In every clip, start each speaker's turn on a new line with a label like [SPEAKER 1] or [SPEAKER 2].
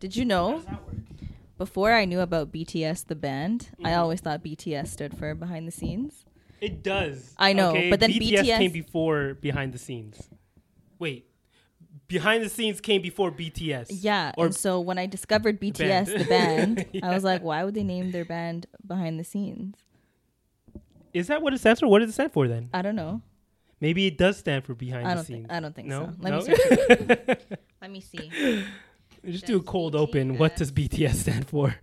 [SPEAKER 1] Did you know?
[SPEAKER 2] that work?
[SPEAKER 1] Before I knew about BTS the band, I
[SPEAKER 2] Mm-hmm.
[SPEAKER 1] always thought BTS stood for behind the scenes.
[SPEAKER 2] It does.
[SPEAKER 1] I know, but then
[SPEAKER 2] BTS,
[SPEAKER 1] BTS
[SPEAKER 2] came before behind the scenes. Wait, behind the scenes came before BTS.
[SPEAKER 1] Yeah.
[SPEAKER 2] Or
[SPEAKER 1] and so when I discovered BTS
[SPEAKER 2] band.
[SPEAKER 1] the band, I was
[SPEAKER 2] Yeah.
[SPEAKER 1] like, why would they name their band behind the scenes?
[SPEAKER 2] is that what it stands for? What does it stand for then?
[SPEAKER 1] I don't know.
[SPEAKER 2] Maybe it does stand for behind
[SPEAKER 1] I
[SPEAKER 2] the
[SPEAKER 1] don't
[SPEAKER 2] scenes.
[SPEAKER 1] think I don't think
[SPEAKER 2] no,
[SPEAKER 1] so. Let me
[SPEAKER 2] no?
[SPEAKER 1] search it. Let me see.
[SPEAKER 2] Just do a
[SPEAKER 1] Does
[SPEAKER 2] cold open. What does BTS stand for?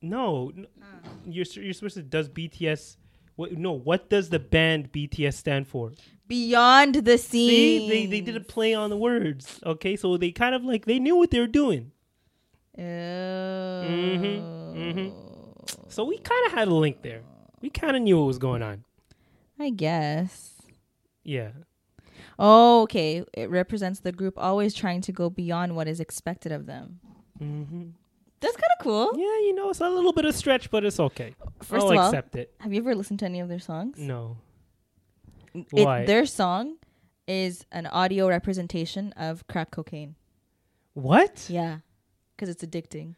[SPEAKER 2] no, n- you're s- you're supposed to does BTS. What, no, what does the band BTS stand for?
[SPEAKER 1] Beyond the
[SPEAKER 2] See,
[SPEAKER 1] scene.
[SPEAKER 2] they they did a play on the words. Okay, so they kind of like they knew what they were doing.
[SPEAKER 1] Oh.
[SPEAKER 2] Mm-hmm. So we kind of had a link there. We kind of knew what was going on.
[SPEAKER 1] I guess.
[SPEAKER 2] Yeah.
[SPEAKER 1] Oh, okay. It represents the group always trying to go beyond what is expected of them.
[SPEAKER 2] hmm
[SPEAKER 1] That's kind of cool.
[SPEAKER 2] Yeah, you know, it's a little bit of stretch, but it's okay.
[SPEAKER 1] Oh. First
[SPEAKER 2] I'll
[SPEAKER 1] of all,
[SPEAKER 2] accept it.
[SPEAKER 1] Have you ever listened to any of their songs?
[SPEAKER 2] No.
[SPEAKER 1] It-
[SPEAKER 2] Why?
[SPEAKER 1] their song is an audio representation of crack cocaine.
[SPEAKER 2] What?
[SPEAKER 1] Yeah, because it's addicting.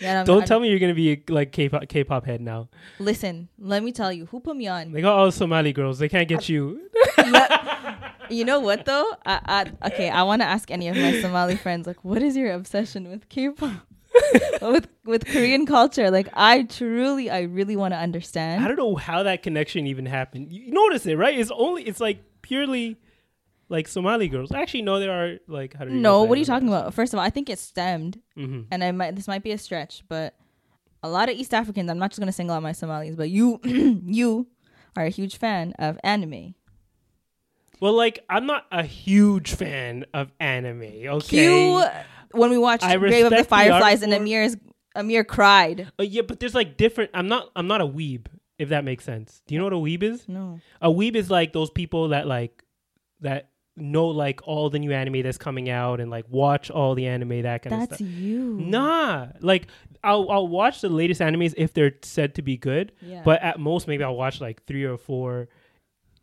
[SPEAKER 1] yeah, I'm-
[SPEAKER 2] Don't
[SPEAKER 1] I'm-
[SPEAKER 2] tell me you're gonna be like K-pop, K-pop head now.
[SPEAKER 1] Listen, let me tell you, who put me on?
[SPEAKER 2] They got all Somali girls. They can't
[SPEAKER 1] Uh,
[SPEAKER 2] get you.
[SPEAKER 1] You know what though? I, I, okay, I want to ask any of my Somali friends, like, what is your obsession with K-pop, with with Korean culture? Like, I truly, I really want to
[SPEAKER 2] I
[SPEAKER 1] understand.
[SPEAKER 2] don't know how that connection even happened. You notice it, right? It's only it's like purely like Somali girls. Actually, no, there are like how do you
[SPEAKER 1] No, what are you talking about? First of all, I think it stemmed,
[SPEAKER 2] Mm-hmm.
[SPEAKER 1] and I might this might be a stretch, but a lot of East Africans. I'm not just gonna single out my Somalis, but you, you are a huge fan of anime.
[SPEAKER 2] Well, like I'm not a huge fan of anime. Okay.
[SPEAKER 1] Q when we watched
[SPEAKER 2] I
[SPEAKER 1] Grave of
[SPEAKER 2] respect
[SPEAKER 1] the
[SPEAKER 2] the
[SPEAKER 1] Fireflies and
[SPEAKER 2] artwork.
[SPEAKER 1] Amir's Amir cried.
[SPEAKER 2] Uh, yeah, but there's like different. I'm not. I'm not a weeb. If that makes sense. Do you know what a weeb is?
[SPEAKER 1] No.
[SPEAKER 2] A weeb is like those people that like that know like all the new anime that's coming out and like watch all the anime that kind of
[SPEAKER 1] That's
[SPEAKER 2] stuff.
[SPEAKER 1] you.
[SPEAKER 2] Nah, like I'll I'll watch the latest animes if they're said to be good,
[SPEAKER 1] Yeah.
[SPEAKER 2] but at most maybe I'll watch like three or four,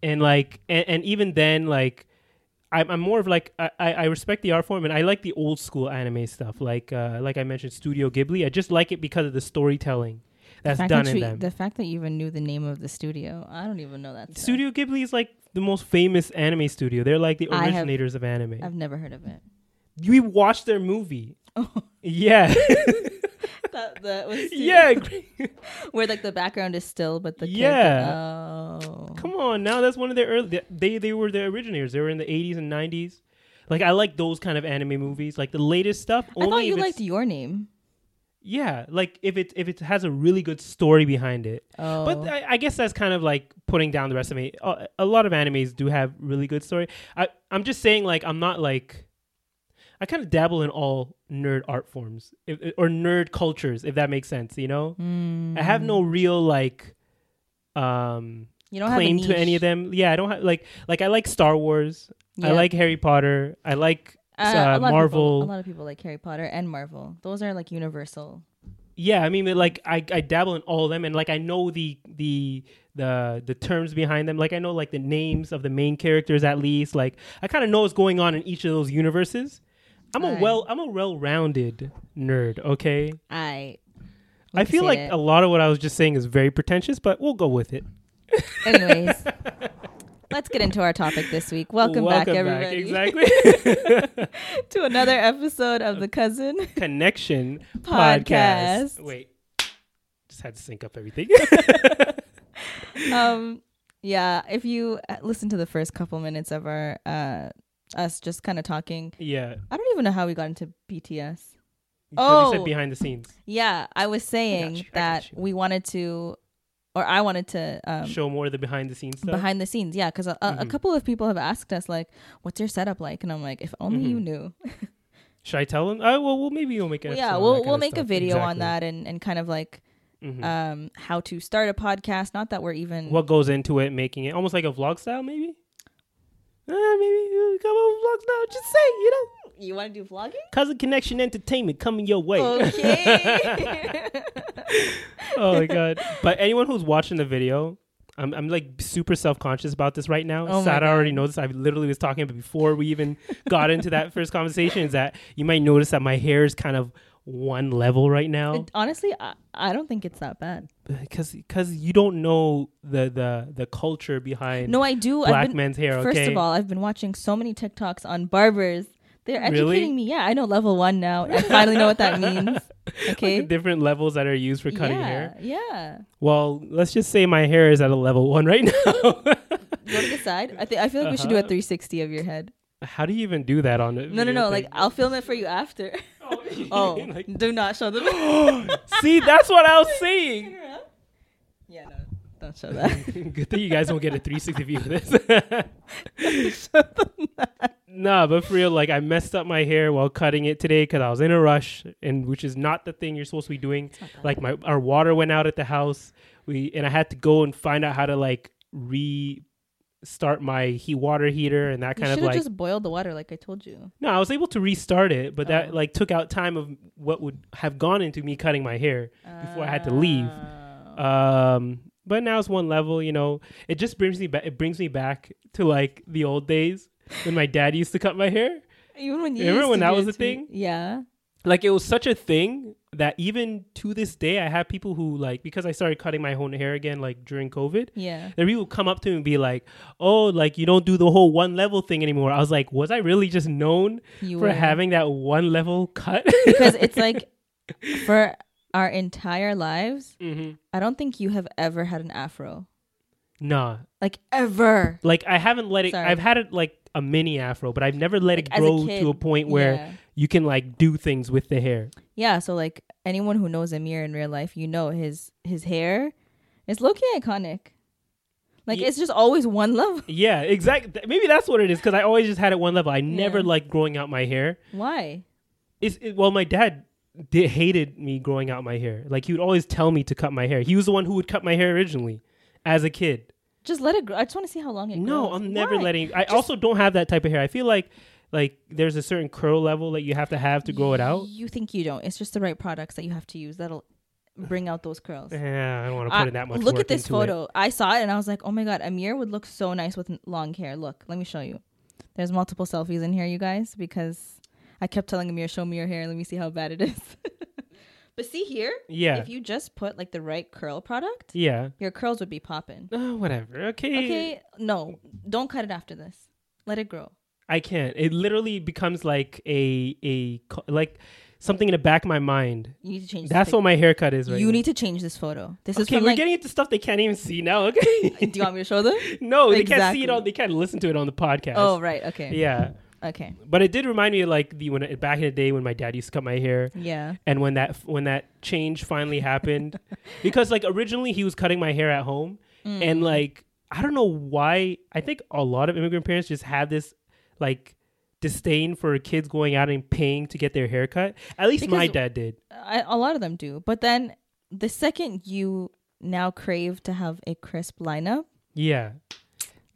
[SPEAKER 2] and like and, and even then like I'm I'm more of like I, I I respect the art form and I like the old school anime stuff like uh like I mentioned Studio Ghibli I just like it because of the storytelling that's
[SPEAKER 1] fact
[SPEAKER 2] done
[SPEAKER 1] that
[SPEAKER 2] in
[SPEAKER 1] you-
[SPEAKER 2] them.
[SPEAKER 1] The fact that you even knew the name of the studio, I don't even know that. stuff.
[SPEAKER 2] Studio Ghibli is like the most famous anime studio. They're like the
[SPEAKER 1] I have-
[SPEAKER 2] originators of anime.
[SPEAKER 1] I've Oh. never heard of it.
[SPEAKER 2] we watched their movie. Yeah,
[SPEAKER 1] that, that was stu-
[SPEAKER 2] yeah. great.
[SPEAKER 1] where like the background is still, but the
[SPEAKER 2] Yeah.
[SPEAKER 1] character- oh.
[SPEAKER 2] Come on, now that's one of their early. They they were the originators. They were in the eighties and nineties. Like I like those kind of anime movies. Like the latest stuff.
[SPEAKER 1] I thought
[SPEAKER 2] only
[SPEAKER 1] you
[SPEAKER 2] if
[SPEAKER 1] liked
[SPEAKER 2] it's-
[SPEAKER 1] your name.
[SPEAKER 2] Yeah, like if it if it has a really good story behind it.
[SPEAKER 1] Oh,
[SPEAKER 2] But I, I guess that's kind of like putting down the rest of me. A, a lot of animes do have really good story. I I'm just saying like I'm not like. I kind of dabble in all nerd art forms if, or nerd cultures, if that makes sense. You know, I have
[SPEAKER 1] Hmm. Mm-hmm.
[SPEAKER 2] no real like, um,
[SPEAKER 1] you don't
[SPEAKER 2] claim
[SPEAKER 1] have a
[SPEAKER 2] to any of them. Yeah, I don't have like like I like Star Wars. I
[SPEAKER 1] Yeah.
[SPEAKER 2] like Harry Potter. I like
[SPEAKER 1] Uh,
[SPEAKER 2] uh,
[SPEAKER 1] a lot of people- a
[SPEAKER 2] Marvel.
[SPEAKER 1] lot of people like Harry Potter and Marvel. Those are like universal.
[SPEAKER 2] yeah, I mean like I, I dabble in all of them and like I know the the the the terms behind them. Like I know like the names of the main characters at least. Like I kind of know what's going on in each of those universes. I'm a
[SPEAKER 1] Aye.
[SPEAKER 2] well I'm a well-rounded nerd, okay?
[SPEAKER 1] I.
[SPEAKER 2] I
[SPEAKER 1] can
[SPEAKER 2] feel
[SPEAKER 1] see
[SPEAKER 2] like
[SPEAKER 1] that.
[SPEAKER 2] a lot of what I was just saying is very pretentious, but we'll go with it.
[SPEAKER 1] Anyways, let's get into our topic this week. Welcome, back, everybody,
[SPEAKER 2] Exactly.
[SPEAKER 1] to another episode of the Cousin.
[SPEAKER 2] Connection
[SPEAKER 1] Podcast.
[SPEAKER 2] Podcast. Wait, just had to sync up everything.
[SPEAKER 1] um, yeah, if you uh, listen to the first couple minutes of our uh, us just kind of talking,
[SPEAKER 2] yeah.
[SPEAKER 1] I don't even know how we got into BTS.
[SPEAKER 2] Oh, you
[SPEAKER 1] Oh.
[SPEAKER 2] said behind the scenes.
[SPEAKER 1] Yeah, I was saying
[SPEAKER 2] you, I got
[SPEAKER 1] that
[SPEAKER 2] you.
[SPEAKER 1] we wanted to, or I wanted to um,
[SPEAKER 2] Show more of the behind the scenes stuff.
[SPEAKER 1] behind the scenes. Yeah, because a, a-
[SPEAKER 2] Mm-hmm.
[SPEAKER 1] a couple of people have asked us like, "What's your setup like?" And I'm like, "If only
[SPEAKER 2] Mm-hmm.
[SPEAKER 1] you knew."
[SPEAKER 2] Should I tell them? Oh, well, well, maybe we'll make an episode
[SPEAKER 1] yeah,
[SPEAKER 2] on that
[SPEAKER 1] we'll
[SPEAKER 2] kind
[SPEAKER 1] we'll
[SPEAKER 2] of
[SPEAKER 1] make a
[SPEAKER 2] stuff.
[SPEAKER 1] video on
[SPEAKER 2] Exactly.
[SPEAKER 1] that and and kind of like
[SPEAKER 2] Mhm.
[SPEAKER 1] um how to start a podcast. Not that we're even
[SPEAKER 2] What goes into it, making it almost like a vlog style, maybe? Uh, maybe uh, come on, vlog style. Just say, you know,
[SPEAKER 1] you want to do vlogging.
[SPEAKER 2] cousin connection entertainment coming your way.
[SPEAKER 1] Okay.
[SPEAKER 2] oh my god! But anyone who's watching the video, I'm, I'm like super self conscious about this right now.
[SPEAKER 1] Oh my
[SPEAKER 2] Sada already
[SPEAKER 1] God.
[SPEAKER 2] knows this. I literally was talking, but before we even got into that first conversation, is that you might notice that my hair is kind of one level right now
[SPEAKER 1] It- honestly, I, I don't think it's that bad.
[SPEAKER 2] because because you don't know the the the culture behind
[SPEAKER 1] No, I do.
[SPEAKER 2] black
[SPEAKER 1] I've been,
[SPEAKER 2] men's hair.
[SPEAKER 1] First
[SPEAKER 2] okay,
[SPEAKER 1] of all, I've been watching so many TikToks on barbers. They're educating
[SPEAKER 2] Really?
[SPEAKER 1] me. Yeah, I know level one now. I finally know what that means. Okay.
[SPEAKER 2] Like the different levels that are used for cutting
[SPEAKER 1] yeah,
[SPEAKER 2] hair.
[SPEAKER 1] Yeah.
[SPEAKER 2] Well, let's just say my hair is at a level one right now.
[SPEAKER 1] Go to the side. I think I feel like we should do a
[SPEAKER 2] Uh-huh.
[SPEAKER 1] 360 of your head.
[SPEAKER 2] How do you even do that on it?
[SPEAKER 1] No, no, no. Like I'll film it for you after. Oh, do not show them.
[SPEAKER 2] see, that's what I was saying.
[SPEAKER 1] yeah, no, don't show that.
[SPEAKER 2] Good thing you guys won't get a 360 view of this. nah, but for real, like I messed up my hair while cutting it today because I was in a rush, and which is not the thing you're supposed to be doing. Like my our water went out at the house, we and I had to go and find out how to like restart my heat water heater and that
[SPEAKER 1] You
[SPEAKER 2] kind
[SPEAKER 1] should
[SPEAKER 2] of
[SPEAKER 1] have
[SPEAKER 2] like.
[SPEAKER 1] just boiled the water, like I told you.
[SPEAKER 2] no, I was able to restart it, but that
[SPEAKER 1] Oh.
[SPEAKER 2] like took out time of what would have gone into me cutting my hair. Before I had to leave.
[SPEAKER 1] Oh.
[SPEAKER 2] Um, but now it's one level, you know. It just brings me back. It brings me back to like the old days when my dad used to cut my hair.
[SPEAKER 1] Even when you
[SPEAKER 2] Remember
[SPEAKER 1] used
[SPEAKER 2] when
[SPEAKER 1] to
[SPEAKER 2] that
[SPEAKER 1] do
[SPEAKER 2] was
[SPEAKER 1] it
[SPEAKER 2] a
[SPEAKER 1] to
[SPEAKER 2] thing?
[SPEAKER 1] me? Yeah.
[SPEAKER 2] Like it was such a thing that even to this day, I have people who like because I started cutting my own hair again, like during COVID.
[SPEAKER 1] Yeah.
[SPEAKER 2] There people come up to me and be like, "Oh, like you don't do the whole one level thing anymore." I was like, "Was I really just known
[SPEAKER 1] You
[SPEAKER 2] for
[SPEAKER 1] were.
[SPEAKER 2] having that one level cut?"
[SPEAKER 1] because it's like for our entire lives,
[SPEAKER 2] hmm
[SPEAKER 1] I don't think you have ever had an afro.
[SPEAKER 2] Nah,
[SPEAKER 1] Like ever.
[SPEAKER 2] like I haven't let it.
[SPEAKER 1] Sorry.
[SPEAKER 2] I've had it like a mini afro, but I've never let
[SPEAKER 1] Like,
[SPEAKER 2] it
[SPEAKER 1] as a
[SPEAKER 2] grow
[SPEAKER 1] kid,
[SPEAKER 2] to a point where.
[SPEAKER 1] yeah.
[SPEAKER 2] you can like do things with the hair.
[SPEAKER 1] Yeah, so like anyone who knows Amir in real life, you know his his hair is low key iconic. Like
[SPEAKER 2] Ye-
[SPEAKER 1] it's just always one level.
[SPEAKER 2] Yeah, exactly. Maybe that's what it is because I always just had it one level. I never
[SPEAKER 1] Yeah.
[SPEAKER 2] liked growing out my hair.
[SPEAKER 1] Why?
[SPEAKER 2] It's, it, well, my dad did, hated me growing out my hair. Like he would always tell me to cut my hair. He was the one who would cut my hair originally as a kid.
[SPEAKER 1] Just let it grow. I just want to see how long it grows.
[SPEAKER 2] No, I'm never
[SPEAKER 1] Why?
[SPEAKER 2] letting. I also don't have that type of hair. I feel like like there's a certain curl level that you have to have to grow it out.
[SPEAKER 1] You think you don't. It's just the right products that you have to use that'll bring out those curls.
[SPEAKER 2] Yeah, I don't want to put in
[SPEAKER 1] I-
[SPEAKER 2] that much.
[SPEAKER 1] look
[SPEAKER 2] work
[SPEAKER 1] at this
[SPEAKER 2] into it.
[SPEAKER 1] photo. I saw it and I was like, oh my god, Amir would look so nice with n- long hair. Look, let me show you. There's multiple selfies in here, you guys, because I kept telling Amir, show me your hair. Let me see how bad it is. but see here,
[SPEAKER 2] Yeah,
[SPEAKER 1] if you just put like the right curl product,
[SPEAKER 2] yeah.
[SPEAKER 1] your curls would be popping.
[SPEAKER 2] Uh, whatever. Okay.
[SPEAKER 1] Okay, no, don't cut it after this. Let it grow.
[SPEAKER 2] I can't. It literally becomes like a a co- like something in the back of my mind.
[SPEAKER 1] You need to change.
[SPEAKER 2] That's
[SPEAKER 1] this
[SPEAKER 2] what my haircut is
[SPEAKER 1] pic-
[SPEAKER 2] right
[SPEAKER 1] you
[SPEAKER 2] now.
[SPEAKER 1] need to change this photo. This is
[SPEAKER 2] okay,
[SPEAKER 1] from
[SPEAKER 2] we're
[SPEAKER 1] like.
[SPEAKER 2] getting into stuff they can't even see now. Okay,
[SPEAKER 1] do you want me to show them?
[SPEAKER 2] no, they can't see it
[SPEAKER 1] Exactly.
[SPEAKER 2] on. They can't listen to it on the podcast.
[SPEAKER 1] Oh right, okay,
[SPEAKER 2] yeah.
[SPEAKER 1] okay,
[SPEAKER 2] But it did remind me of like the when back in the day when my dad used to cut my hair,
[SPEAKER 1] yeah.
[SPEAKER 2] and when that when that change finally happened, because like originally he was cutting my hair at home, and like I don't know why. I think a lot of immigrant parents just have this like disdain for kids going out and paying to get their hair cut. At least my
[SPEAKER 1] Because-
[SPEAKER 2] dad did.
[SPEAKER 1] I, a lot of them do. But then the second you now crave to have a crisp lineup,
[SPEAKER 2] Yeah.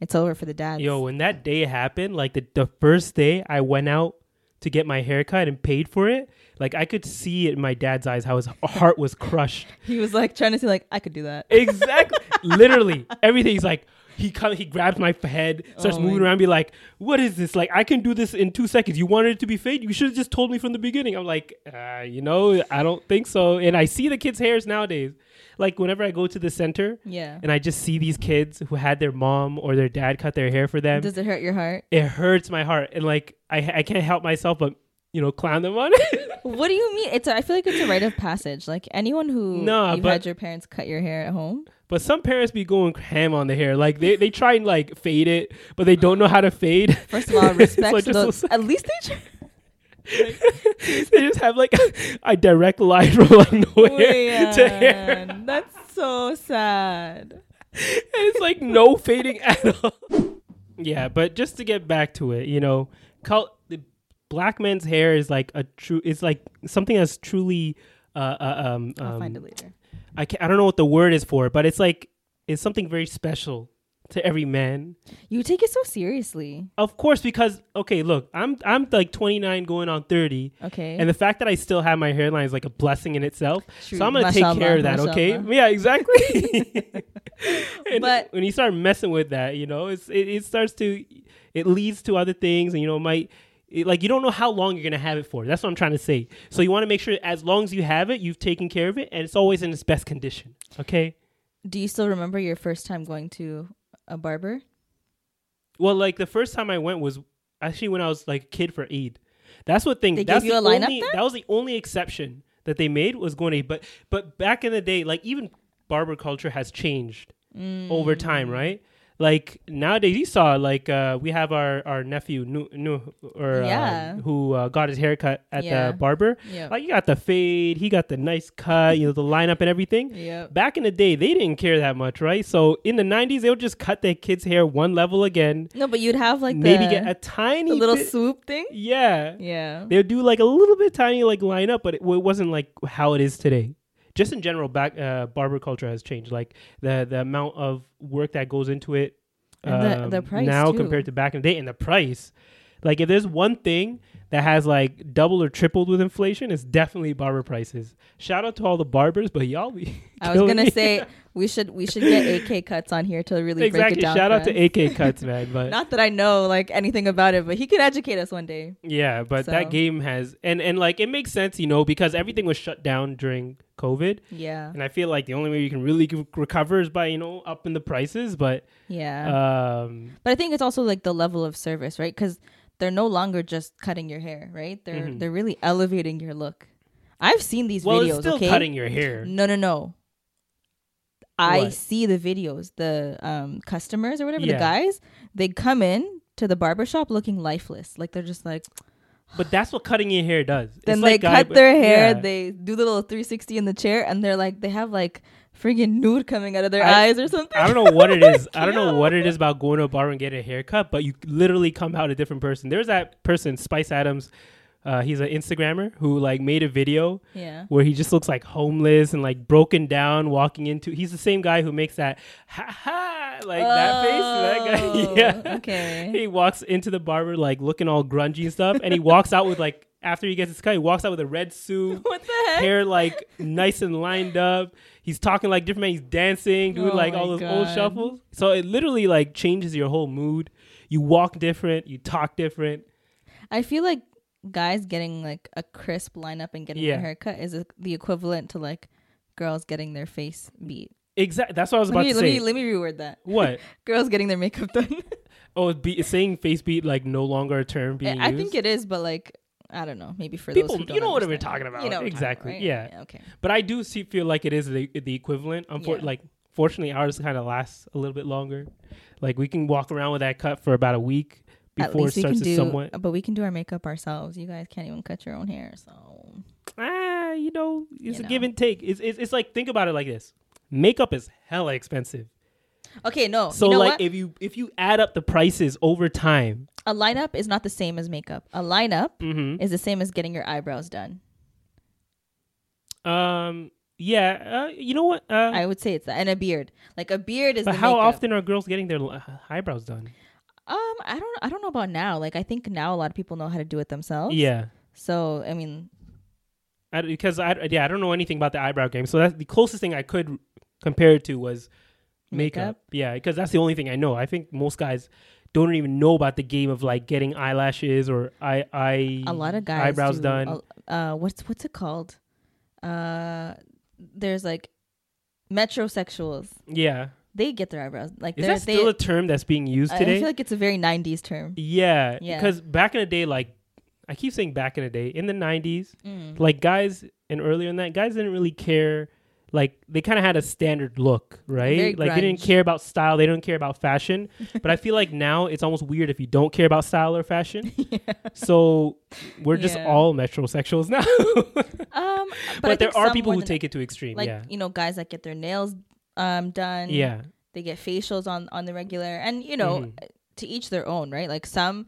[SPEAKER 1] it's over for the dads.
[SPEAKER 2] Yo, when that day happened, like the, the first day I went out to get my hair cut and paid for it, like I could see it in my dad's eyes how his heart was crushed.
[SPEAKER 1] He was like trying to say like I could do that.
[SPEAKER 2] Exactly. Literally. Everything's like he come he grabs my f- head, starts
[SPEAKER 1] Oh my-
[SPEAKER 2] moving around, be like, What is this? Like I can do this in two seconds. You wanted it to be fade? You should have just told me from the beginning. I'm like, uh, you know, I don't think so. And I see the kids' hairs nowadays. Like whenever I go to the center
[SPEAKER 1] Yeah.
[SPEAKER 2] and I just see these kids who had their mom or their dad cut their hair for them.
[SPEAKER 1] Does it hurt your heart?
[SPEAKER 2] it hurts my heart and like I I can't help myself but you know clown them on it.
[SPEAKER 1] What do you mean? It's a, I feel like it's a rite of passage. Like anyone who
[SPEAKER 2] Nah,
[SPEAKER 1] you
[SPEAKER 2] but-
[SPEAKER 1] had your parents cut your hair at home.
[SPEAKER 2] but some parents be going ham on the hair. Like they, they try and like fade it, but they don't know how to fade.
[SPEAKER 1] First of all,
[SPEAKER 2] So
[SPEAKER 1] respect
[SPEAKER 2] just
[SPEAKER 1] those.
[SPEAKER 2] so-
[SPEAKER 1] At least they try.
[SPEAKER 2] they just have like a direct line from like nowhere to hair.
[SPEAKER 1] Man, That's so sad.
[SPEAKER 2] And it's like no fading at all. Yeah, but just to get back to it, you know, cult, the black men's hair is like a true. It's like something that's truly. Uh, uh, um,
[SPEAKER 1] I'll
[SPEAKER 2] um,
[SPEAKER 1] find it later.
[SPEAKER 2] I can't, I don't know what the word is for it, but it's like it's something very special to every man.
[SPEAKER 1] You take it so seriously.
[SPEAKER 2] Of course, because okay, look, I'm I'm like 29 going on 30.
[SPEAKER 1] Okay.
[SPEAKER 2] And the fact that I still have my hairline is like a blessing in itself.
[SPEAKER 1] True.
[SPEAKER 2] So I'm gonna take
[SPEAKER 1] Mashallah,
[SPEAKER 2] care of that, okay?
[SPEAKER 1] mashallah.
[SPEAKER 2] Yeah, exactly. And
[SPEAKER 1] But-
[SPEAKER 2] when you start messing with that, you know, it's it, it starts to it leads to other things, and you know, it might it, like you don't know how long you're gonna have it for. That's what I'm trying to say. So you want to make sure as long as you have it, you've taken care of it, and it's always in its best condition. Okay.
[SPEAKER 1] Do you still remember your first time going to a barber?
[SPEAKER 2] Well, like the first time I went was actually when I was like a kid for Eid. That's what thing.
[SPEAKER 1] They
[SPEAKER 2] that's
[SPEAKER 1] gave you
[SPEAKER 2] the
[SPEAKER 1] a lineup
[SPEAKER 2] only,
[SPEAKER 1] there?
[SPEAKER 2] That was the only exception that they made was going to Eid. But but back in the day, like even barber culture has changed
[SPEAKER 1] Mm,
[SPEAKER 2] over time, right? Like nowadays, you saw like uh, we have our our nephew Nu, nu or
[SPEAKER 1] Yeah.
[SPEAKER 2] um, who uh, got his haircut at
[SPEAKER 1] Yeah.
[SPEAKER 2] the barber.
[SPEAKER 1] Yeah.
[SPEAKER 2] Like he got the fade, he got the nice cut, you know, the lineup and everything
[SPEAKER 1] Yep.
[SPEAKER 2] back in the day they didn't care that much right so in the 90s they would just cut their kids hair one level again
[SPEAKER 1] No, but you'd have like
[SPEAKER 2] maybe
[SPEAKER 1] the,
[SPEAKER 2] get a tiny
[SPEAKER 1] the little
[SPEAKER 2] bit-
[SPEAKER 1] swoop thing.
[SPEAKER 2] yeah
[SPEAKER 1] Yeah.
[SPEAKER 2] they'd do like a little bit tiny like line up but it, it wasn't like how it is today just in general back uh, barber culture has changed like the the amount of work that goes into it um,
[SPEAKER 1] And the- the price,
[SPEAKER 2] now
[SPEAKER 1] too.
[SPEAKER 2] compared to back in the day and the price like if there's one thing that has like doubled or tripled with inflation it's definitely barber prices shout out to all the barbers but y'all be
[SPEAKER 1] I was
[SPEAKER 2] killing
[SPEAKER 1] gonna
[SPEAKER 2] it.
[SPEAKER 1] say we should we should get AK cuts on here to really break
[SPEAKER 2] exactly.
[SPEAKER 1] it down.
[SPEAKER 2] Shout
[SPEAKER 1] for
[SPEAKER 2] out
[SPEAKER 1] us.
[SPEAKER 2] to AK Cuts, man. But
[SPEAKER 1] Not that I know like anything about it, but he could educate us one day.
[SPEAKER 2] yeah, but
[SPEAKER 1] So.
[SPEAKER 2] that game has and and like it makes sense, you know, because everything was shut down during COVID,
[SPEAKER 1] Yeah.
[SPEAKER 2] and I feel like the only way you can really g- recover is by you know up in the prices. But
[SPEAKER 1] Yeah.
[SPEAKER 2] um,
[SPEAKER 1] but I think it's also like the level of service, right? Because they're no longer just cutting your hair, right? They're
[SPEAKER 2] Mhm.
[SPEAKER 1] they're really elevating your look. I've seen these
[SPEAKER 2] well,
[SPEAKER 1] videos.
[SPEAKER 2] it's still
[SPEAKER 1] okay.
[SPEAKER 2] cutting your hair.
[SPEAKER 1] No, no, no. I
[SPEAKER 2] What?
[SPEAKER 1] see the videos, the um, customers or whatever, the
[SPEAKER 2] Yeah.
[SPEAKER 1] guys, they come in to the barbershop looking lifeless. Like they're just like,
[SPEAKER 2] But that's what cutting your hair does. It's
[SPEAKER 1] then
[SPEAKER 2] like
[SPEAKER 1] they
[SPEAKER 2] guy-
[SPEAKER 1] cut their hair,
[SPEAKER 2] yeah.
[SPEAKER 1] they do the little 360 in the chair, and they're like, they have like friggin' nude coming out of their
[SPEAKER 2] I-
[SPEAKER 1] eyes or something.
[SPEAKER 2] I don't know what it is. I don't
[SPEAKER 1] Yo.
[SPEAKER 2] know what it is about going to a bar and getting a haircut, but you literally come out a different person. There's that person, Spice Adams. Uh, he's an Instagrammer who like made a video
[SPEAKER 1] Yeah.
[SPEAKER 2] where he just looks like homeless and like broken down walking into he's the same guy who makes that ha ha like that face
[SPEAKER 1] Oh,
[SPEAKER 2] that guy yeah
[SPEAKER 1] okay.
[SPEAKER 2] he walks into the barber like looking all grungy and stuff and he walks out with like after he gets his cut he walks out with a red suit
[SPEAKER 1] What the heck?
[SPEAKER 2] hair like nice and lined up he's talking like different man he's dancing doing
[SPEAKER 1] Oh
[SPEAKER 2] like
[SPEAKER 1] my
[SPEAKER 2] all those old
[SPEAKER 1] God.
[SPEAKER 2] shuffles so it literally like changes your whole mood you walk different you talk different
[SPEAKER 1] I feel like guys getting like a crisp lineup and getting
[SPEAKER 2] Yeah.
[SPEAKER 1] their haircut is uh, the equivalent to like girls getting their face beat.
[SPEAKER 2] exactly that's what i was
[SPEAKER 1] Let
[SPEAKER 2] about
[SPEAKER 1] me,
[SPEAKER 2] to
[SPEAKER 1] let
[SPEAKER 2] say
[SPEAKER 1] me let me reword that.
[SPEAKER 2] what
[SPEAKER 1] Girls getting their makeup done.
[SPEAKER 2] Oh, it'd be, is saying face beat like no longer a
[SPEAKER 1] I,
[SPEAKER 2] term being
[SPEAKER 1] I
[SPEAKER 2] used?
[SPEAKER 1] think it is, but like I don't know. Maybe for
[SPEAKER 2] People-
[SPEAKER 1] those who
[SPEAKER 2] you
[SPEAKER 1] don't
[SPEAKER 2] know what we're
[SPEAKER 1] understand.
[SPEAKER 2] talking about.
[SPEAKER 1] You know what we're talking
[SPEAKER 2] Exactly,
[SPEAKER 1] about,
[SPEAKER 2] yeah.
[SPEAKER 1] Okay.
[SPEAKER 2] but I do see, feel like it is the, the equivalent. Unfor-
[SPEAKER 1] Yeah.
[SPEAKER 2] Like, fortunately, ours kind of lasts a little bit longer. Like, we can walk around with that cut for about a week
[SPEAKER 1] At
[SPEAKER 2] before it
[SPEAKER 1] least we
[SPEAKER 2] starts
[SPEAKER 1] can
[SPEAKER 2] to
[SPEAKER 1] do,
[SPEAKER 2] somewhat.
[SPEAKER 1] but we can do our makeup ourselves. You guys can't even cut your own hair, so
[SPEAKER 2] Ah, you know, it's
[SPEAKER 1] You
[SPEAKER 2] a give
[SPEAKER 1] know.
[SPEAKER 2] and take. It's, it's it's like think about it like this: makeup is hella expensive.
[SPEAKER 1] okay. No,
[SPEAKER 2] So
[SPEAKER 1] Oh, you know
[SPEAKER 2] like
[SPEAKER 1] what?
[SPEAKER 2] if you if you add up the prices over time,
[SPEAKER 1] a lineup is not the same as makeup. A lineup
[SPEAKER 2] hmm
[SPEAKER 1] is the same as getting your eyebrows done.
[SPEAKER 2] um, yeah, uh, you know what? Uh,
[SPEAKER 1] I would say it's that, and a beard. Like a beard is.
[SPEAKER 2] but
[SPEAKER 1] the
[SPEAKER 2] how
[SPEAKER 1] makeup.
[SPEAKER 2] often are girls getting their li- eyebrows done?
[SPEAKER 1] Um, I don't, I don't know about now. Like, I think now a lot of people know how to do it themselves.
[SPEAKER 2] Yeah.
[SPEAKER 1] So, I mean,
[SPEAKER 2] I, because I yeah I don't know anything about the eyebrow game, so that's the closest thing I could compare it to was makeup.
[SPEAKER 1] Makeup?
[SPEAKER 2] Yeah, because that's the only thing I know. I think most guys don't even know about the game of like getting eyelashes or eye eye
[SPEAKER 1] a lot of guys
[SPEAKER 2] eyebrows
[SPEAKER 1] do,
[SPEAKER 2] done.
[SPEAKER 1] a- Uh, what's what's it called? Uh, there's like metrosexuals.
[SPEAKER 2] yeah,
[SPEAKER 1] They get their eyebrows like
[SPEAKER 2] is
[SPEAKER 1] they're-
[SPEAKER 2] that
[SPEAKER 1] they.
[SPEAKER 2] still a term that's being used
[SPEAKER 1] I- I
[SPEAKER 2] today?
[SPEAKER 1] feel like it's a very '90s term.
[SPEAKER 2] yeah,
[SPEAKER 1] Yeah.
[SPEAKER 2] because back in the day, like I keep saying back in the day, in the nineties,
[SPEAKER 1] Mm.
[SPEAKER 2] like guys and earlier in that guys didn't really care like they kind of had a standard look right
[SPEAKER 1] Very
[SPEAKER 2] like they didn't
[SPEAKER 1] grunge.
[SPEAKER 2] care about style they didn't care about fashion but i feel like now it's almost weird if you don't care about style or fashion so we're just
[SPEAKER 1] Yeah.
[SPEAKER 2] all metrosexuals now but,
[SPEAKER 1] Um, but, I
[SPEAKER 2] there
[SPEAKER 1] think
[SPEAKER 2] are
[SPEAKER 1] some
[SPEAKER 2] people
[SPEAKER 1] more
[SPEAKER 2] who
[SPEAKER 1] than-
[SPEAKER 2] take it to extreme
[SPEAKER 1] like
[SPEAKER 2] yeah
[SPEAKER 1] you know guys that get their nails um done.
[SPEAKER 2] yeah
[SPEAKER 1] they get facials on on the regular and you know
[SPEAKER 2] Mhm.
[SPEAKER 1] to each their own right like some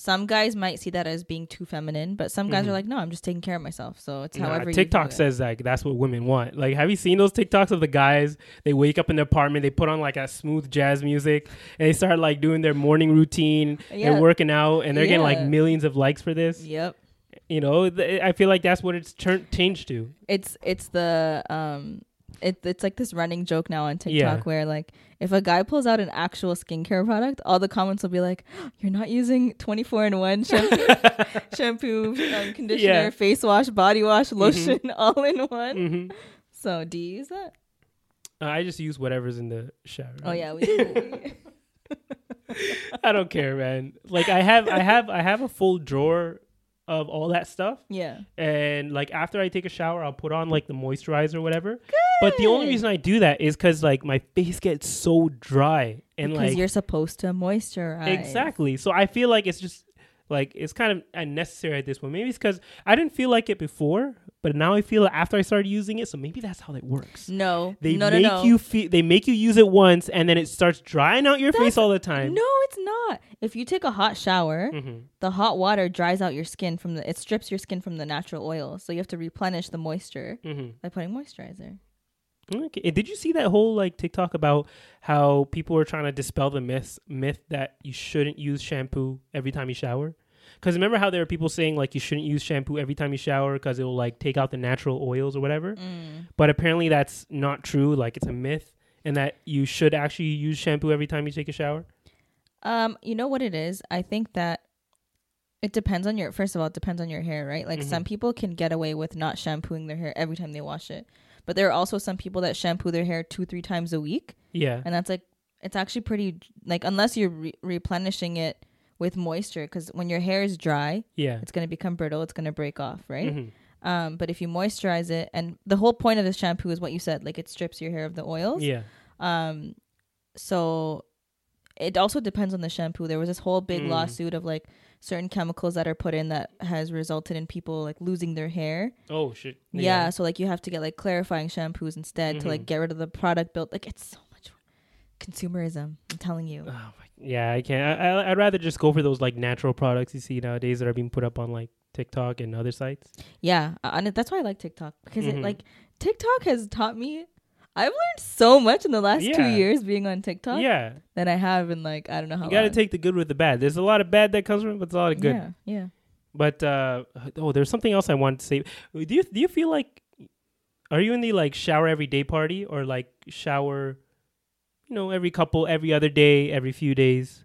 [SPEAKER 1] Some guys might see that as being too feminine, but some guys are like, no, I'm just taking care of myself. So it's
[SPEAKER 2] Mm-hmm. Nah,
[SPEAKER 1] however you do
[SPEAKER 2] TikTok
[SPEAKER 1] it.
[SPEAKER 2] says like that's what women want. Like, have you seen those TikToks of the guys? They wake up in the apartment, they put on like a smooth jazz music, and they start like doing their morning routine
[SPEAKER 1] Yeah.
[SPEAKER 2] and working out, and they're getting like
[SPEAKER 1] Yeah.
[SPEAKER 2] millions of likes for this.
[SPEAKER 1] Yep.
[SPEAKER 2] You know, th- eh, I feel like that's what it's tur- changed to.
[SPEAKER 1] it's it's the um it, it's like this running joke now on TikTok
[SPEAKER 2] Yeah.
[SPEAKER 1] where like if a guy pulls out an actual skincare product, all the comments will be like, "You're not using 24 in one shampoo, shampoo um, conditioner,
[SPEAKER 2] Yeah. Mm-hmm.
[SPEAKER 1] face wash, body wash, lotion, all in one."
[SPEAKER 2] hmm
[SPEAKER 1] So do you use that?
[SPEAKER 2] Uh, I just use whatever's in the shower.
[SPEAKER 1] Oh yeah, we do.
[SPEAKER 2] I don't care, man. Like I have, I have, I have a full drawer of all that stuff.
[SPEAKER 1] yeah.
[SPEAKER 2] and like after I take a shower, I'll put on like the moisturizer or whatever. But the only reason I do that is because like my face gets so dry and
[SPEAKER 1] Because you're
[SPEAKER 2] like
[SPEAKER 1] supposed to moisturize.
[SPEAKER 2] exactly. So I feel like it's just like it's kind of unnecessary at this point. Maybe it's because I didn't feel like it before, but now I feel it after I started using it. So maybe that's how it works.
[SPEAKER 1] No.
[SPEAKER 2] They
[SPEAKER 1] no,
[SPEAKER 2] make
[SPEAKER 1] no, no.
[SPEAKER 2] you feel. They make you use it once, and then it starts drying out your
[SPEAKER 1] That's-
[SPEAKER 2] face all the time. Mm-hmm.
[SPEAKER 1] No, it's not. If you take a hot shower,
[SPEAKER 2] Mm.
[SPEAKER 1] the hot water dries out your skin from the it strips your skin from the natural oil. So you have to replenish the moisture
[SPEAKER 2] Mhm.
[SPEAKER 1] by putting moisturizer.
[SPEAKER 2] Okay. And Did you see that whole like TikTok about how people were trying to dispel the myth myth that you shouldn't use shampoo every time you shower? Because remember how there are people saying like you shouldn't use shampoo every time you shower because it will like take out the natural oils or whatever. But apparently that's not true. Like it's a myth, and that you should actually use shampoo every time you take a shower.
[SPEAKER 1] Um, you know what it is? I think that it depends on your first of all, it depends on your hair, right? Like some
[SPEAKER 2] Mm-hmm.
[SPEAKER 1] people can get away with not shampooing their hair every time they wash it. But there are also some people that shampoo their hair 2-3 times a week,
[SPEAKER 2] Yeah.
[SPEAKER 1] and that's like it's actually pretty like unless you're re- replenishing it with moisture cuz when your hair is dry,
[SPEAKER 2] Yeah.
[SPEAKER 1] it's going to become brittle, it's going to break off, right?
[SPEAKER 2] Mhm.
[SPEAKER 1] Um, but if you moisturize it, and the whole point of this shampoo is what you said, like it strips your hair of the oils.
[SPEAKER 2] Yeah.
[SPEAKER 1] Um, so it also depends on the shampoo. There was this whole big
[SPEAKER 2] Mm.
[SPEAKER 1] lawsuit of like certain chemicals that are put in that has resulted in people like losing their hair.
[SPEAKER 2] Oh shit.
[SPEAKER 1] Yeah. so like you have to get like clarifying shampoos instead to
[SPEAKER 2] Mm-hmm.
[SPEAKER 1] like get rid of the product built. Like it's so much consumerism. I'm telling you.
[SPEAKER 2] Oh my, yeah, I can't. I, I, I'd rather just go for those like natural products you see nowadays that are being put up on like TikTok and other sites.
[SPEAKER 1] Yeah, uh, and it- that's why I like TikTok because it
[SPEAKER 2] Mhm.
[SPEAKER 1] like TikTok has taught me. I've learned so much in the last two
[SPEAKER 2] Yeah.
[SPEAKER 1] years being on TikTok
[SPEAKER 2] Yeah,
[SPEAKER 1] than I have in like I don't know how.
[SPEAKER 2] you got to
[SPEAKER 1] long.
[SPEAKER 2] take the good with the bad. There's a lot of bad that comes from it, but it's a lot of good.
[SPEAKER 1] Yeah, yeah.
[SPEAKER 2] But uh, oh, there's something else I wanted to say. Do you do you feel like are you in the like shower every day party or like shower, you know, every couple, every other day, every few days?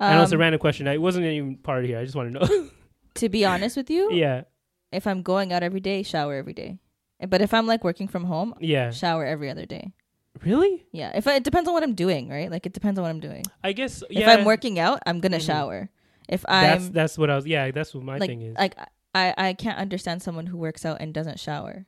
[SPEAKER 2] I know it's a
[SPEAKER 1] Um,
[SPEAKER 2] random question. It wasn't even part of here. I just want to know.
[SPEAKER 1] to be honest with you,
[SPEAKER 2] yeah,
[SPEAKER 1] if I'm going out every day, shower every day. Eh, But if I'm like working from home,
[SPEAKER 2] yeah.
[SPEAKER 1] shower every other day.
[SPEAKER 2] Really?
[SPEAKER 1] Yeah, if I, it depends on what I'm doing, right? Like it depends on what I'm doing.
[SPEAKER 2] I guess.
[SPEAKER 1] If
[SPEAKER 2] Yeah.
[SPEAKER 1] I'm working out, I'm gonna
[SPEAKER 2] Mhm.
[SPEAKER 1] shower. If
[SPEAKER 2] that's
[SPEAKER 1] I'm
[SPEAKER 2] that's what I was. Yeah, that's what my
[SPEAKER 1] like
[SPEAKER 2] thing is.
[SPEAKER 1] like I I can't understand someone who works out and doesn't shower.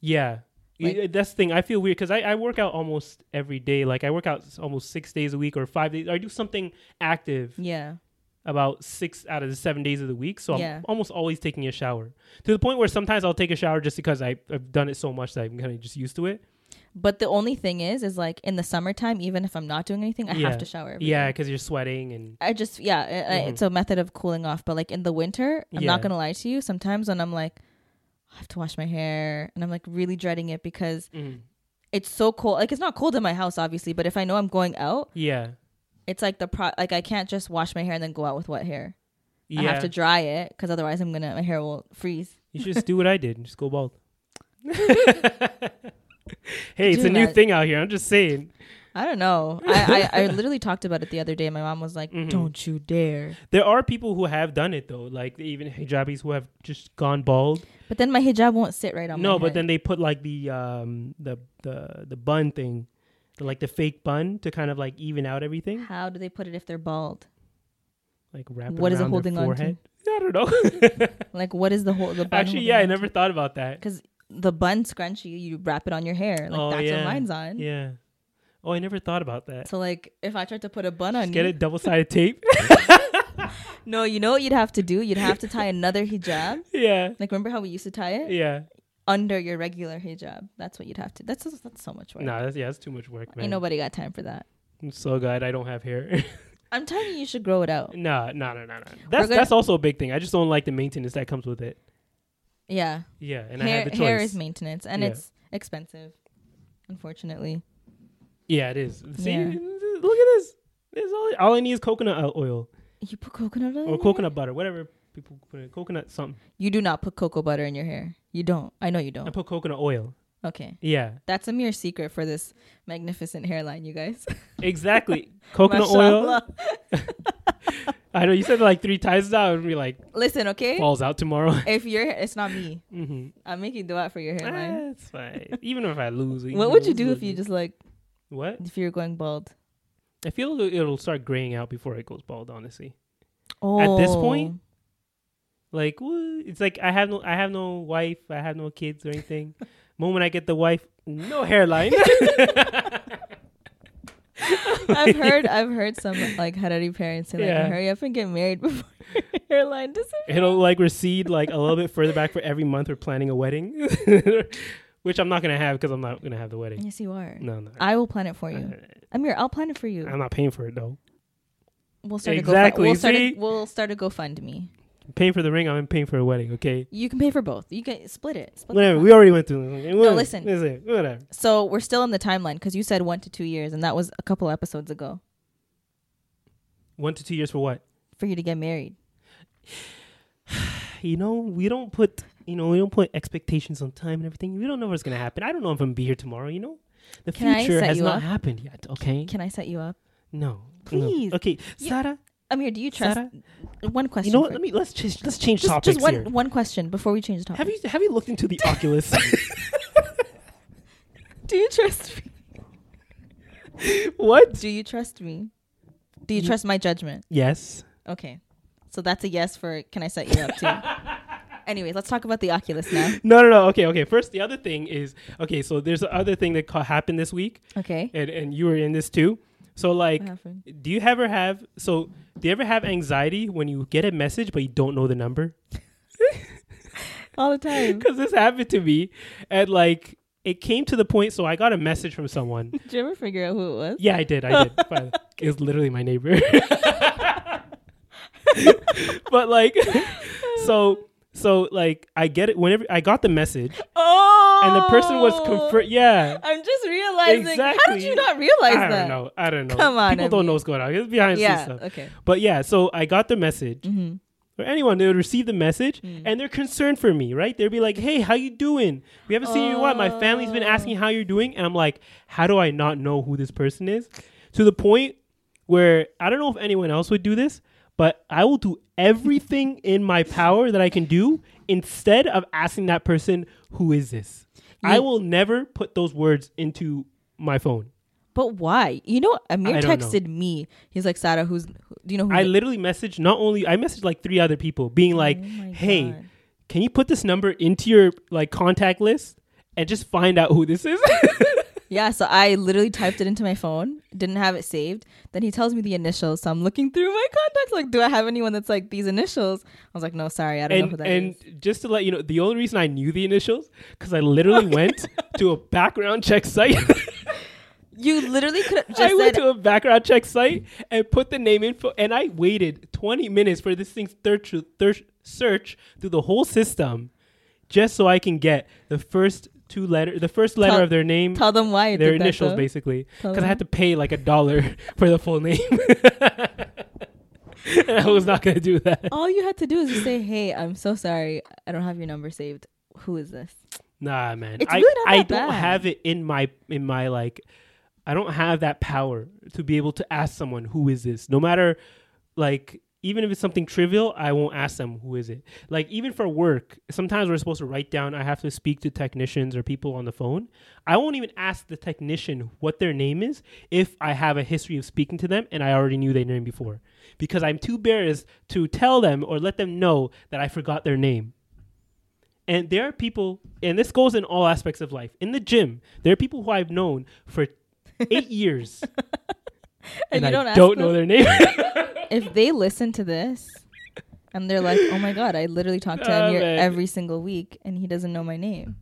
[SPEAKER 2] Yeah.
[SPEAKER 1] Like-
[SPEAKER 2] Y- that's the thing. I feel weird because I, I work out almost every day. Like I work out s- almost six days a week or five days. I do something active
[SPEAKER 1] Yeah,
[SPEAKER 2] about six out of the seven days of the week. So I'm
[SPEAKER 1] Yeah.
[SPEAKER 2] almost always taking a shower to the point where sometimes I'll take a shower just because I, I've done it so much that I'm kind of just used to it.
[SPEAKER 1] but the only thing is, is like in the summertime, even if I'm not doing anything, I
[SPEAKER 2] Yeah.
[SPEAKER 1] have to shower. every
[SPEAKER 2] Yeah,
[SPEAKER 1] day.
[SPEAKER 2] because you're sweating and
[SPEAKER 1] I just yeah, I, I,
[SPEAKER 2] Mhm.
[SPEAKER 1] it's a method of cooling off. But like in the winter, I'm
[SPEAKER 2] Yeah.
[SPEAKER 1] not gonna lie to you. Sometimes when I'm like, I have to wash my hair, and I'm like really dreading it because
[SPEAKER 2] mm,
[SPEAKER 1] it's so cold. Like it's not cold in my house, obviously, but if I know I'm going out,
[SPEAKER 2] yeah,
[SPEAKER 1] it's like the pro. Like I can't just wash my hair and then go out with wet hair.
[SPEAKER 2] yeah.
[SPEAKER 1] I have to dry it because otherwise I'm gonna my hair will freeze.
[SPEAKER 2] you should just do what I did and just go bald. hey,
[SPEAKER 1] Could
[SPEAKER 2] it's
[SPEAKER 1] you
[SPEAKER 2] a new
[SPEAKER 1] imagine-
[SPEAKER 2] thing out here. I'm just saying.
[SPEAKER 1] I don't know. I, I I literally talked about it the other day. My mom was like,
[SPEAKER 2] Mm-hmm.
[SPEAKER 1] "Don't you dare!"
[SPEAKER 2] There are people who have done it though, like even hijabis who have just gone bald.
[SPEAKER 1] But then my hijab won't sit right on.
[SPEAKER 2] no
[SPEAKER 1] my
[SPEAKER 2] but
[SPEAKER 1] head.
[SPEAKER 2] then they put like the um the the the bun thing the, like the fake bun to kind of like even out everything
[SPEAKER 1] how do they put it if they're bald?
[SPEAKER 2] like wrap
[SPEAKER 1] What
[SPEAKER 2] it
[SPEAKER 1] is it
[SPEAKER 2] around
[SPEAKER 1] holding
[SPEAKER 2] their
[SPEAKER 1] on to?
[SPEAKER 2] forehead i don't know
[SPEAKER 1] Like what is the whole the bun
[SPEAKER 2] actually yeah i never thought about that
[SPEAKER 1] because the bun scrunchie you wrap it on your hair like
[SPEAKER 2] Oh,
[SPEAKER 1] that's what
[SPEAKER 2] yeah.
[SPEAKER 1] mine's on.
[SPEAKER 2] yeah oh i never thought about that
[SPEAKER 1] So like if I tried to put a bun on
[SPEAKER 2] Just get
[SPEAKER 1] you,
[SPEAKER 2] it double-sided tape
[SPEAKER 1] no, you know what you'd have to do? You'd have to tie another hijab.
[SPEAKER 2] yeah
[SPEAKER 1] Like remember how we used to tie it
[SPEAKER 2] yeah
[SPEAKER 1] under your regular hijab? That's what you'd have to. That's that's so much work.
[SPEAKER 2] no that's yeah that's too much work man
[SPEAKER 1] Ain't nobody got time for that.
[SPEAKER 2] i'm so glad i don't have hair
[SPEAKER 1] I'm telling you, you should grow it out.
[SPEAKER 2] No, no, no, no, no. That's
[SPEAKER 1] Oh. gonna-
[SPEAKER 2] that's also a big thing. I just don't like the maintenance that comes with it.
[SPEAKER 1] Yeah,
[SPEAKER 2] Yeah, and I
[SPEAKER 1] hair
[SPEAKER 2] had the choice.
[SPEAKER 1] hair is maintenance, and
[SPEAKER 2] Yeah.
[SPEAKER 1] it's expensive, unfortunately.
[SPEAKER 2] yeah, it is. See,
[SPEAKER 1] Yeah.
[SPEAKER 2] look at this. This is all, all I need is coconut o- oil
[SPEAKER 1] You put coconut oil. in
[SPEAKER 2] or
[SPEAKER 1] your hair?
[SPEAKER 2] coconut butter, whatever people put in coconut something.
[SPEAKER 1] You do not put cocoa butter in your hair. You don't. I know you
[SPEAKER 2] I
[SPEAKER 1] don't.
[SPEAKER 2] put coconut oil.
[SPEAKER 1] Okay,
[SPEAKER 2] Yeah,
[SPEAKER 1] that's a mere secret for this magnificent hairline, you guys.
[SPEAKER 2] exactly. coconut oil.
[SPEAKER 1] Mashallah.
[SPEAKER 2] I know you said it like three times now, and we like
[SPEAKER 1] Listen, okay.
[SPEAKER 2] falls out tomorrow.
[SPEAKER 1] If you're, it's not me.
[SPEAKER 2] mm-hmm.
[SPEAKER 1] I'm making do out for your hairline.
[SPEAKER 2] That's fine. Even if I lose,
[SPEAKER 1] what would you do if you just like
[SPEAKER 2] what?
[SPEAKER 1] if you're going bald?
[SPEAKER 2] I feel it- it'll start graying out before it goes bald. Honestly, At this
[SPEAKER 1] Oh.
[SPEAKER 2] point? like woo, it's like I have no, I have no wife, I have no kids or anything. Moment I get the wife, no hairline.
[SPEAKER 1] I've heard I've heard some like Harari parents say like
[SPEAKER 2] Yeah.
[SPEAKER 1] hurry up and get married before your hairline disappears.
[SPEAKER 2] it'll like recede like a little bit further back for every month we're planning a wedding, which I'm not gonna have because I'm not gonna have the wedding.
[SPEAKER 1] Yes, you are.
[SPEAKER 2] No, no,
[SPEAKER 1] I will plan it for you.
[SPEAKER 2] I-
[SPEAKER 1] Amir, I'll plan it for you.
[SPEAKER 2] I'm not paying for it though.
[SPEAKER 1] We'll start a GoFund-
[SPEAKER 2] Exactly,
[SPEAKER 1] we'll start
[SPEAKER 2] see?
[SPEAKER 1] a, we'll start a GoFundMe.
[SPEAKER 2] I'm paying for the ring. I'm paying for a wedding. Okay,
[SPEAKER 1] You can pay for both. You can split it. Split the
[SPEAKER 2] whatever.
[SPEAKER 1] cost.
[SPEAKER 2] We already went through this. Whatever.
[SPEAKER 1] listen.
[SPEAKER 2] Listen, whatever.
[SPEAKER 1] so we're still on the timeline because you said one to two years, and that was a couple episodes ago
[SPEAKER 2] One to two years for what?
[SPEAKER 1] for you to get married.
[SPEAKER 2] you know, we don't put you know, we don't put expectations on time and everything. We don't know what's gonna happen. I don't know if I'm gonna be here tomorrow, you know? The
[SPEAKER 1] Can I
[SPEAKER 2] future
[SPEAKER 1] set
[SPEAKER 2] has
[SPEAKER 1] you
[SPEAKER 2] not
[SPEAKER 1] up?
[SPEAKER 2] happened yet, okay?
[SPEAKER 1] Can I set you up,
[SPEAKER 2] no.
[SPEAKER 1] Please.
[SPEAKER 2] No. Okay.
[SPEAKER 1] You-
[SPEAKER 2] Sarah,
[SPEAKER 1] Amir? Do you trust?
[SPEAKER 2] Sarah,
[SPEAKER 1] One question.
[SPEAKER 2] you know what?
[SPEAKER 1] for-
[SPEAKER 2] Let me let's change let's change
[SPEAKER 1] just,
[SPEAKER 2] topics
[SPEAKER 1] just one
[SPEAKER 2] here.
[SPEAKER 1] one question before we change the topic.
[SPEAKER 2] Have you have you looked into the Oculus?
[SPEAKER 1] do you trust me?
[SPEAKER 2] what?
[SPEAKER 1] Do you trust me? Do you
[SPEAKER 2] You-
[SPEAKER 1] trust my judgment?
[SPEAKER 2] Yes.
[SPEAKER 1] Okay. So that's a yes for can I set you up too? Anyways, let's talk about the Oculus now.
[SPEAKER 2] No, no, no. Okay, okay. First, the other thing is okay. So there's the other thing that ca- happened this week,
[SPEAKER 1] Okay.
[SPEAKER 2] and and you were in this too. So like,
[SPEAKER 1] What happened?
[SPEAKER 2] do you ever have so do you ever have anxiety when you get a message but you don't know the number?
[SPEAKER 1] All the time.
[SPEAKER 2] because this happened to me and like it came to the point so i got a message from someone
[SPEAKER 1] Did you ever figure out who it was?
[SPEAKER 2] yeah i did i did but it was literally my neighbor but like so so like i get it whenever i got the message
[SPEAKER 1] Oh.
[SPEAKER 2] and the person was confirmed yeah
[SPEAKER 1] I'm just realizing. How did
[SPEAKER 2] Exactly.
[SPEAKER 1] you not realize
[SPEAKER 2] i
[SPEAKER 1] that?
[SPEAKER 2] don't know i don't know
[SPEAKER 1] Come on,
[SPEAKER 2] people don't
[SPEAKER 1] Emmy.
[SPEAKER 2] know what's going on it's behind the scenes
[SPEAKER 1] Yeah.
[SPEAKER 2] stuff
[SPEAKER 1] Okay.
[SPEAKER 2] but yeah so i got the message
[SPEAKER 1] Mm-hmm. Mm.
[SPEAKER 2] or anyone they would receive the message and they're concerned for me right they'd be like hey how you doing we haven't seen you in a while my family's been asking how you're doing and i'm like how do i not know who this person is to the point where i don't know if anyone else would do this but i will do everything in my power that i can do instead of asking that person who is this i
[SPEAKER 1] You-
[SPEAKER 2] will never put those words into my phone
[SPEAKER 1] But why? You know, Amir
[SPEAKER 2] I don't know.
[SPEAKER 1] texted me. He's like, Sarah, who's, who, do you know who?
[SPEAKER 2] I
[SPEAKER 1] the-
[SPEAKER 2] literally messaged not only I messaged like three other people being like,
[SPEAKER 1] Oh my
[SPEAKER 2] "Hey,
[SPEAKER 1] God.
[SPEAKER 2] can you put this number into your like contact list and just find out who this is?"
[SPEAKER 1] Yeah, so I literally typed it into my phone, didn't have it saved. Then he tells me the initials, so I'm looking through my contacts, like, do I have anyone that's like these initials? I was like, no, sorry, I don't know
[SPEAKER 2] and
[SPEAKER 1] who that is.
[SPEAKER 2] and just to let you know, the only reason I knew the initials cuz I literally went to a background check site.
[SPEAKER 1] You literally could have just
[SPEAKER 2] I went
[SPEAKER 1] said,
[SPEAKER 2] to a background check site and put the name info and I waited 20 minutes for this thing's third, third search through the whole system just so I can get the first two letter the first letter
[SPEAKER 1] Tell-
[SPEAKER 2] of their name
[SPEAKER 1] tell them why. you
[SPEAKER 2] their
[SPEAKER 1] did that,
[SPEAKER 2] initials
[SPEAKER 1] though.
[SPEAKER 2] basically
[SPEAKER 1] Tell
[SPEAKER 2] because I
[SPEAKER 1] them.
[SPEAKER 2] had to pay like a dollar for the full name. and I was not gonna do that.
[SPEAKER 1] All you had to do is just say, hey, I'm so sorry, I don't have your number saved. Who is this?
[SPEAKER 2] Nah, man.
[SPEAKER 1] It's
[SPEAKER 2] I
[SPEAKER 1] really not
[SPEAKER 2] I
[SPEAKER 1] that
[SPEAKER 2] don't
[SPEAKER 1] bad.
[SPEAKER 2] have it in my in my like. I don't have that power to be able to ask someone who is this. No matter like even if it's something trivial, I won't ask them who is it. Like even for work, sometimes we're supposed to write down. I have to speak to technicians or people on the phone. I won't even ask the technician what their name is if I have a history of speaking to them and I already knew their name before, because I'm too embarrassed to tell them or let them know that I forgot their name. And there are people, and this goes in all aspects of life. In the gym, there are people who I've known for eight years,
[SPEAKER 1] And,
[SPEAKER 2] and,
[SPEAKER 1] you don't
[SPEAKER 2] I
[SPEAKER 1] ask
[SPEAKER 2] don't
[SPEAKER 1] them
[SPEAKER 2] know their name.
[SPEAKER 1] if they listen to this and they're like, oh my God, I literally talk to
[SPEAKER 2] Oh,
[SPEAKER 1] Amir
[SPEAKER 2] man.
[SPEAKER 1] every single week and he doesn't know my name.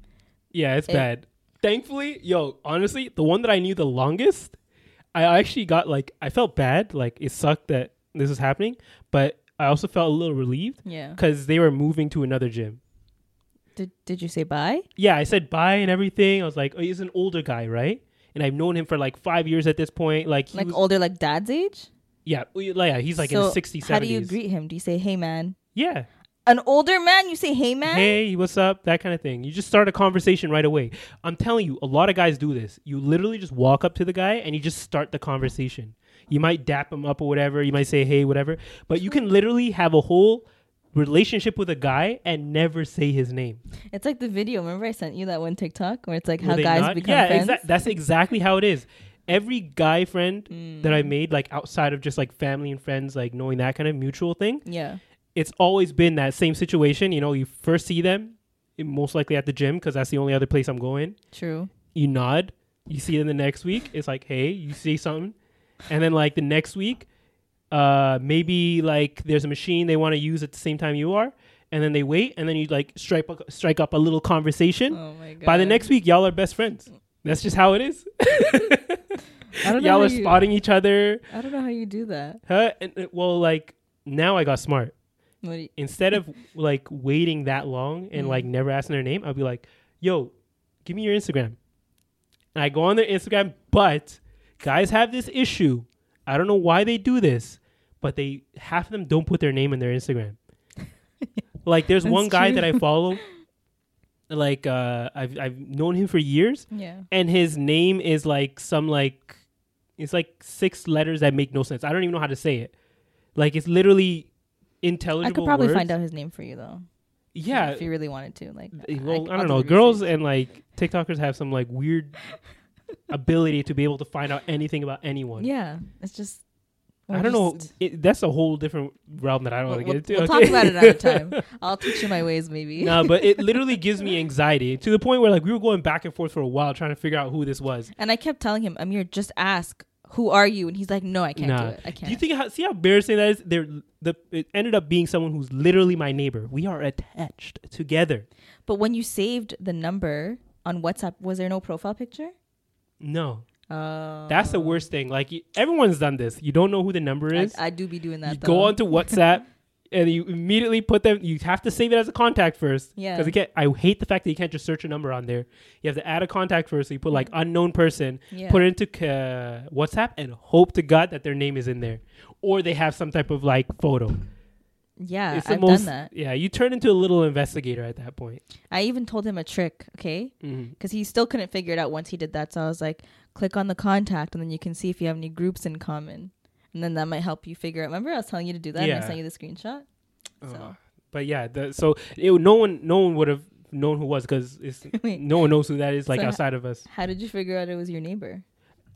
[SPEAKER 2] yeah, it's
[SPEAKER 1] It-
[SPEAKER 2] bad. Thankfully, yo, honestly, the one that I knew the longest, I actually got like I felt bad, like it sucked that this was happening, but I also felt a little relieved
[SPEAKER 1] Yeah.
[SPEAKER 2] because they were moving to another gym.
[SPEAKER 1] Did Did you say bye?
[SPEAKER 2] Yeah, I said bye and everything. I was like, oh, he's an older guy, right? And I've known him for like five years at this point. Like, he
[SPEAKER 1] Like
[SPEAKER 2] was,
[SPEAKER 1] older, like dad's age.
[SPEAKER 2] yeah, we- like, yeah, he's like in
[SPEAKER 1] So
[SPEAKER 2] his 60s, 70s.
[SPEAKER 1] How do you greet him? Do you say "Hey, man"?
[SPEAKER 2] Yeah.
[SPEAKER 1] An older man, you say "Hey, man."
[SPEAKER 2] Hey, what's up? That kind of thing. You just start a conversation right away. I'm telling you, a lot of guys do this. You literally just walk up to the guy and you just start the conversation. You might dap him up or whatever. You might say, hey, whatever. But you can literally have a whole relationship with a guy and never say his name.
[SPEAKER 1] It's like the video. Remember, I sent you that one TikTok where it's like
[SPEAKER 2] Were
[SPEAKER 1] how
[SPEAKER 2] they
[SPEAKER 1] guys
[SPEAKER 2] not?
[SPEAKER 1] become
[SPEAKER 2] yeah,
[SPEAKER 1] friends.
[SPEAKER 2] exac- that's exactly how it is. Every guy friend that
[SPEAKER 1] Mm.
[SPEAKER 2] I made, like outside of just like family and friends, like knowing that kind of mutual thing,
[SPEAKER 1] Yeah.
[SPEAKER 2] it's always been that same situation. You know, you first see them, eh, most likely at the gym because that's the only other place I'm going.
[SPEAKER 1] True.
[SPEAKER 2] You nod, you see them the next week. It's like, hey, you say something, and then like the next week, uh, maybe like there's a machine they want to use at the same time you are, and then they wait, and then you like strike up, strike up a little conversation.
[SPEAKER 1] Oh my god.
[SPEAKER 2] By the next week, y'all are best friends. That's just how it is.
[SPEAKER 1] I don't know
[SPEAKER 2] y'all
[SPEAKER 1] how
[SPEAKER 2] are
[SPEAKER 1] you-
[SPEAKER 2] spotting each other.
[SPEAKER 1] I don't know how you do that.
[SPEAKER 2] Huh? And, uh, well, like now I got smart.
[SPEAKER 1] What do you-
[SPEAKER 2] instead of like waiting that long and like
[SPEAKER 1] Mm.
[SPEAKER 2] never asking their name, I'll be like, yo, give me your Instagram. And I go on their Instagram, but guys have this issue. I don't know why they do this, but they half of them don't put their name in their Instagram. like there's
[SPEAKER 1] That's
[SPEAKER 2] one guy
[SPEAKER 1] true.
[SPEAKER 2] that I follow, like uh I've I've known him for years,
[SPEAKER 1] yeah.
[SPEAKER 2] and his name is like some like it's like six letters that make no sense. I don't even know how to say it. Like it's literally
[SPEAKER 1] I
[SPEAKER 2] intelligible.
[SPEAKER 1] could probably
[SPEAKER 2] words.
[SPEAKER 1] find out his name for you though. if you-
[SPEAKER 2] Yeah.
[SPEAKER 1] If you really wanted to, like.
[SPEAKER 2] Uh, Well,
[SPEAKER 1] c-
[SPEAKER 2] I,
[SPEAKER 1] I'll
[SPEAKER 2] don't
[SPEAKER 1] do
[SPEAKER 2] know.
[SPEAKER 1] the
[SPEAKER 2] Girls
[SPEAKER 1] research.
[SPEAKER 2] and like TikTokers have some like weird ability to be able to find out anything about anyone.
[SPEAKER 1] Yeah. It's just.
[SPEAKER 2] I
[SPEAKER 1] we're
[SPEAKER 2] don't know.
[SPEAKER 1] just-
[SPEAKER 2] It, that's a whole different realm that I don't
[SPEAKER 1] We'll,
[SPEAKER 2] want to get
[SPEAKER 1] we'll,
[SPEAKER 2] into.
[SPEAKER 1] we'll talk
[SPEAKER 2] okay?
[SPEAKER 1] about it another time. I'll teach you my ways, maybe.
[SPEAKER 2] no, but it literally gives me anxiety to the point where like we were going back and forth for a while trying to figure out who this was.
[SPEAKER 1] And I kept telling him, Amir, just ask, who are you? And he's like, no, I can't
[SPEAKER 2] Nah.
[SPEAKER 1] do it. I can't.
[SPEAKER 2] Do you think how, see how embarrassing that is? There, the it ended up being someone who's literally my neighbor. We are attached together.
[SPEAKER 1] but when you saved the number on WhatsApp, was there no profile picture?
[SPEAKER 2] No,
[SPEAKER 1] Oh.
[SPEAKER 2] that's the worst thing. Like y- everyone's done this. You don't know who the number
[SPEAKER 1] I,
[SPEAKER 2] is.
[SPEAKER 1] I do be doing that.
[SPEAKER 2] you
[SPEAKER 1] though.
[SPEAKER 2] go onto WhatsApp and you immediately put them. You have to save it as a contact first.
[SPEAKER 1] Yeah.
[SPEAKER 2] Because can't. I hate the fact that you can't just search a number on there. You have to add a contact first. So you put like unknown person.
[SPEAKER 1] Yeah.
[SPEAKER 2] Put it into uh, WhatsApp and hope to God that their name is in there, or they have some type of like photo.
[SPEAKER 1] Yeah,
[SPEAKER 2] It's the
[SPEAKER 1] I've
[SPEAKER 2] most-
[SPEAKER 1] done that.
[SPEAKER 2] Yeah, you turn into a little investigator at that point.
[SPEAKER 1] I even told him a trick, okay?
[SPEAKER 2] Mhm.
[SPEAKER 1] Because he still couldn't figure it out once he did that. So I was like, click on the contact and then you can see if you have any groups in common. And then that might help you figure out. Remember, I was telling you to do that and I
[SPEAKER 2] Yeah.
[SPEAKER 1] sent you the screenshot? So.
[SPEAKER 2] Uh, but yeah, the, so it, no one, no one would have known who it was because it's
[SPEAKER 1] Wait.
[SPEAKER 2] no one knows who that is like
[SPEAKER 1] So-
[SPEAKER 2] outside of us.
[SPEAKER 1] How did you figure out it was your neighbor?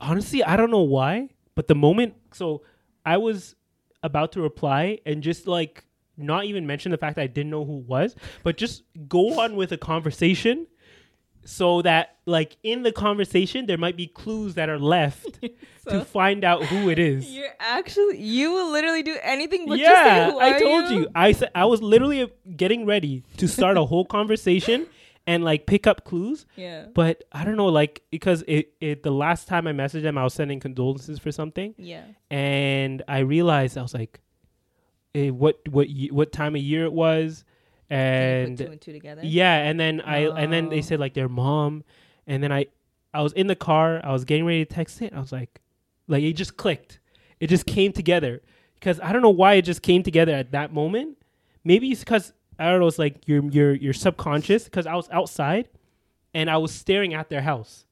[SPEAKER 2] honestly, I don't know why, but the moment so I was about to reply and just like not even mention the fact that I didn't know who it was, but just go on with a conversation so that like in the conversation there might be clues that are left to
[SPEAKER 1] So-
[SPEAKER 2] find out who it is.
[SPEAKER 1] You're actually, you will literally do anything but
[SPEAKER 2] yeah,
[SPEAKER 1] just say, who
[SPEAKER 2] I
[SPEAKER 1] are
[SPEAKER 2] told you. I said I was literally getting ready to start a whole conversation and like pick up clues
[SPEAKER 1] Yeah.
[SPEAKER 2] but I don't know, like because it, it the last time I messaged them, I was sending condolences for something,
[SPEAKER 1] Yeah.
[SPEAKER 2] and I realized I was like, eh, what what ye- what time of year it was,
[SPEAKER 1] Can you put two
[SPEAKER 2] and
[SPEAKER 1] and two together.
[SPEAKER 2] yeah, and then I and then
[SPEAKER 1] Oh.
[SPEAKER 2] they said like their mom, and then I I was in the car, I was getting ready to text it, I was like, like it just clicked, it just came together because I don't know why it just came together at that moment. Maybe it's because I don't know, it's like your your your subconscious because I was outside and I was staring at their house.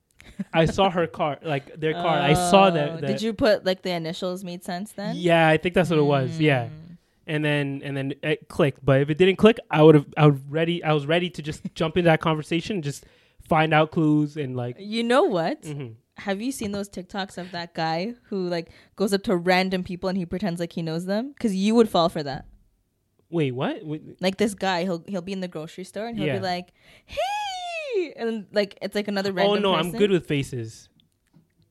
[SPEAKER 2] I saw her car, like their car. I saw
[SPEAKER 1] Oh,
[SPEAKER 2] that.
[SPEAKER 1] Did you put like the initials made sense then? Mm.
[SPEAKER 2] Yeah, I think that's what it was. Yeah, and then and then it clicked. But if it didn't click, I would have. I would ready. I was ready to just jump into that conversation, just find out clues and like.
[SPEAKER 1] You know what?
[SPEAKER 2] mhm.
[SPEAKER 1] Have you seen those TikToks of that guy who like goes up to random people and he pretends like he knows them? Because you would fall for that.
[SPEAKER 2] Wait, what? Wait,
[SPEAKER 1] Like this guy, he'll he'll be in the grocery store and he'll
[SPEAKER 2] Yeah.
[SPEAKER 1] be like, "Hey," and like it's like another
[SPEAKER 2] oh
[SPEAKER 1] random.
[SPEAKER 2] no, I'm
[SPEAKER 1] person.
[SPEAKER 2] good with faces.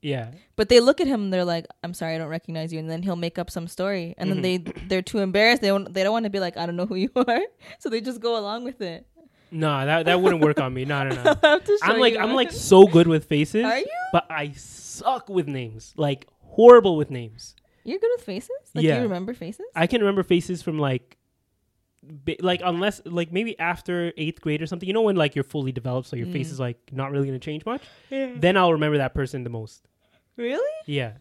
[SPEAKER 2] Yeah,
[SPEAKER 1] But they look at him and they're like, "I'm sorry, I don't recognize you." And then he'll make up some story, and then
[SPEAKER 2] Mm-hmm.
[SPEAKER 1] they they're too embarrassed. They don't they don't want to be like, "I don't know who you are," so they just go along with it.
[SPEAKER 2] no, that that wouldn't work on me. No, no, no.
[SPEAKER 1] I'll have to show
[SPEAKER 2] I'm like
[SPEAKER 1] you
[SPEAKER 2] I'm
[SPEAKER 1] one.
[SPEAKER 2] like so good with faces.
[SPEAKER 1] Are you?
[SPEAKER 2] But I suck with names, like horrible with names.
[SPEAKER 1] You're good with faces? Like
[SPEAKER 2] Yeah.
[SPEAKER 1] you remember faces?
[SPEAKER 2] I can remember faces from like, ba- like unless like maybe after eighth grade or something. You know when like you're fully developed, so your face
[SPEAKER 1] Mm.
[SPEAKER 2] is like not really gonna change much. Then I'll remember that person the most.
[SPEAKER 1] really?
[SPEAKER 2] Yeah,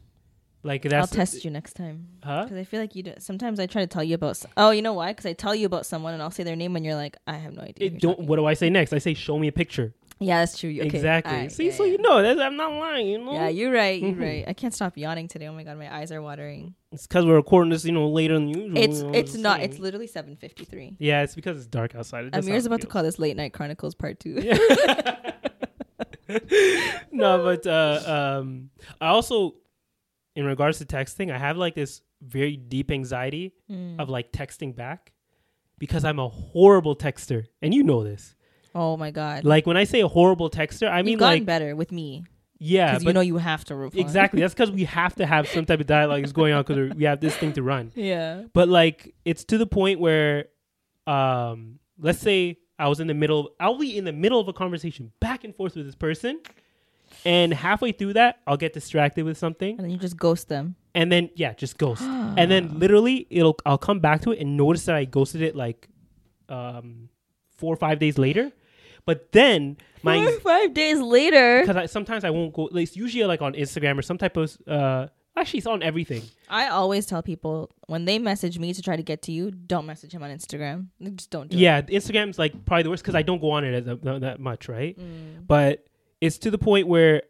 [SPEAKER 2] like
[SPEAKER 1] I'll
[SPEAKER 2] that's
[SPEAKER 1] test you next time.
[SPEAKER 2] Huh?
[SPEAKER 1] Because I feel like you do. Sometimes I try to tell you about. s- Oh, you know why? Because I tell you about someone and I'll say their name and you're like, I have no idea. who
[SPEAKER 2] It
[SPEAKER 1] you're
[SPEAKER 2] don't.
[SPEAKER 1] talking
[SPEAKER 2] What do I say next? I say, show me a picture.
[SPEAKER 1] about." Yeah, that's true. You- Okay.
[SPEAKER 2] exactly.
[SPEAKER 1] alright,
[SPEAKER 2] See,
[SPEAKER 1] yeah,
[SPEAKER 2] so
[SPEAKER 1] yeah.
[SPEAKER 2] you know, that's, I'm not lying. You know,
[SPEAKER 1] Yeah, you're right. You're
[SPEAKER 2] Mhm.
[SPEAKER 1] right. I can't stop yawning today. Oh my god, my eyes are watering.
[SPEAKER 2] it's because we're recording this, you know, later than usual.
[SPEAKER 1] It's
[SPEAKER 2] you know,
[SPEAKER 1] it's
[SPEAKER 2] just
[SPEAKER 1] not.
[SPEAKER 2] saying.
[SPEAKER 1] It's literally 7:53.
[SPEAKER 2] Mm-hmm. yeah, it's because it's dark outside. It- that's how
[SPEAKER 1] Amir's
[SPEAKER 2] it
[SPEAKER 1] about to
[SPEAKER 2] feels.
[SPEAKER 1] call this late night chronicles part two.
[SPEAKER 2] no, but uh, um, I also, in regards to texting, I have like this very deep anxiety
[SPEAKER 1] Mm.
[SPEAKER 2] of like texting back because I'm a horrible texter, and you know this.
[SPEAKER 1] Oh my god.
[SPEAKER 2] Like when I say a horrible texter, I
[SPEAKER 1] You've
[SPEAKER 2] mean
[SPEAKER 1] gotten
[SPEAKER 2] like
[SPEAKER 1] better with me
[SPEAKER 2] yeah,
[SPEAKER 1] because
[SPEAKER 2] but
[SPEAKER 1] you know you have to reply.
[SPEAKER 2] exactly that's because we have to have some type of dialogue is going on because we have this thing to run.
[SPEAKER 1] Yeah.
[SPEAKER 2] But like it's to the point where, um, let's say I was in the middle, I'll be in the middle of a conversation back and forth with this person. And halfway through that, I'll get distracted with something.
[SPEAKER 1] And then you just ghost them.
[SPEAKER 2] and then yeah, just ghost. and then literally, it'll I'll come back to it and notice that I ghosted it like um, four or five days later. But then
[SPEAKER 1] Four
[SPEAKER 2] my
[SPEAKER 1] or five days later,
[SPEAKER 2] because I, sometimes I won't go. like, It's usually like on Instagram or some type of uh, actually it's on everything.
[SPEAKER 1] I always tell people when they message me to try to get to you, don't message him on Instagram. Like, Just don't do it.
[SPEAKER 2] Yeah, Instagram's like probably the worst because I don't go on it that, that, that much, right?
[SPEAKER 1] Mm.
[SPEAKER 2] But it's to the point where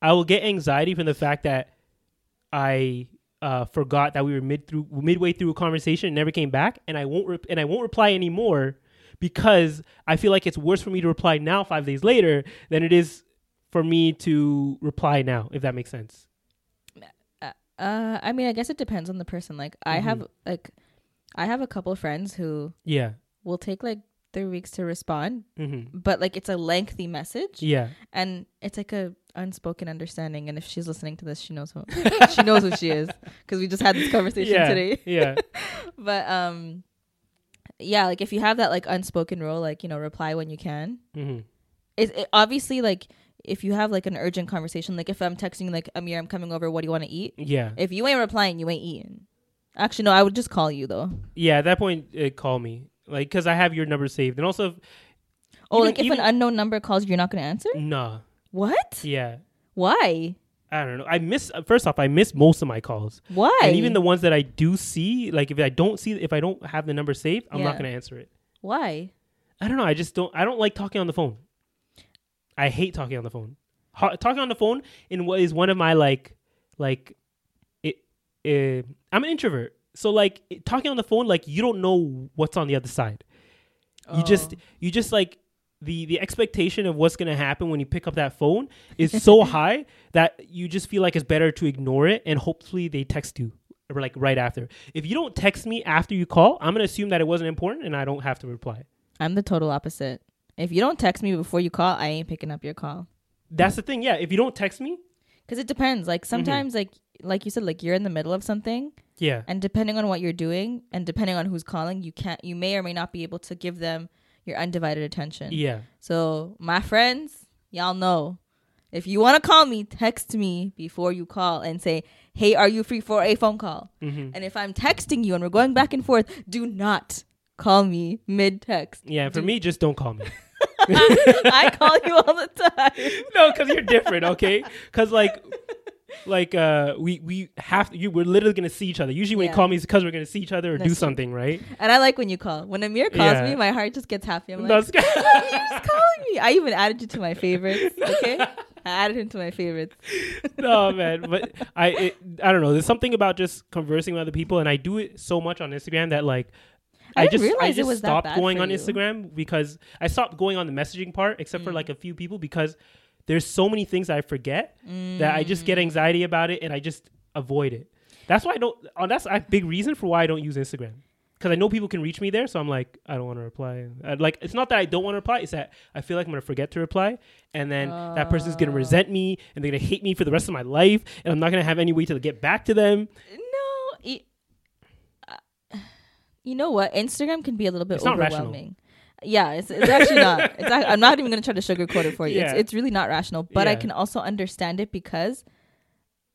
[SPEAKER 2] I will get anxiety from the fact that I uh, forgot that we were mid through midway through a conversation and never came back, and I won't re- and I won't reply anymore because I feel like it's worse for me to reply now five days later than it is for me to reply now. If that makes sense.
[SPEAKER 1] Uh, I mean, I guess it depends on the person. Like, I
[SPEAKER 2] Mm-hmm.
[SPEAKER 1] have like, I have a couple friends who
[SPEAKER 2] Yeah.
[SPEAKER 1] will take like three weeks to respond,
[SPEAKER 2] hmm
[SPEAKER 1] but like it's a lengthy message,
[SPEAKER 2] Yeah.
[SPEAKER 1] and it's like a unspoken understanding. And if she's listening to this, she knows who she knows who she is because we just had this conversation
[SPEAKER 2] yeah.
[SPEAKER 1] today.
[SPEAKER 2] yeah.
[SPEAKER 1] But um, yeah, like if you have that like unspoken rule, like you know, reply when you can.
[SPEAKER 2] hmm
[SPEAKER 1] it, it obviously like if you have like an urgent conversation, like if I'm texting like Amir, I'm coming over. What do you want to eat?
[SPEAKER 2] Yeah.
[SPEAKER 1] If you ain't replying, you ain't eating. Actually, no, I would just call you though.
[SPEAKER 2] Yeah. At that point, uh, call me. Like, cause I have your number saved, and also,
[SPEAKER 1] Oh,
[SPEAKER 2] Even-
[SPEAKER 1] like if
[SPEAKER 2] even-
[SPEAKER 1] an unknown number calls, you're not gonna answer.
[SPEAKER 2] nah,
[SPEAKER 1] What?
[SPEAKER 2] yeah,
[SPEAKER 1] Why?
[SPEAKER 2] I don't know. I miss uh, first off, I miss most of my calls,
[SPEAKER 1] Why?
[SPEAKER 2] and even the ones that I do see, like if I don't see, if I don't have the number saved, I'm not
[SPEAKER 1] Yeah.
[SPEAKER 2] gonna answer it.
[SPEAKER 1] why?
[SPEAKER 2] I don't know. I just don't. I don't like talking on the phone. I hate talking on the phone. Ho- talking on the phone in what is one of my like, like, it. eh, I'm an introvert, so like it- talking on the phone, like you don't know what's on the other side. You
[SPEAKER 1] Oh.
[SPEAKER 2] just you just like the the expectation of what's gonna happen when you pick up that phone is so high that you just feel like it's better to ignore it and hopefully they text you or like right after. If you don't text me after you call, I'm gonna assume that it wasn't important and I don't have to reply.
[SPEAKER 1] I'm the total opposite. If you don't text me before you call, I ain't picking up your call.
[SPEAKER 2] That's the thing, yeah. If you don't text me,
[SPEAKER 1] Cause it depends.
[SPEAKER 2] Mm-hmm.
[SPEAKER 1] Like sometimes, like like you said, like you're in the middle of something,
[SPEAKER 2] yeah,
[SPEAKER 1] and depending on what you're doing, and depending on who's calling, you can't, you may or may not be able to give them your undivided attention.
[SPEAKER 2] yeah,
[SPEAKER 1] So, my friends, y'all know. If you want to call me, text me before you call and say, "Hey, are you free for a phone call?"
[SPEAKER 2] Mhm.
[SPEAKER 1] And if I'm texting you and we're going back and forth, do not call me mid-text.
[SPEAKER 2] yeah. For me, just don't call me.
[SPEAKER 1] I call you all the time.
[SPEAKER 2] no, because you're different, okay? Because like, like uh, we we have to, you. We're literally gonna see each other. Usually, when you
[SPEAKER 1] Yeah.
[SPEAKER 2] call me, it's because we're gonna see each other or
[SPEAKER 1] That's
[SPEAKER 2] do
[SPEAKER 1] true.
[SPEAKER 2] something, right?
[SPEAKER 1] And I like when you call. When Amir calls
[SPEAKER 2] Yeah.
[SPEAKER 1] me, my heart just gets happy. I'm like,
[SPEAKER 2] That's
[SPEAKER 1] "You're just calling me." I even added you to my favorites, okay? I added him to my favorites.
[SPEAKER 2] no man but i it, i don't know there's something about just conversing with other people and i do it so much on instagram that like
[SPEAKER 1] I didn't
[SPEAKER 2] just i
[SPEAKER 1] realize it
[SPEAKER 2] just
[SPEAKER 1] was that
[SPEAKER 2] stopped
[SPEAKER 1] bad
[SPEAKER 2] going
[SPEAKER 1] for
[SPEAKER 2] on
[SPEAKER 1] you. Mm.
[SPEAKER 2] instagram because i stopped going on the messaging part except for like a few people because there's so many things i forget that
[SPEAKER 1] Mm.
[SPEAKER 2] i just get anxiety about it and i just avoid it that's why i don't oh, that's a big reason for why i don't use instagram because I know people can reach me there, so I'm like, I don't want to reply. i like, it's not that I don't want to reply; it's that I feel like I'm gonna forget to reply, and then that person's gonna
[SPEAKER 1] Oh.
[SPEAKER 2] resent me, and they're gonna hate me for the rest of my life, and I'm not gonna have any way to get back to them.
[SPEAKER 1] No, it, you know what? Instagram can be a little bit
[SPEAKER 2] It's not rational.
[SPEAKER 1] overwhelming. Yeah, it's, it's actually not. It's ac- I'm not even going to try to sugarcoat it for you.
[SPEAKER 2] Yeah.
[SPEAKER 1] It's, it's really not rational, but I
[SPEAKER 2] Yeah.
[SPEAKER 1] can also understand it because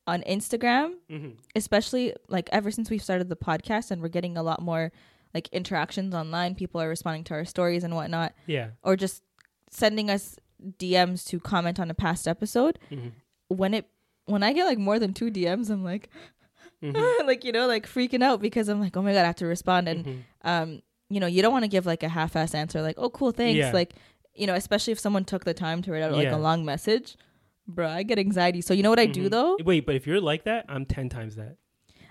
[SPEAKER 1] on Instagram,
[SPEAKER 2] hmm
[SPEAKER 1] especially like ever since we've started the podcast and we're getting a lot more like interactions online, people are responding to our stories and whatnot,
[SPEAKER 2] Yeah.
[SPEAKER 1] or just sending us DMs to comment on a past episode.
[SPEAKER 2] Mhm.
[SPEAKER 1] When it when I get like more than two DMs, I'm like,
[SPEAKER 2] Mhm.
[SPEAKER 1] like you know, like freaking out because I'm like, oh my god, I have to respond, and
[SPEAKER 2] Mhm.
[SPEAKER 1] um, you know, you don't want to give like a half-ass answer, like, oh, cool, thanks,
[SPEAKER 2] Yeah.
[SPEAKER 1] like, you know, especially if someone took the time to write out like
[SPEAKER 2] Yeah.
[SPEAKER 1] a long message, bruh, I get anxiety. So you know what I do
[SPEAKER 2] Mhm.
[SPEAKER 1] though?
[SPEAKER 2] Wait, but if you're like that, I'm ten times that.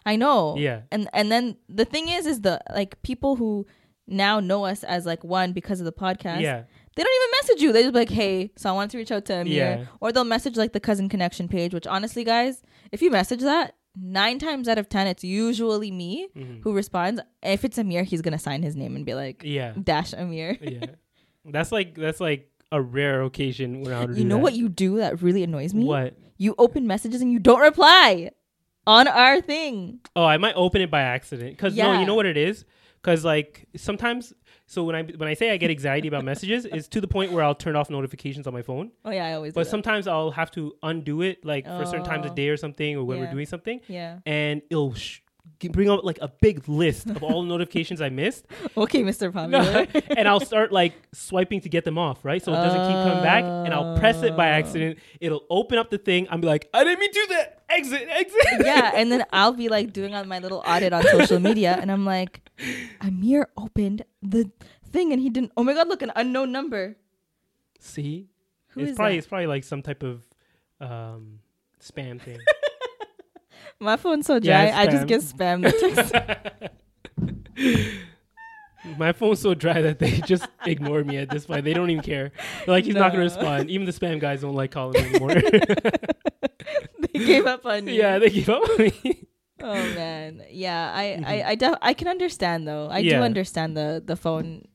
[SPEAKER 1] I know.
[SPEAKER 2] Yeah.
[SPEAKER 1] And and then the thing is, is the like people who now know us as like one because of the podcast.
[SPEAKER 2] Yeah.
[SPEAKER 1] They don't even message you. They just be like, hey, so I wanted to reach out to Amir.
[SPEAKER 2] Yeah.
[SPEAKER 1] Or they'll message like the cousin connection page, which honestly, guys, if you message that, nine times out of ten, it's usually me
[SPEAKER 2] Mhm.
[SPEAKER 1] who responds. If it's Amir, he's gonna sign his name and be like,
[SPEAKER 2] Yeah.
[SPEAKER 1] dash Amir.
[SPEAKER 2] yeah. That's like that's like a rare occasion when I would
[SPEAKER 1] You
[SPEAKER 2] do
[SPEAKER 1] know
[SPEAKER 2] that.
[SPEAKER 1] what you do that really annoys me?
[SPEAKER 2] What?
[SPEAKER 1] You open messages and you don't reply on our thing.
[SPEAKER 2] Oh, I might open it by accident. Cause no,
[SPEAKER 1] Yeah.
[SPEAKER 2] you know what it is. Cause like sometimes, so when I when I say I get anxiety about messages, it's to the point where I'll turn off notifications on my phone.
[SPEAKER 1] Oh yeah, I always. do
[SPEAKER 2] But
[SPEAKER 1] that.
[SPEAKER 2] sometimes I'll have to undo it, like for certain times
[SPEAKER 1] Oh.
[SPEAKER 2] of day or something, or when
[SPEAKER 1] Yeah.
[SPEAKER 2] we're doing something,
[SPEAKER 1] yeah.
[SPEAKER 2] and it'll sh- g- bring up like a big list of all the notifications I missed,
[SPEAKER 1] Okay, Mr. Popular.
[SPEAKER 2] and I'll start like swiping to get them off, right? So it doesn't keep coming back, and I'll press it by
[SPEAKER 1] Oh.
[SPEAKER 2] accident. It'll open up the thing. I'm like, I didn't mean to do that. Exit, exit.
[SPEAKER 1] yeah, and then I'll be like doing on my little audit on social media, and I'm like, Amir opened the thing and he didn't. Oh my god, look, an unknown number.
[SPEAKER 2] See,
[SPEAKER 1] Who
[SPEAKER 2] it's
[SPEAKER 1] is
[SPEAKER 2] probably
[SPEAKER 1] that?
[SPEAKER 2] it's probably like some type of um, spam thing.
[SPEAKER 1] My phone's so dry,
[SPEAKER 2] Yeah,
[SPEAKER 1] I just get
[SPEAKER 2] spam.
[SPEAKER 1] spammed.
[SPEAKER 2] My phone's so dry that they just ignore me at this point. They don't even care. They're like, he's not gonna
[SPEAKER 1] No.
[SPEAKER 2] respond. Even the spam guys don't like calling me anymore.
[SPEAKER 1] they gave up on you.
[SPEAKER 2] yeah, they give up on me.
[SPEAKER 1] Oh man, yeah. I I I, def- I can understand though. I
[SPEAKER 2] Mm-hmm. Yeah.
[SPEAKER 1] do understand the the phone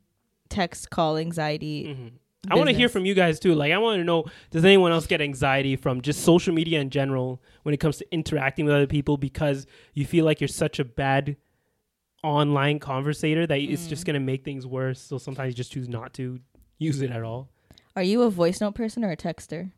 [SPEAKER 1] text call anxiety.
[SPEAKER 2] Mm-hmm. Mm. I want to hear
[SPEAKER 1] Business.
[SPEAKER 2] from you guys too. Like, I want to know does anyone else get anxiety from just social media in general when it comes to interacting with other people because you feel like you're such a bad online conversator that it's
[SPEAKER 1] Mm.
[SPEAKER 2] just going to make things worse? So sometimes you just choose not to use it at all.
[SPEAKER 1] Are you a voice note person or a texter?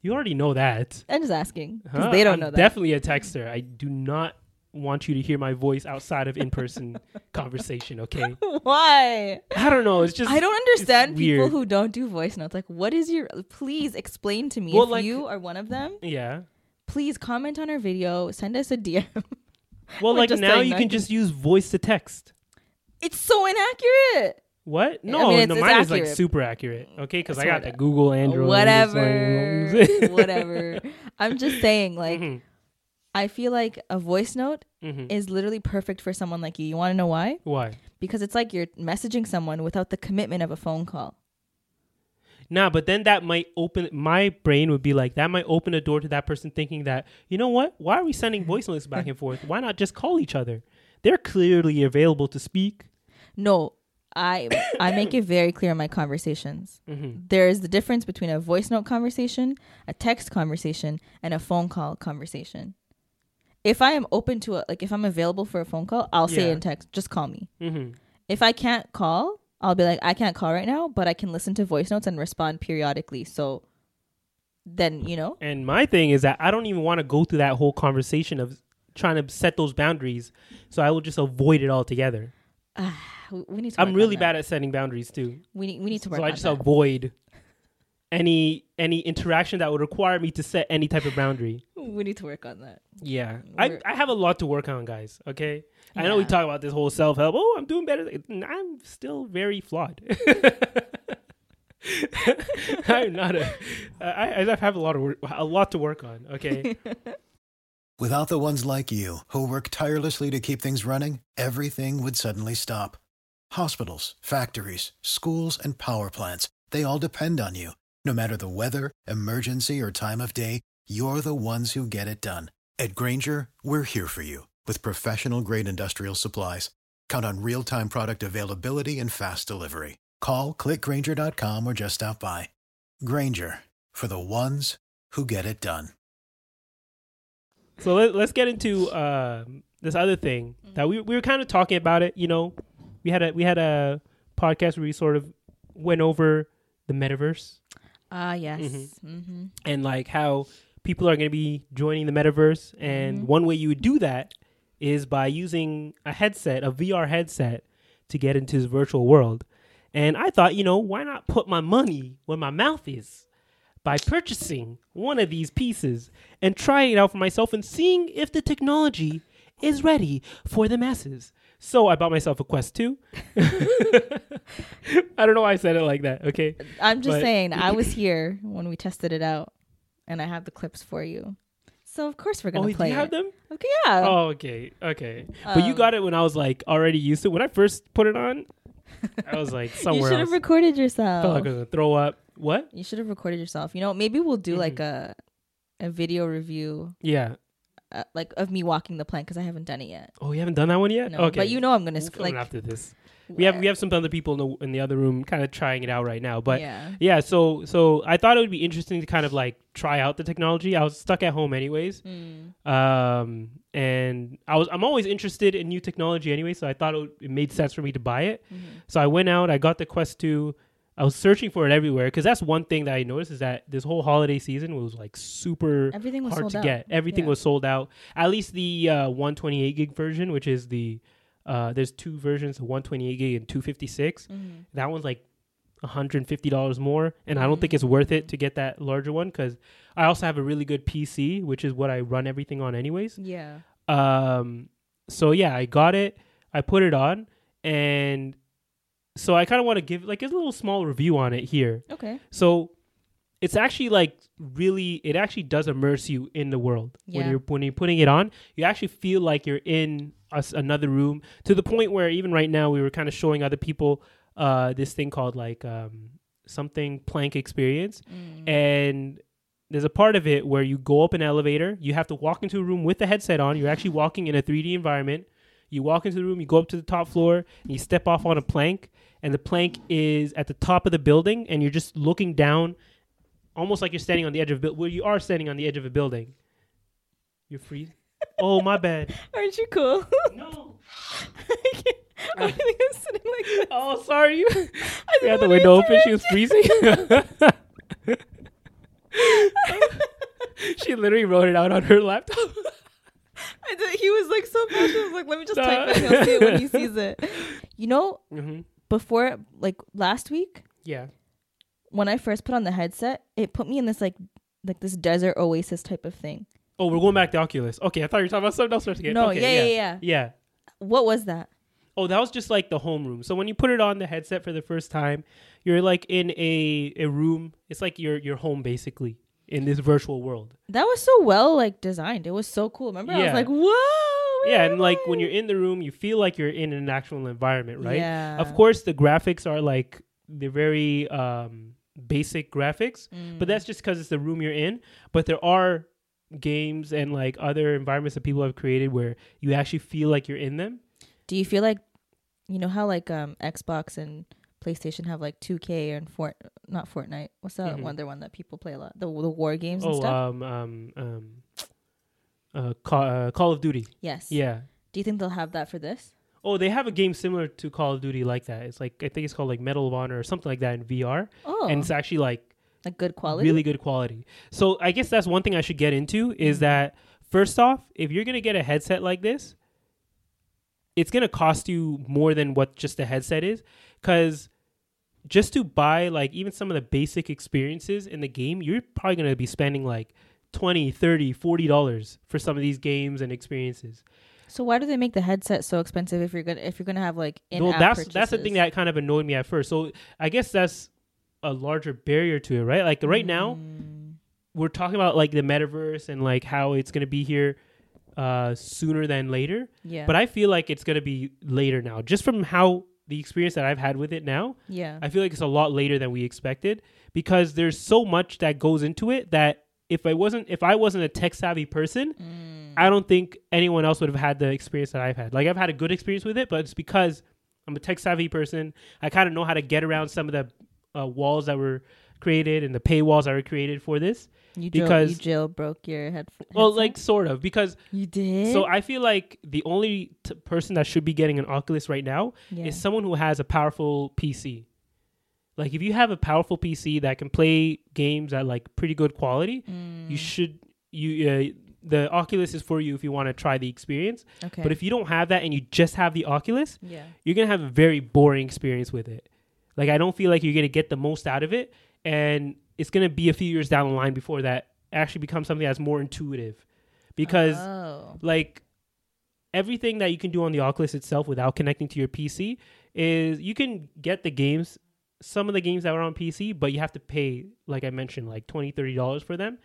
[SPEAKER 2] You already know that.
[SPEAKER 1] I'm just asking because
[SPEAKER 2] Huh?
[SPEAKER 1] they don't
[SPEAKER 2] I'm
[SPEAKER 1] know that.
[SPEAKER 2] Definitely a texter. I do not want you to hear my voice outside of in-person conversation. Okay.
[SPEAKER 1] Why?
[SPEAKER 2] I don't know. It's just
[SPEAKER 1] I don't understand people
[SPEAKER 2] weird.
[SPEAKER 1] who don't do voice notes. Like, what is your? Please explain to me
[SPEAKER 2] Well,
[SPEAKER 1] if
[SPEAKER 2] like-
[SPEAKER 1] you are one of them.
[SPEAKER 2] Yeah.
[SPEAKER 1] Please comment on our video. Send us a DM.
[SPEAKER 2] Well,
[SPEAKER 1] We're
[SPEAKER 2] like
[SPEAKER 1] just
[SPEAKER 2] now
[SPEAKER 1] saying
[SPEAKER 2] you
[SPEAKER 1] that.
[SPEAKER 2] can just use voice to text.
[SPEAKER 1] it's so inaccurate.
[SPEAKER 2] What? No,
[SPEAKER 1] mean, it's-
[SPEAKER 2] no,
[SPEAKER 1] it's
[SPEAKER 2] mine is like
[SPEAKER 1] accurate.
[SPEAKER 2] super accurate. Okay, because I
[SPEAKER 1] Sort
[SPEAKER 2] got the
[SPEAKER 1] of.
[SPEAKER 2] Google Android.
[SPEAKER 1] whatever,
[SPEAKER 2] it's like-
[SPEAKER 1] whatever. I'm just saying, like,
[SPEAKER 2] Mhm,
[SPEAKER 1] I feel like a voice note
[SPEAKER 2] mhm.
[SPEAKER 1] is literally perfect for someone like you. You want to know why?
[SPEAKER 2] Why?
[SPEAKER 1] Because it's like you're messaging someone without the commitment of a phone call.
[SPEAKER 2] Nah, but then that might open my brain would be like that might open a door to that person thinking that you know what? Why are we sending voice notes back and forth? Why not just call each other? They're clearly available to speak.
[SPEAKER 1] No, I I make it very clear in my conversations.
[SPEAKER 2] Mhm.
[SPEAKER 1] there is the difference between a voice note conversation, a text conversation, and a phone call conversation. If I am open to a like if I'm available for a phone call, I'll say
[SPEAKER 2] Yeah.
[SPEAKER 1] in text, just call me.
[SPEAKER 2] Mm-hmm.
[SPEAKER 1] If I can't call, I'll be like, I can't call right now, but I can listen to voice notes and respond periodically. So then, you know,
[SPEAKER 2] And my thing is that I don't even want to go through that whole conversation of trying to set those boundaries. So I will just avoid it altogether.
[SPEAKER 1] we- we need to
[SPEAKER 2] I'm really bad at setting boundaries too.
[SPEAKER 1] we need we need to work
[SPEAKER 2] So
[SPEAKER 1] on
[SPEAKER 2] I just
[SPEAKER 1] that.
[SPEAKER 2] avoid any any interaction that would require me to set any type of boundary.
[SPEAKER 1] we need to work on that.
[SPEAKER 2] Yeah. I,
[SPEAKER 1] We're-
[SPEAKER 2] I have a lot to work on, guys. Okay. I know we
[SPEAKER 1] Yeah.
[SPEAKER 2] talk about this whole self help. Oh, I'm doing better. I'm still very flawed. I'm not a. I, I have a lot of work, a lot to work on. Okay.
[SPEAKER 3] Without the ones like you, who work tirelessly to keep things running, everything would suddenly stop. Hospitals, factories, schools, and power plants, they all depend on you. No matter the weather, emergency, or time of day, you're the ones who get it done. At Granger, we're here for you with professional grade industrial supplies. Count on real time product availability and fast delivery. Call clickgranger.com or just stop by. Granger for the ones who get it done.
[SPEAKER 2] So let, let's get into um this other thing that we, we were kind of talking about it. You know, we had a we had a podcast where we sort of went over the metaverse
[SPEAKER 1] Ah, yes.
[SPEAKER 2] Mhm.
[SPEAKER 1] Mhm.
[SPEAKER 2] and like how people are going to be joining the metaverse, and
[SPEAKER 1] Mhm.
[SPEAKER 2] one way you would do that is by using a headset, a VR headset, to get into this virtual world. And I thought, you know, why not put my money where my mouth is by purchasing one of these pieces and trying it out for myself and seeing if the technology is ready for the masses. So I bought myself a Quest 2. I don't know why I said it like that, okay?
[SPEAKER 1] I'm just
[SPEAKER 2] But-
[SPEAKER 1] saying, I was here when we tested it out, and I have the clips for you. So of course we're
[SPEAKER 2] Oh,
[SPEAKER 1] gonna
[SPEAKER 2] do
[SPEAKER 1] play.
[SPEAKER 2] you have
[SPEAKER 1] it. Um,
[SPEAKER 2] them?
[SPEAKER 1] Okay, yeah.
[SPEAKER 2] Oh, okay, okay. but you
[SPEAKER 1] Um,
[SPEAKER 2] got it when I was like already used to. it. When I first put it on, I was like
[SPEAKER 1] you
[SPEAKER 2] somewhere
[SPEAKER 1] should
[SPEAKER 2] else.
[SPEAKER 1] have recorded
[SPEAKER 2] I felt
[SPEAKER 1] yourself.
[SPEAKER 2] like I was gonna throw up. What?
[SPEAKER 1] you should have recorded yourself. You know, maybe we'll do like
[SPEAKER 2] Mm-hmm.
[SPEAKER 1] a a video review,
[SPEAKER 2] Yeah.
[SPEAKER 1] uh, like of me walking the plant because I haven't done it yet.
[SPEAKER 2] Oh, you haven't done that one yet.
[SPEAKER 1] No,
[SPEAKER 2] okay,
[SPEAKER 1] but you know I'm gonna
[SPEAKER 2] We'll
[SPEAKER 1] sc-
[SPEAKER 2] film it
[SPEAKER 1] like
[SPEAKER 2] after this, we have we have some other people in the in the other room kind of trying it out right now. But
[SPEAKER 1] yeah.
[SPEAKER 2] yeah, so so I thought it would be interesting to kind of like try out the technology. I was stuck at home anyways,
[SPEAKER 1] Mm.
[SPEAKER 2] um, and I was I'm always interested in new technology anyway, so I thought it, would, it made sense for me to buy it.
[SPEAKER 1] Mhm.
[SPEAKER 2] So I went out, I got the Quest 2. I was searching for it everywhere because that's one thing that I noticed is that this whole holiday season was like super
[SPEAKER 1] Everything was
[SPEAKER 2] hard
[SPEAKER 1] sold
[SPEAKER 2] to
[SPEAKER 1] out.
[SPEAKER 2] get. Everything
[SPEAKER 1] Yeah.
[SPEAKER 2] was sold out. At least the uh, 128 gig version, which is the uh, there's two versions, 128 gig and 256.
[SPEAKER 1] Mhm.
[SPEAKER 2] That one's like $150 more, and I don't
[SPEAKER 1] Mm.
[SPEAKER 2] think it's worth it to get that larger one because I also have a really good PC, which is what I run everything on anyways.
[SPEAKER 1] Yeah.
[SPEAKER 2] Um, so yeah, I got it. I put it on, and so I kind of want to give like a little small review on it here.
[SPEAKER 1] Okay.
[SPEAKER 2] So it's actually like really, it actually does immerse you in the world when
[SPEAKER 1] Yeah.
[SPEAKER 2] you're when you're putting it on. You actually feel like you're in a s another room to the point where even right now we were kind of showing other people uh, this thing called like um, something plank experience,
[SPEAKER 1] Mm.
[SPEAKER 2] and there's a part of it where you go up an elevator you have to walk into a room with the headset on you're actually walking in a 3d environment you walk into the room you go up to the top floor and you step off on a plank and the plank is at the top of the building and you're just looking down almost like you're standing on the edge of a building well you are standing on the edge of a building you're free oh my bad
[SPEAKER 1] Aren't you cool?
[SPEAKER 2] no
[SPEAKER 1] I think I'm sitting like this.
[SPEAKER 2] oh sorry you
[SPEAKER 1] I
[SPEAKER 2] had
[SPEAKER 1] didn't
[SPEAKER 2] Uh, the
[SPEAKER 1] wanna
[SPEAKER 2] window open she was
[SPEAKER 1] interrupt
[SPEAKER 2] freezing she literally wrote it out on her laptop
[SPEAKER 1] I did, he was like so passionate. I was like, let me just
[SPEAKER 2] Nah.
[SPEAKER 1] type it. and He'll see it when he sees it. You know,
[SPEAKER 2] mm-hmm.
[SPEAKER 1] before like last week
[SPEAKER 2] yeah
[SPEAKER 1] when I first put on the headset, it put me in this like like this desert oasis type of thing.
[SPEAKER 2] Oh, we're going back to Oculus. Okay, I thought you were talking about something else first again.
[SPEAKER 1] no,
[SPEAKER 2] okay,
[SPEAKER 1] yeah, yeah,
[SPEAKER 2] yeah,
[SPEAKER 1] yeah,
[SPEAKER 2] Yeah.
[SPEAKER 1] What was that?
[SPEAKER 2] Oh, that was just like the homeroom. So when you put it on the headset for the first time, you're like in a a room. It's like your your home basically in this virtual world.
[SPEAKER 1] That was so well like designed. It was so cool. Remember, I was
[SPEAKER 2] Yeah.
[SPEAKER 1] like, whoa.
[SPEAKER 2] yeah,
[SPEAKER 1] where
[SPEAKER 2] and
[SPEAKER 1] am
[SPEAKER 2] like
[SPEAKER 1] I?"
[SPEAKER 2] when you're in the room, you feel like you're in an actual environment, right?
[SPEAKER 1] Yeah.
[SPEAKER 2] Of course, the graphics are like they're very um, basic graphics, but
[SPEAKER 1] Mm.
[SPEAKER 2] that's just because it's the room you're in. But there are games and like other environments that people have created where you actually feel like you're in them.
[SPEAKER 1] Do you feel like you know how like um Xbox and PlayStation have like 2K and Fort not Fortnite. What's that
[SPEAKER 2] Mhm.
[SPEAKER 1] one other one that people play a lot? The the war games and
[SPEAKER 2] Oh,
[SPEAKER 1] stuff.
[SPEAKER 2] um, um, um, uh, Call, uh, Call of Duty.
[SPEAKER 1] yes.
[SPEAKER 2] Yeah.
[SPEAKER 1] Do you think they'll have that for this?
[SPEAKER 2] Oh, they have a game similar to Call of Duty like that. It's like I think it's called like Medal of Honor or something like that in VR,
[SPEAKER 1] Oh,
[SPEAKER 2] and it's actually like
[SPEAKER 1] like good quality.
[SPEAKER 2] really good quality. So I guess that's one thing I should get into is that first off, if you're gonna get a headset like this, it's gonna cost you more than what just the headset is, because just to buy like even some of the basic experiences in the game, you're probably gonna be spending like 20 30 40 dollars for some of these games and experiences
[SPEAKER 1] So why do they make the headset so expensive if you're gonna if you're gonna have like in-app
[SPEAKER 2] well that's
[SPEAKER 1] purchases?
[SPEAKER 2] that's the thing that kind of annoyed me at first so i guess that's a larger barrier to it right like right now
[SPEAKER 1] Mm.
[SPEAKER 2] we're talking about like the metaverse and like how it's going to be here uh sooner than later
[SPEAKER 1] yeah,
[SPEAKER 2] but i feel like it's going to be later now just from how the experience that i've had with it now
[SPEAKER 1] yeah,
[SPEAKER 2] i feel like it's a lot later than we expected because there's so much that goes into it that if i wasn't if i wasn't a tech savvy person
[SPEAKER 1] Mm.
[SPEAKER 2] I don't think anyone else would have had the experience that I've had. Like I've had a good experience with it, but it's because I'm a tech savvy person. I kind of know how to get around some of the uh, walls that were created and the paywalls that were created for this.
[SPEAKER 1] you jail,
[SPEAKER 2] because-
[SPEAKER 1] you jailbroke your head.
[SPEAKER 2] Well,
[SPEAKER 1] headset?
[SPEAKER 2] like sort of because
[SPEAKER 1] you did.
[SPEAKER 2] so I feel like the only t- person that should be getting an Oculus right now
[SPEAKER 1] yeah.
[SPEAKER 2] is someone who has a powerful PC. Like if you have a powerful PC that can play games at like pretty good quality,
[SPEAKER 1] Mm.
[SPEAKER 2] you should you uh, the Oculus is for you if you want to try the experience.
[SPEAKER 1] Okay.
[SPEAKER 2] But if you don't have that and you just have the Oculus,
[SPEAKER 1] yeah.
[SPEAKER 2] you're gonna have a very boring experience with it. Like I don't feel like you're gonna get the most out of it, and it's gonna be a few years down the line before that actually becomes something that's more intuitive, because
[SPEAKER 1] oh.
[SPEAKER 2] like everything that you can do on the Oculus itself without connecting to your PC is you can get the games some of the games that were on PC but you have to pay like I mentioned like 20 30 dollars for them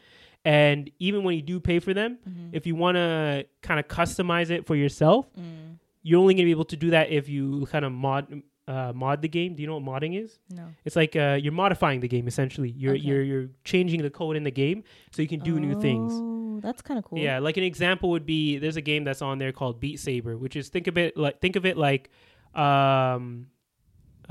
[SPEAKER 2] and even when you do pay for them
[SPEAKER 1] Mhm.
[SPEAKER 2] if you want to kind of customize it for yourself
[SPEAKER 1] Mm.
[SPEAKER 2] you're only going to be able to do that if you kind of mod uh, mod the game do you know what modding is
[SPEAKER 1] no.
[SPEAKER 2] it's like uh, you're modifying the game essentially you're
[SPEAKER 1] Okay.
[SPEAKER 2] you're you're changing the code in the game so you can do new things
[SPEAKER 1] Oh, that's kind of cool.
[SPEAKER 2] yeah, like an example would be there's a game that's on there called Beat Saber, which is think of it like think of it like um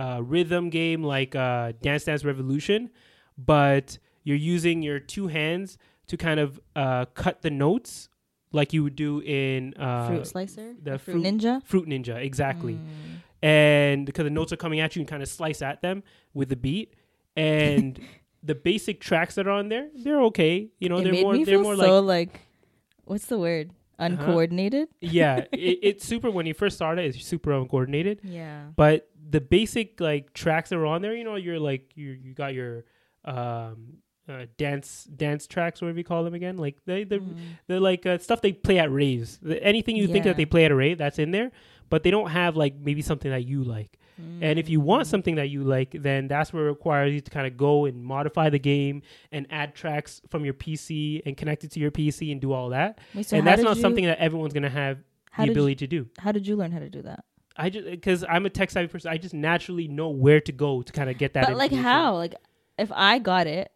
[SPEAKER 2] a rhythm game like uh Dance Dance Revolution, but you're using your two hands to kind of uh cut the notes like you would do in uh
[SPEAKER 1] fruit slicer.
[SPEAKER 2] the
[SPEAKER 1] fruit,
[SPEAKER 2] fruit-
[SPEAKER 1] ninja.
[SPEAKER 2] Fruit Ninja, exactly.
[SPEAKER 1] Mm.
[SPEAKER 2] And because the notes are coming at you and kind of slice at them with the beat and the basic tracks that are on there, they're okay. You know,
[SPEAKER 1] it
[SPEAKER 2] they're
[SPEAKER 1] made
[SPEAKER 2] more
[SPEAKER 1] me
[SPEAKER 2] they're
[SPEAKER 1] feel
[SPEAKER 2] more like Uh-huh.
[SPEAKER 1] so like, what's the word? Uncoordinated.
[SPEAKER 2] yeah, it, it's super. When you first start it, it's super uncoordinated.
[SPEAKER 1] Yeah.
[SPEAKER 2] But the basic like tracks that were on there, you know, you're like you you got your um uh, dance dance tracks, whatever you call them again. Like they the
[SPEAKER 1] Mm.
[SPEAKER 2] they're like uh, stuff they play at raves. The- Anything you think
[SPEAKER 1] Yeah.
[SPEAKER 2] that they play at a rave, that's in there. But they don't have like maybe something that you like.
[SPEAKER 1] Mm-hmm.
[SPEAKER 2] And if you want something that you like, then that's where it requires you to kind of go and modify the game and add tracks from your PC and connect it to your PC and do all that.
[SPEAKER 1] Wait, so
[SPEAKER 2] and
[SPEAKER 1] how
[SPEAKER 2] that's
[SPEAKER 1] did
[SPEAKER 2] not
[SPEAKER 1] you-
[SPEAKER 2] something that everyone's gonna have
[SPEAKER 1] How
[SPEAKER 2] the
[SPEAKER 1] did
[SPEAKER 2] ability to do.
[SPEAKER 1] How did you learn how to do that?
[SPEAKER 2] I just because I'm a tech savvy person, I just naturally know where to go to kind of get that.
[SPEAKER 1] but like
[SPEAKER 2] information.
[SPEAKER 1] how? Like if I got it,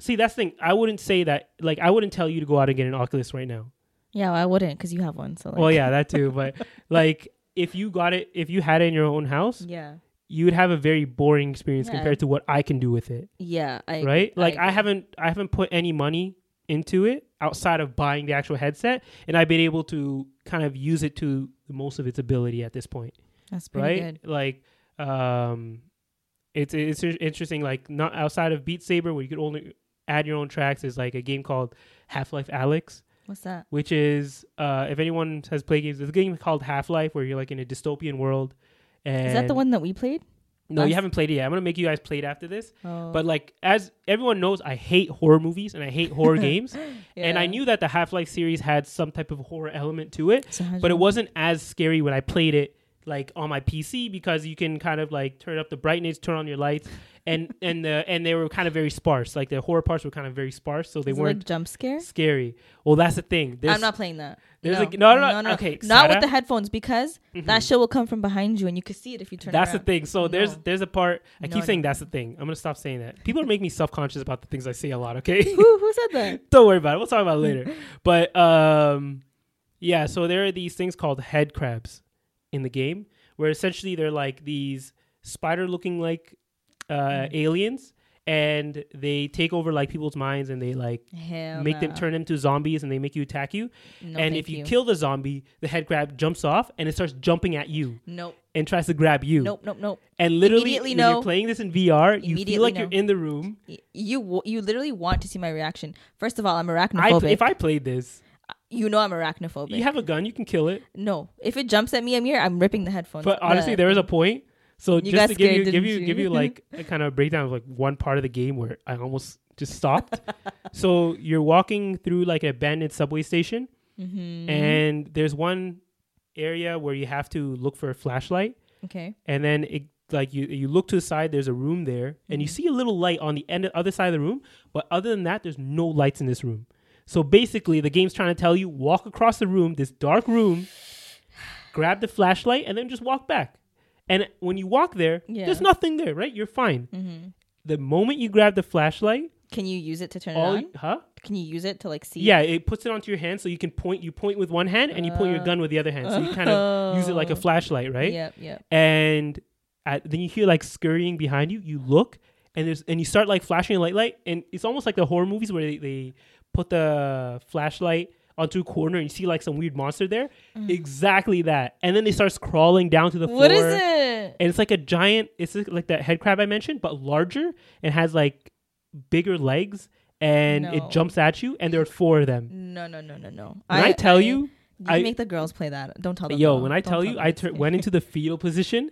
[SPEAKER 2] See, that's the thing. I wouldn't say that. Like, I wouldn't tell you to go out and get an Oculus right now.
[SPEAKER 1] yeah, well, I wouldn't because you have one. So like,
[SPEAKER 2] well, yeah, that too. But like, if you got it, if you had it in your own house,
[SPEAKER 1] yeah,
[SPEAKER 2] you would have a very boring experience
[SPEAKER 1] Yeah.
[SPEAKER 2] compared to what I can do with it,
[SPEAKER 1] yeah. I agree,
[SPEAKER 2] right? Like, I,
[SPEAKER 1] agree.
[SPEAKER 2] haven't, I haven't put any money into it outside of buying the actual headset, and I've been able to kind of use it to the most of its ability at this point.
[SPEAKER 1] That's pretty
[SPEAKER 2] right?
[SPEAKER 1] good.
[SPEAKER 2] Like, um, it's it's in- interesting. Like, not outside of Beat Saber, where you could only add your own tracks, is like a game called Half Life Alex,
[SPEAKER 1] What's that?
[SPEAKER 2] which is uh, if anyone has played games, there's a game called Half Life where you're like in a dystopian world. And
[SPEAKER 1] Is that the one that we played?
[SPEAKER 2] No, you
[SPEAKER 1] last-
[SPEAKER 2] haven't played it yet. I'm gonna make you guys play it after this.
[SPEAKER 1] Oh,
[SPEAKER 2] But like, as everyone knows, I hate horror movies and I hate horror games. And I
[SPEAKER 1] yeah.
[SPEAKER 2] knew that the Half Life series had some type of horror element to it
[SPEAKER 1] So how'd
[SPEAKER 2] but
[SPEAKER 1] you-
[SPEAKER 2] it wasn't as scary when I played it like on my PC because you can kind of like turn up the brightness, turn on your lights, and and the and they were kind of very sparse. Like the horror parts were kind of very sparse, so they
[SPEAKER 1] Is it, like
[SPEAKER 2] weren't
[SPEAKER 1] jump scare.
[SPEAKER 2] scary. Well, that's the thing. There's,
[SPEAKER 1] I'm not playing that.
[SPEAKER 2] there's
[SPEAKER 1] no.
[SPEAKER 2] a- no, no, no, okay,
[SPEAKER 1] not with
[SPEAKER 2] Sarah. Mm-hmm.
[SPEAKER 1] the headphones because that shit will come from behind you and you can see it if you turn.
[SPEAKER 2] that's
[SPEAKER 1] around.
[SPEAKER 2] the thing. So there's
[SPEAKER 1] No.
[SPEAKER 2] there's a part. I
[SPEAKER 1] No,
[SPEAKER 2] keep
[SPEAKER 1] no,
[SPEAKER 2] saying
[SPEAKER 1] no.
[SPEAKER 2] that's the thing. I'm gonna stop saying that. People are making me self conscious about the things I say a lot. Okay.
[SPEAKER 1] Who who said that?
[SPEAKER 2] don't worry about it. We'll talk about it later. But um, yeah, so there are these things called head crabs in the game, where essentially they're like these spider-looking like uh,
[SPEAKER 1] Mm-hmm.
[SPEAKER 2] aliens, and they take over like people's minds, and they like
[SPEAKER 1] Hell
[SPEAKER 2] make them
[SPEAKER 1] no.
[SPEAKER 2] turn them to zombies, and they make you attack you.
[SPEAKER 1] No,
[SPEAKER 2] and
[SPEAKER 1] thank
[SPEAKER 2] if you,
[SPEAKER 1] you.
[SPEAKER 2] kill the zombie, the head crab jumps off, and it starts jumping at you
[SPEAKER 1] Nope.
[SPEAKER 2] and tries to grab you.
[SPEAKER 1] Nope. Nope. Nope.
[SPEAKER 2] And literally,
[SPEAKER 1] Immediately
[SPEAKER 2] when
[SPEAKER 1] no.
[SPEAKER 2] you're playing this in VR, you
[SPEAKER 1] Immediately
[SPEAKER 2] feel like
[SPEAKER 1] no.
[SPEAKER 2] you're in the room.
[SPEAKER 1] Y- You w- you literally want to see my reaction. First of all, I'm
[SPEAKER 2] I,
[SPEAKER 1] arachnophobic.
[SPEAKER 2] if I played this,
[SPEAKER 1] you know I'm arachnophobic.
[SPEAKER 2] you have a gun, you can kill it.
[SPEAKER 1] no, if it jumps at me, I'm here. I'm ripping the headphones.
[SPEAKER 2] But honestly, there was a point. So
[SPEAKER 1] got
[SPEAKER 2] just to give
[SPEAKER 1] scared,
[SPEAKER 2] you give
[SPEAKER 1] didn't
[SPEAKER 2] you
[SPEAKER 1] you?
[SPEAKER 2] give you like a kind of breakdown of like one part of the game where I almost just stopped. so you're walking through like an abandoned subway station,
[SPEAKER 1] Mm-hmm.
[SPEAKER 2] and there's one area where you have to look for a flashlight,
[SPEAKER 1] Okay.
[SPEAKER 2] and then it like you you look to the side. There's a room there, and you see a little light on the end other side of the room. But other than that, there's no lights in this room. So basically, the game's trying to tell you walk across the room, this dark room, grab the flashlight, and then just walk back. And when you walk there,
[SPEAKER 1] Yeah.
[SPEAKER 2] there's nothing there, right? You're fine.
[SPEAKER 1] Mm-hmm.
[SPEAKER 2] The moment you grab the flashlight,
[SPEAKER 1] Can you use it to turn
[SPEAKER 2] all
[SPEAKER 1] it on?
[SPEAKER 2] huh?
[SPEAKER 1] Can you use it to like see?
[SPEAKER 2] Yeah, it puts it onto your hand, so you can point. You point with one hand, and you point your gun with the other hand, so you kind of use it like a
[SPEAKER 1] Oh.
[SPEAKER 2] flashlight, right?
[SPEAKER 1] Yep. Yep.
[SPEAKER 2] and at, then you hear like scurrying behind you. You look and there's and you start like flashing a light light, and it's almost like the horror movies where they, they put the flashlight onto a corner and you see like some weird monster there. Exactly that, and then they starts crawling down to the floor.
[SPEAKER 1] Mm. What is it?
[SPEAKER 2] And it's like a giant. It's like that head crab I mentioned, but larger and has like bigger legs and
[SPEAKER 1] No.
[SPEAKER 2] it jumps at you, and there are four of them.
[SPEAKER 1] No, no, no, no, no.
[SPEAKER 2] When I, tell you,
[SPEAKER 1] you
[SPEAKER 2] I-
[SPEAKER 1] make the girls play that. Don't tell them.
[SPEAKER 2] yo,
[SPEAKER 1] no.
[SPEAKER 2] when I
[SPEAKER 1] Don't
[SPEAKER 2] tell you,
[SPEAKER 1] them
[SPEAKER 2] I
[SPEAKER 1] it's
[SPEAKER 2] tur-
[SPEAKER 1] okay.
[SPEAKER 2] went into the fetal position.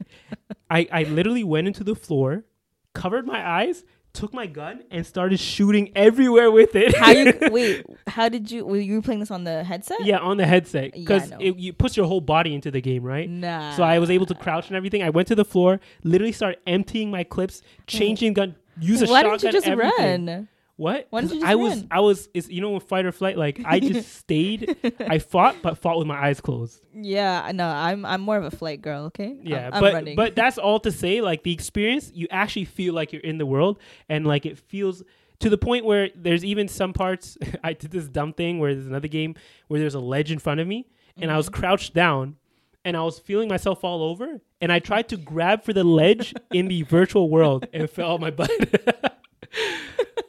[SPEAKER 2] I, I literally went into the floor, covered my eyes, took my gun, and started shooting everywhere with it.
[SPEAKER 1] How you wait? How did you? Were you playing this on the headset?
[SPEAKER 2] yeah, on the headset
[SPEAKER 1] Yeah,
[SPEAKER 2] because
[SPEAKER 1] no.
[SPEAKER 2] it you puts your whole body into the game, right?
[SPEAKER 1] Nah.
[SPEAKER 2] So I was able to crouch and everything. I went to the floor, literally started emptying my clips, changing gun, use a
[SPEAKER 1] Why
[SPEAKER 2] shotgun.
[SPEAKER 1] didn't you just
[SPEAKER 2] everything.
[SPEAKER 1] run?
[SPEAKER 2] What?
[SPEAKER 1] Why didn't
[SPEAKER 2] 'Cause
[SPEAKER 1] you just
[SPEAKER 2] I was
[SPEAKER 1] run?
[SPEAKER 2] I was it's you know when fight or flight like I just stayed I fought but fought with my eyes closed.
[SPEAKER 1] Yeah, no, I'm I'm more of a flight girl. Okay.
[SPEAKER 2] Yeah,
[SPEAKER 1] I'm, I'm
[SPEAKER 2] but
[SPEAKER 1] running.
[SPEAKER 2] but that's all to say like the experience you actually feel like you're in the world and like it feels to the point where there's even some parts I did this dumb thing where there's another game where there's a ledge in front of me and I was
[SPEAKER 1] Mm-hmm.
[SPEAKER 2] crouched down and I was feeling myself all over and I tried to grab for the ledge in the virtual world and fell on my butt.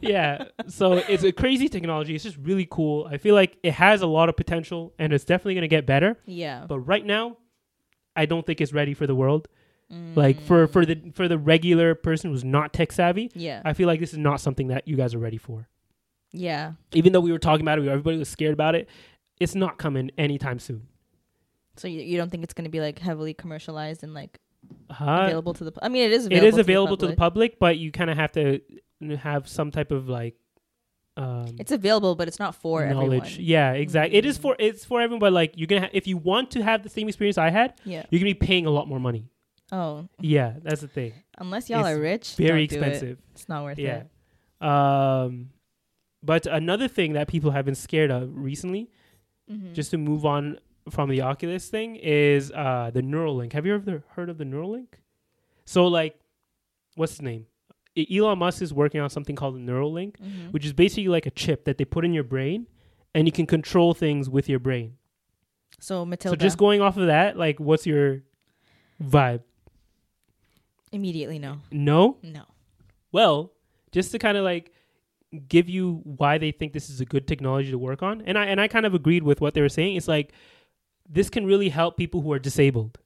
[SPEAKER 2] yeah. So it's a crazy technology. It's just really cool. I feel like it has a lot of potential and it's definitely going to get better.
[SPEAKER 1] yeah.
[SPEAKER 2] But right now, I don't think it's ready for the world.
[SPEAKER 1] Hmm.
[SPEAKER 2] Like for for the for the regular person who's not tech savvy,
[SPEAKER 1] Mm. yeah.
[SPEAKER 2] I feel like this is not something that you guys are ready for.
[SPEAKER 1] yeah.
[SPEAKER 2] Even though we were talking about it, we- everybody was scared about it. It's not coming anytime soon.
[SPEAKER 1] So you, you don't think it's going to be like heavily commercialized and like
[SPEAKER 2] Uh,
[SPEAKER 1] available to the? pu- I mean, it is.
[SPEAKER 2] it
[SPEAKER 1] Available
[SPEAKER 2] is available to the
[SPEAKER 1] public.
[SPEAKER 2] public, but you kind of have to have some type of like um,
[SPEAKER 1] It's available, but it's not for everyone. Hmm.
[SPEAKER 2] Yeah, exactly. It is for it's for everyone, but like you're gonna ha- if you want to have the same experience I had,
[SPEAKER 1] Yeah.
[SPEAKER 2] you're gonna be paying a lot more money.
[SPEAKER 1] Oh,
[SPEAKER 2] Yeah, that's the thing.
[SPEAKER 1] unless y'all
[SPEAKER 2] It's
[SPEAKER 1] are rich,
[SPEAKER 2] Very
[SPEAKER 1] don't do it.
[SPEAKER 2] expensive.
[SPEAKER 1] It's not worth
[SPEAKER 2] Yeah.
[SPEAKER 1] it.
[SPEAKER 2] Um, but another thing that people have been scared of recently,
[SPEAKER 1] Mhm.
[SPEAKER 2] just to move on from the Oculus thing, is uh, the Neuralink. Have you ever heard of the Neuralink? So, like, what's his name? E- Elon Musk is working on something called the Neuralink,
[SPEAKER 1] Mhm.
[SPEAKER 2] which is basically like a chip that they put in your brain and you can control things with your brain.
[SPEAKER 1] So
[SPEAKER 2] So,
[SPEAKER 1] Matilda
[SPEAKER 2] just going off of that, like, what's your vibe?
[SPEAKER 1] immediately. No,
[SPEAKER 2] No?
[SPEAKER 1] no.
[SPEAKER 2] Well, just to kind of like give you why they think this is a good technology to work on, and I and I kind of agreed with what they were saying. It's like this can really help people who are disabled,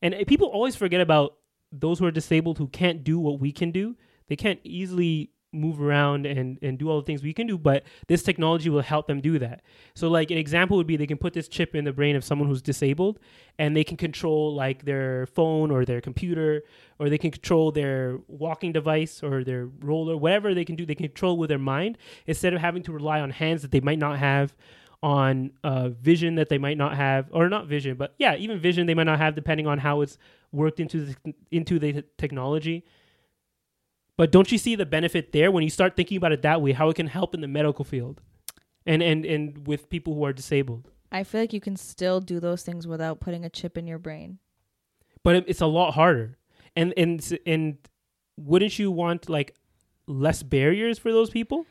[SPEAKER 2] and uh, people always forget about those who are disabled who can't do what we can do. They can't easily move around and and do all the things we can do, but this technology will help them do that. So like an example would be they can put this chip in the brain of someone who's disabled and they can control like their phone or their computer or they can control their walking device or their roller whatever they can do they can control with their mind instead of having to rely on hands that they might not have on uh, vision that they might not have or not vision but yeah even vision they might not have depending on how it's worked into the, into the technology but don't you see the benefit there when you start thinking about it that way how it can help in the medical field and and and with people who are disabled
[SPEAKER 1] I feel like you can still do those things without putting a chip in your brain.
[SPEAKER 2] but it- it's a lot harder and and s- and wouldn't you want like less barriers for those people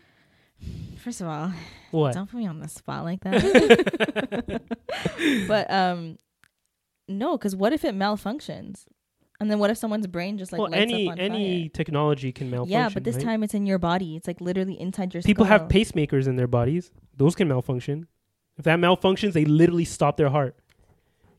[SPEAKER 1] First of all,
[SPEAKER 2] what
[SPEAKER 1] don't put me on the spot like that. but um, no, because what if it malfunctions, and then what if someone's brain just like
[SPEAKER 2] well
[SPEAKER 1] lights
[SPEAKER 2] any
[SPEAKER 1] up on
[SPEAKER 2] any technology can
[SPEAKER 1] fire?
[SPEAKER 2] malfunction
[SPEAKER 1] Yeah, but this
[SPEAKER 2] right?
[SPEAKER 1] time it's in your body. It's like literally inside your
[SPEAKER 2] people have
[SPEAKER 1] skull.
[SPEAKER 2] pacemakers in their bodies those can malfunction if that malfunctions they literally stop their heart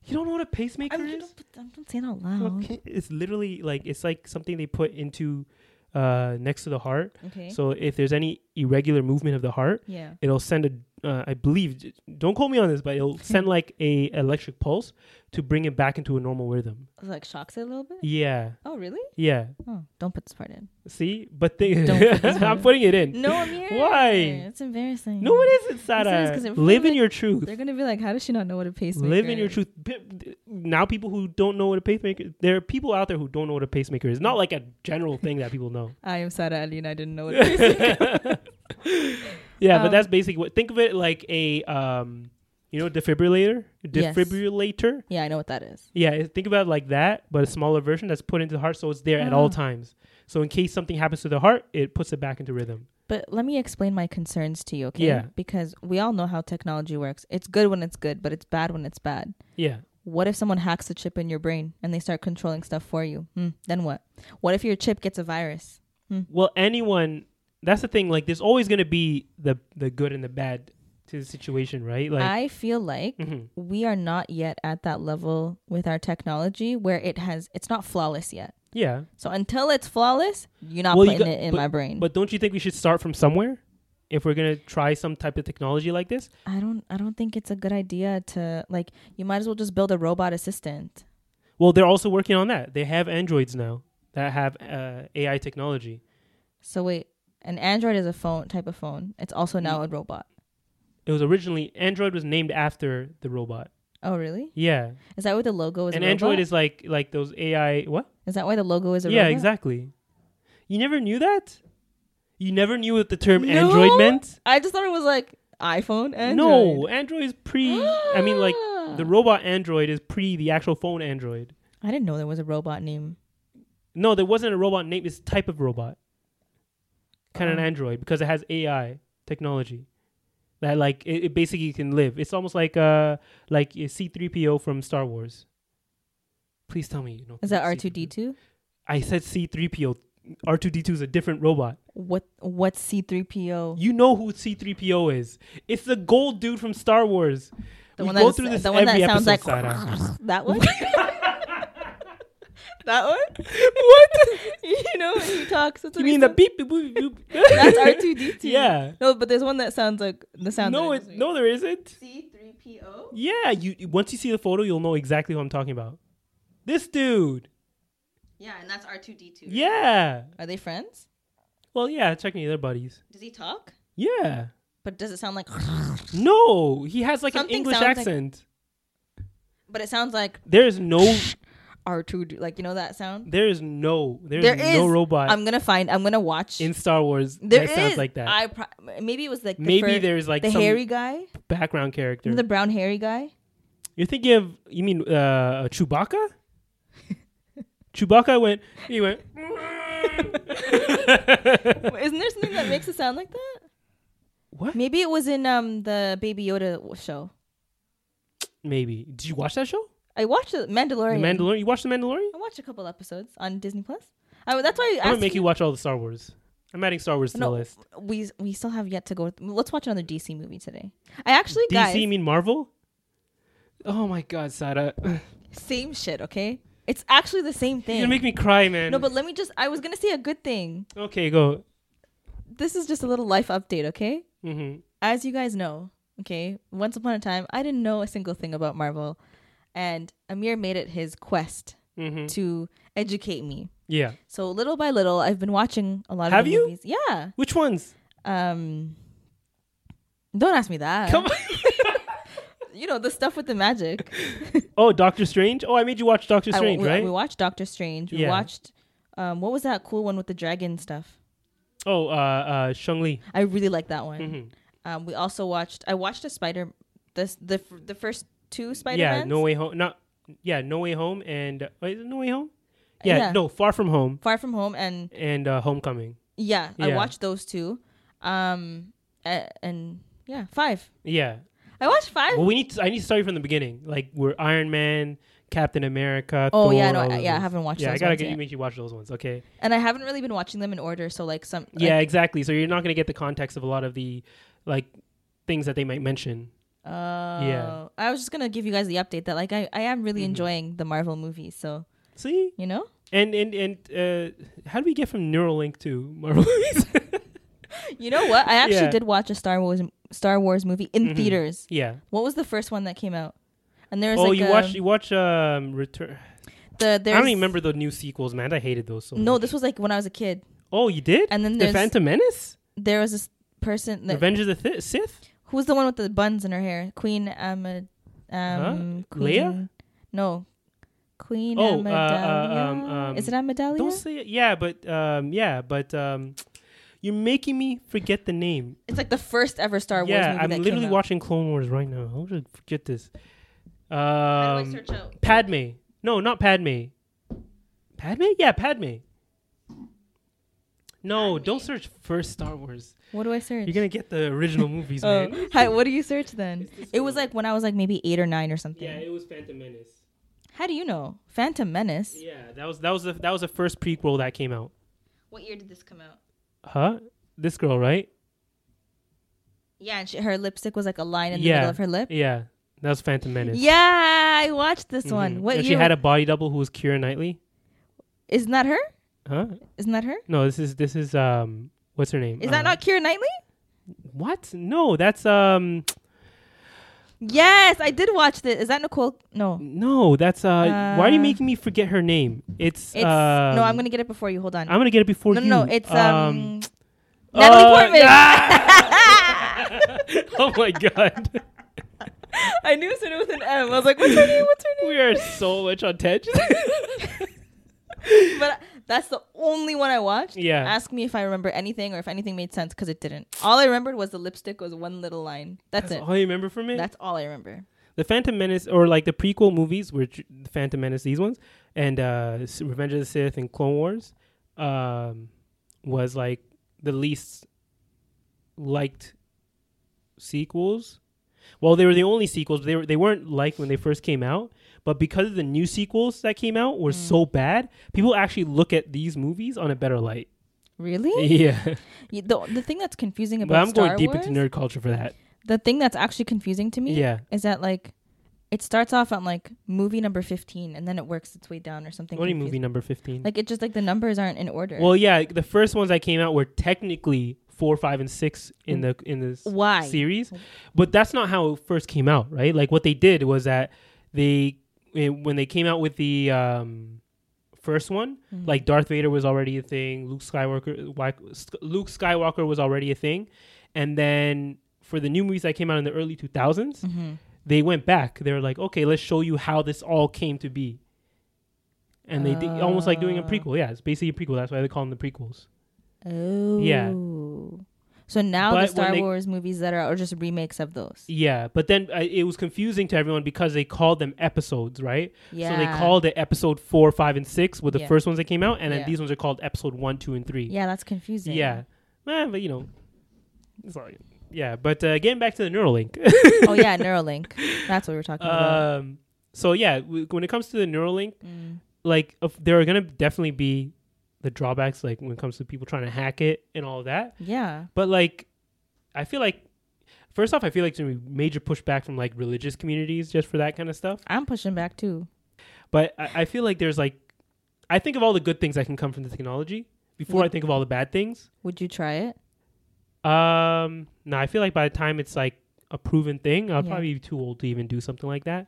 [SPEAKER 2] you don't know what a pacemaker
[SPEAKER 1] I'm,
[SPEAKER 2] is
[SPEAKER 1] don't, put- I'm not saying out loud. Okay.
[SPEAKER 2] okay it's literally like it's like something they put into uh next to the heart so if there's any irregular movement of the heart
[SPEAKER 1] yeah.
[SPEAKER 2] it'll send a uh, i believe j- don't quote me on this but it'll send like a electric pulse to bring it back into a normal rhythm
[SPEAKER 1] So, like shocks it a little bit.
[SPEAKER 2] yeah
[SPEAKER 1] Oh really?
[SPEAKER 2] yeah
[SPEAKER 1] Oh, don't put this part in.
[SPEAKER 2] see but they
[SPEAKER 1] Don't put this
[SPEAKER 2] i'm
[SPEAKER 1] one.
[SPEAKER 2] putting it in
[SPEAKER 1] No, Amir.
[SPEAKER 2] Why?
[SPEAKER 1] It's embarrassing.
[SPEAKER 2] no it isn't
[SPEAKER 1] Yes, it is, 'cause
[SPEAKER 2] Sada.
[SPEAKER 1] it
[SPEAKER 2] live in
[SPEAKER 1] really-
[SPEAKER 2] your truth
[SPEAKER 1] They're gonna be like, uh, how does she not know what a pacemaker?
[SPEAKER 2] live in your
[SPEAKER 1] is?"
[SPEAKER 2] truth P- now people who don't know what a pacemaker there are people out there who don't know what a pacemaker is not like a general thing that people know
[SPEAKER 1] I am Sarah Ali, and I didn't know what a pacemaker.
[SPEAKER 2] yeah but
[SPEAKER 1] Um,
[SPEAKER 2] that's basically what think of it like a um you know defibrillator
[SPEAKER 1] Yes.
[SPEAKER 2] defibrillator
[SPEAKER 1] yeah, I know what that is.
[SPEAKER 2] Yeah, it- think about it like that, but a smaller version that's put into the heart, so it's there
[SPEAKER 1] Ah.
[SPEAKER 2] at all times. So in case something happens to the heart, it puts it back into rhythm.
[SPEAKER 1] But let me explain my concerns to you, okay?
[SPEAKER 2] Yeah.
[SPEAKER 1] Because we all know how technology works. It's good when it's good, but it's bad when it's bad.
[SPEAKER 2] Yeah,
[SPEAKER 1] What if someone hacks a chip in your brain and they start controlling stuff for you? Hmm, then what? What if your chip gets a virus?
[SPEAKER 2] well anyone that's the thing like there's always going to be the the good and the bad to the situation right like
[SPEAKER 1] I feel like
[SPEAKER 2] Mhm.
[SPEAKER 1] we are not yet at that level with our technology where it has it's not flawless yet.
[SPEAKER 2] yeah
[SPEAKER 1] So until it's flawless, you're not
[SPEAKER 2] Well, you
[SPEAKER 1] putting
[SPEAKER 2] got-
[SPEAKER 1] it in
[SPEAKER 2] but-
[SPEAKER 1] my brain.
[SPEAKER 2] but don't you think we should start from somewhere if we're gonna try some type of technology like this.
[SPEAKER 1] I don't I don't think it's a good idea to like you might as well just build a robot assistant.
[SPEAKER 2] Well, they're also working on that. They have androids now that have uh, AI technology.
[SPEAKER 1] So wait, an Android is a phone type of phone. It's also
[SPEAKER 2] Mm.
[SPEAKER 1] now a robot.
[SPEAKER 2] It was originally Android was named after the robot.
[SPEAKER 1] Oh really?
[SPEAKER 2] Yeah,
[SPEAKER 1] Is that what the logo is?
[SPEAKER 2] and
[SPEAKER 1] a
[SPEAKER 2] Android
[SPEAKER 1] robot?
[SPEAKER 2] is like like those AI what?
[SPEAKER 1] Is that why the logo is a
[SPEAKER 2] yeah,
[SPEAKER 1] robot?
[SPEAKER 2] exactly. You never knew that. You never knew what the term Android
[SPEAKER 1] No?
[SPEAKER 2] meant.
[SPEAKER 1] I just thought it was like iPhone Android.
[SPEAKER 2] No, Android is pre. I mean, like the robot Android is pre the actual phone Android.
[SPEAKER 1] I didn't know there was a robot name.
[SPEAKER 2] No, there wasn't a robot name. It's type of robot, kind of
[SPEAKER 1] Oh.
[SPEAKER 2] an Android because it has AI technology that like it, it basically can live. It's almost like uh like C three PO from Star Wars. Please tell me you know.
[SPEAKER 1] Is that R two D
[SPEAKER 2] C3PO.
[SPEAKER 1] two?
[SPEAKER 2] I said C three PO. R two D two is a different robot.
[SPEAKER 1] What what's C three PO?
[SPEAKER 2] You know who C three PO is? It's the gold dude from Star Wars.
[SPEAKER 1] The
[SPEAKER 2] we
[SPEAKER 1] one
[SPEAKER 2] go
[SPEAKER 1] that's-
[SPEAKER 2] through this
[SPEAKER 1] the one that
[SPEAKER 2] every
[SPEAKER 1] sounds
[SPEAKER 2] episode,
[SPEAKER 1] like-
[SPEAKER 2] Sarah.
[SPEAKER 1] That one? that one? What? you know when he talks. That's
[SPEAKER 2] You
[SPEAKER 1] what
[SPEAKER 2] mean
[SPEAKER 1] he
[SPEAKER 2] the
[SPEAKER 1] sounds-
[SPEAKER 2] beep beep boop boop?
[SPEAKER 1] That's R two D two.
[SPEAKER 2] Yeah.
[SPEAKER 1] No, but there's one that sounds like the sound.
[SPEAKER 2] No,
[SPEAKER 1] that
[SPEAKER 2] it, no, there isn't.
[SPEAKER 1] C three P O.
[SPEAKER 2] Yeah, you you- once you see the photo, you'll know exactly who I'm talking about. This dude.
[SPEAKER 1] Yeah, and that's R two D two.
[SPEAKER 2] Yeah.
[SPEAKER 1] Are they friends?
[SPEAKER 2] Well, yeah. Check me, they're buddies.
[SPEAKER 1] Does he talk?
[SPEAKER 2] Yeah.
[SPEAKER 1] But does it sound like?
[SPEAKER 2] No, he has like
[SPEAKER 1] Something
[SPEAKER 2] an English
[SPEAKER 1] sounds like-
[SPEAKER 2] accent.
[SPEAKER 1] but it sounds like
[SPEAKER 2] there is no,
[SPEAKER 1] R two. Like you know that sound.
[SPEAKER 2] there is no, there is
[SPEAKER 1] There
[SPEAKER 2] no
[SPEAKER 1] is.
[SPEAKER 2] robot
[SPEAKER 1] I'm gonna find. I'm gonna watch.
[SPEAKER 2] in Star Wars
[SPEAKER 1] There
[SPEAKER 2] that sounds
[SPEAKER 1] is.
[SPEAKER 2] like that.
[SPEAKER 1] I pro- maybe it was like the
[SPEAKER 2] Maybe
[SPEAKER 1] fir-
[SPEAKER 2] there's like
[SPEAKER 1] the
[SPEAKER 2] some
[SPEAKER 1] hairy guy,
[SPEAKER 2] background character.
[SPEAKER 1] the brown hairy guy.
[SPEAKER 2] You're thinking of you mean uh Chewbacca? Chewbacca went. He went.
[SPEAKER 1] Isn't there something that makes it sound like that?
[SPEAKER 2] What?
[SPEAKER 1] Maybe it was in um the Baby Yoda w- show.
[SPEAKER 2] Maybe. Did you watch that show?
[SPEAKER 1] I watched The
[SPEAKER 2] The
[SPEAKER 1] Mandalorian.
[SPEAKER 2] Mandalorian. You watched The Mandalorian?
[SPEAKER 1] I watched a couple episodes on Disney Plus. I, that's why I
[SPEAKER 2] I'm
[SPEAKER 1] asked
[SPEAKER 2] gonna make you watch all the Star Wars. I'm adding Star Wars to
[SPEAKER 1] No,
[SPEAKER 2] the list.
[SPEAKER 1] we we still have yet to go. Let's watch another DC movie today. I actually guys
[SPEAKER 2] DC mean Marvel? Oh my God, Sada! You're
[SPEAKER 1] same shit. Okay, it's actually the same
[SPEAKER 2] gonna
[SPEAKER 1] thing.
[SPEAKER 2] make me cry, man.
[SPEAKER 1] no, but let me just. I was gonna say a good thing.
[SPEAKER 2] okay, go.
[SPEAKER 1] This is just a little life update. Okay,
[SPEAKER 2] hmm
[SPEAKER 1] as you guys know, okay, once upon a time I didn't know a single thing about Marvel, and Amir made it his quest
[SPEAKER 2] hmm
[SPEAKER 1] to educate me.
[SPEAKER 2] Yeah.
[SPEAKER 1] So little by little, I've been watching a lot of
[SPEAKER 2] Have
[SPEAKER 1] the
[SPEAKER 2] you?
[SPEAKER 1] movies. Yeah.
[SPEAKER 2] Which ones?
[SPEAKER 1] Um, don't ask me that.
[SPEAKER 2] Come on.
[SPEAKER 1] You know the stuff with the magic.
[SPEAKER 2] oh, Doctor Strange. Oh, I made you watch Doctor
[SPEAKER 1] I-
[SPEAKER 2] Strange,
[SPEAKER 1] we,
[SPEAKER 2] right?
[SPEAKER 1] We watched Doctor Strange. We
[SPEAKER 2] Yeah.
[SPEAKER 1] watched. Um, what was that cool one with the dragon stuff?
[SPEAKER 2] oh, uh, uh, Shang Li.
[SPEAKER 1] I really like that one.
[SPEAKER 2] Mhm.
[SPEAKER 1] Um, we also watched. I watched a spider. This the f- the first two Spider
[SPEAKER 2] Yeah,
[SPEAKER 1] Mans.
[SPEAKER 2] No Way Home. Not. Yeah, No Way Home and wait, is it No Way Home. Yeah,
[SPEAKER 1] Uh, Yeah.
[SPEAKER 2] no, Far From Home
[SPEAKER 1] Far from home and
[SPEAKER 2] and uh, Homecoming.
[SPEAKER 1] yeah, I
[SPEAKER 2] Yeah.
[SPEAKER 1] watched those two. Um, a- and yeah, five.
[SPEAKER 2] Yeah.
[SPEAKER 1] I watched five.
[SPEAKER 2] Well, we need. To, I need to start you from the beginning. Like we're Iron Man, Captain America.
[SPEAKER 1] Oh, yeah,
[SPEAKER 2] Thor,
[SPEAKER 1] no,
[SPEAKER 2] all
[SPEAKER 1] I-
[SPEAKER 2] of
[SPEAKER 1] yeah, I
[SPEAKER 2] those.
[SPEAKER 1] haven't watched
[SPEAKER 2] Yeah,
[SPEAKER 1] those
[SPEAKER 2] I gotta
[SPEAKER 1] ones
[SPEAKER 2] get you
[SPEAKER 1] yet.
[SPEAKER 2] make you watch those ones. Okay.
[SPEAKER 1] and I haven't really been watching them in order. So like some like,
[SPEAKER 2] Yeah, exactly. So you're not gonna get the context of a lot of the like things that they might mention.
[SPEAKER 1] Oh, I was just gonna give you guys the update that like I, I am
[SPEAKER 2] Mm-hmm.
[SPEAKER 1] really enjoying the Marvel movies. So
[SPEAKER 2] See,
[SPEAKER 1] you know,
[SPEAKER 2] and and and uh, how do we get from Neuralink to Marvel? movies?
[SPEAKER 1] you know what? I actually
[SPEAKER 2] Yeah. Mm-hmm.
[SPEAKER 1] did watch a Star Wars Star Wars movie in theaters.
[SPEAKER 2] yeah.
[SPEAKER 1] What was the first one that came out? And there's
[SPEAKER 2] Oh,
[SPEAKER 1] like
[SPEAKER 2] you
[SPEAKER 1] a-
[SPEAKER 2] watch you watch um Return.
[SPEAKER 1] the there's
[SPEAKER 2] I don't even remember the new sequels, man. I hated those so.
[SPEAKER 1] No,
[SPEAKER 2] much.
[SPEAKER 1] this was like when I was a kid.
[SPEAKER 2] Oh, you did.
[SPEAKER 1] And then
[SPEAKER 2] the
[SPEAKER 1] there's
[SPEAKER 2] Phantom Menace,
[SPEAKER 1] there was this person that
[SPEAKER 2] Revenge of the Th- Sith.
[SPEAKER 1] who was the one with the buns in her hair? Queen um um
[SPEAKER 2] Huh?
[SPEAKER 1] Queen,
[SPEAKER 2] Leia?
[SPEAKER 1] No. Queen
[SPEAKER 2] Oh, uh, uh,
[SPEAKER 1] Amidala.
[SPEAKER 2] um, um,
[SPEAKER 1] Is it Amidala?
[SPEAKER 2] Don't say it. Yeah, but um, yeah, but um, you're making me forget the name.
[SPEAKER 1] It's like the first ever Star Wars
[SPEAKER 2] yeah,
[SPEAKER 1] movie
[SPEAKER 2] I'm
[SPEAKER 1] that
[SPEAKER 2] literally
[SPEAKER 1] came out.
[SPEAKER 2] watching Clone Wars right now. How should I forget this?
[SPEAKER 1] How do I
[SPEAKER 2] Um,
[SPEAKER 1] search out?
[SPEAKER 2] Padme. No, not Padme. Padme? Yeah, Padme. No, don't search first Star Wars. Uh,
[SPEAKER 1] What do I search?
[SPEAKER 2] You're gonna get the original movies,
[SPEAKER 1] Oh,
[SPEAKER 2] man.
[SPEAKER 1] hi, what do you search then?
[SPEAKER 2] It's just
[SPEAKER 1] It was
[SPEAKER 2] cool.
[SPEAKER 1] like when I was like maybe eight or nine or something.
[SPEAKER 2] Yeah, it was Phantom Menace.
[SPEAKER 1] How do you know? Phantom Menace.
[SPEAKER 2] Yeah, that was that was the that was the first prequel that came out.
[SPEAKER 1] What year did this come out?
[SPEAKER 2] Huh? This girl, right?
[SPEAKER 1] Yeah, and she, her lipstick was like a line in the
[SPEAKER 2] Yeah.
[SPEAKER 1] middle of her lip.
[SPEAKER 2] Yeah, that was Phantom Menace.
[SPEAKER 1] Yeah, I watched this one.
[SPEAKER 2] Mhm.
[SPEAKER 1] What
[SPEAKER 2] And
[SPEAKER 1] year?
[SPEAKER 2] She had a body double who was Kira Knightley.
[SPEAKER 1] Isn't that her?
[SPEAKER 2] Huh?
[SPEAKER 1] Isn't that her?
[SPEAKER 2] No, this is this is um what's her name?
[SPEAKER 1] Is
[SPEAKER 2] Uh,
[SPEAKER 1] that not Kira Knightley?
[SPEAKER 2] What? No, that's um
[SPEAKER 1] Yes, I did watch this. Is that Nicole? No.
[SPEAKER 2] no, that's uh, why are you
[SPEAKER 1] Uh,
[SPEAKER 2] making me forget her name? It's,
[SPEAKER 1] It's no, I'm going to get it before you. Hold on.
[SPEAKER 2] Uh, I'm gonna get it before
[SPEAKER 1] no,
[SPEAKER 2] you.
[SPEAKER 1] no, no, it's um, Natalie
[SPEAKER 2] uh,
[SPEAKER 1] Portman.
[SPEAKER 2] oh my god.
[SPEAKER 1] I knew it started with an M. I was like, what's her name? What's her name?
[SPEAKER 2] we are so much on tangent.
[SPEAKER 1] But that's the only one I watched.
[SPEAKER 2] Yeah.
[SPEAKER 1] Ask me if I remember anything or if anything made sense because it didn't. All I remembered was the lipstick was one little line. That's,
[SPEAKER 2] That's
[SPEAKER 1] it.
[SPEAKER 2] all Oh, you remember from it?
[SPEAKER 1] that's all I remember.
[SPEAKER 2] the Phantom Menace or like the prequel movies, which the Phantom Menace, these ones, and uh, S- Revenge of the Sith and Clone Wars, um, was like the least liked sequels. Well, they were the only sequels. They were they weren't liked when they first came out, but because of the new sequels that came out were so
[SPEAKER 1] Mm.
[SPEAKER 2] bad, people actually look at these movies on a better light.
[SPEAKER 1] Really?
[SPEAKER 2] yeah,
[SPEAKER 1] You- the, the thing that's confusing
[SPEAKER 2] but
[SPEAKER 1] about
[SPEAKER 2] I'm
[SPEAKER 1] Star
[SPEAKER 2] going deep
[SPEAKER 1] Wars,
[SPEAKER 2] into nerd culture for that.
[SPEAKER 1] the thing that's actually confusing to me
[SPEAKER 2] Yeah,
[SPEAKER 1] is that like it starts off on like movie number 15 and then it works its way down or something.
[SPEAKER 2] only
[SPEAKER 1] confusing.
[SPEAKER 2] movie number fifteen.
[SPEAKER 1] Like it just like the numbers aren't in order.
[SPEAKER 2] Well, yeah, the first ones that came out were technically four, five, and six in the in this
[SPEAKER 1] Why?
[SPEAKER 2] series, but that's not how it first came out, right? Like what they did was that they eh, when they came out with the um, first one,
[SPEAKER 1] Mm-hmm.
[SPEAKER 2] like Darth Vader was already a thing, Luke Skywalker, Wy- Sk- Luke Skywalker was already a thing, and then for the new movies that came out in the early two thousands,
[SPEAKER 1] Mm-hmm.
[SPEAKER 2] they went back. They were like, okay, let's show you how this all came to be. And they did almost like doing a
[SPEAKER 1] Ah.
[SPEAKER 2] prequel. Yeah, it's basically a prequel. That's why they call them the prequels.
[SPEAKER 1] Oh. So now
[SPEAKER 2] But
[SPEAKER 1] the
[SPEAKER 2] when
[SPEAKER 1] Star
[SPEAKER 2] they-
[SPEAKER 1] Wars movies that are, are just remakes of those.
[SPEAKER 2] Yeah, but then uh, it was confusing to everyone because they called them episodes, right? So they
[SPEAKER 1] Yeah.
[SPEAKER 2] called it episode four, five, and six were the
[SPEAKER 1] Yeah.
[SPEAKER 2] first ones that came out, and then
[SPEAKER 1] Yeah.
[SPEAKER 2] these ones are called episode one, two, and three.
[SPEAKER 1] Yeah, that's confusing.
[SPEAKER 2] yeah, Eh, but you know, sorry. Yeah, but uh, getting back to the Neuralink.
[SPEAKER 1] oh yeah, Neuralink. That's what we were talking about.
[SPEAKER 2] um, so yeah, w- when it comes to the Neuralink,
[SPEAKER 1] Mm.
[SPEAKER 2] like of, there are gonna definitely be the drawbacks, like when it comes to people trying to hack it and all of that.
[SPEAKER 1] Yeah.
[SPEAKER 2] But like, I feel like first off, I feel like there's gonna be major pushback from like religious communities just for that kind of stuff.
[SPEAKER 1] I'm pushing back too.
[SPEAKER 2] But I, I feel like there's like, I think of all the good things that can come from the technology before I think of all the bad things.
[SPEAKER 1] Would you try it?
[SPEAKER 2] Um, no, I feel like by the time it's like a proven thing, I'll
[SPEAKER 1] Yeah.
[SPEAKER 2] probably be too old to even do something like that.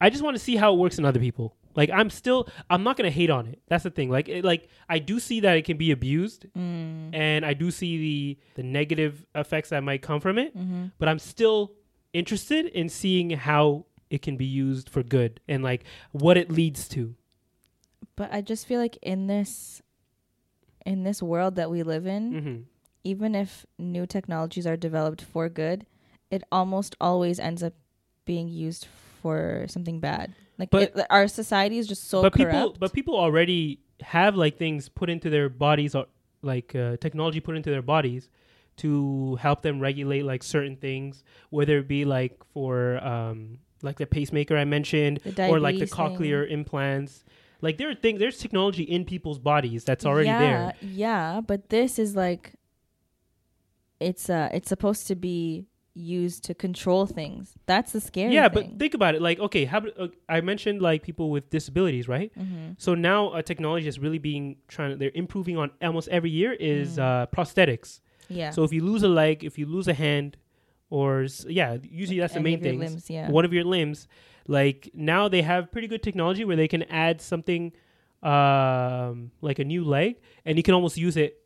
[SPEAKER 2] I just want to see how it works in other people. Like I'm still, I'm not gonna hate on it. That's the thing. Like, it, like I do see that it can be abused,
[SPEAKER 1] Mm.
[SPEAKER 2] and I do see the the negative effects that might come from it
[SPEAKER 1] hmm
[SPEAKER 2] but I'm still interested in seeing how it can be used for good and like what it leads to.
[SPEAKER 1] But I just feel like in this in this world that we live in,
[SPEAKER 2] Mm-hmm.
[SPEAKER 1] even if new technologies are developed for good, it almost always ends up being used for something bad. Like
[SPEAKER 2] But-
[SPEAKER 1] it, our society is just so
[SPEAKER 2] but
[SPEAKER 1] corrupt.
[SPEAKER 2] people, but people already have like things put into their bodies, or like uh, technology put into their bodies to help them regulate like certain things, whether it be like for um, like the pacemaker I mentioned,
[SPEAKER 1] The
[SPEAKER 2] or like the
[SPEAKER 1] diabetes thing.
[SPEAKER 2] cochlear implants. Like there are things, there's technology in people's bodies that's already
[SPEAKER 1] yeah,
[SPEAKER 2] there.
[SPEAKER 1] Yeah, but this is like it's uh it's supposed to be used to control things. That's the scary
[SPEAKER 2] yeah
[SPEAKER 1] thing.
[SPEAKER 2] but think about it like okay how about- uh, i mentioned like people with disabilities right
[SPEAKER 1] Mhm.
[SPEAKER 2] so now uh, technology is really being trying they're improving on almost every year
[SPEAKER 1] Mm.
[SPEAKER 2] is uh, prosthetics
[SPEAKER 1] yeah.
[SPEAKER 2] so if you lose a leg if you lose a hand or s- yeah usually that's the
[SPEAKER 1] Any
[SPEAKER 2] main
[SPEAKER 1] of your
[SPEAKER 2] thing
[SPEAKER 1] limbs, yeah.
[SPEAKER 2] one of your limbs like now they have pretty good technology where they can add something um, like a new leg and you can almost use it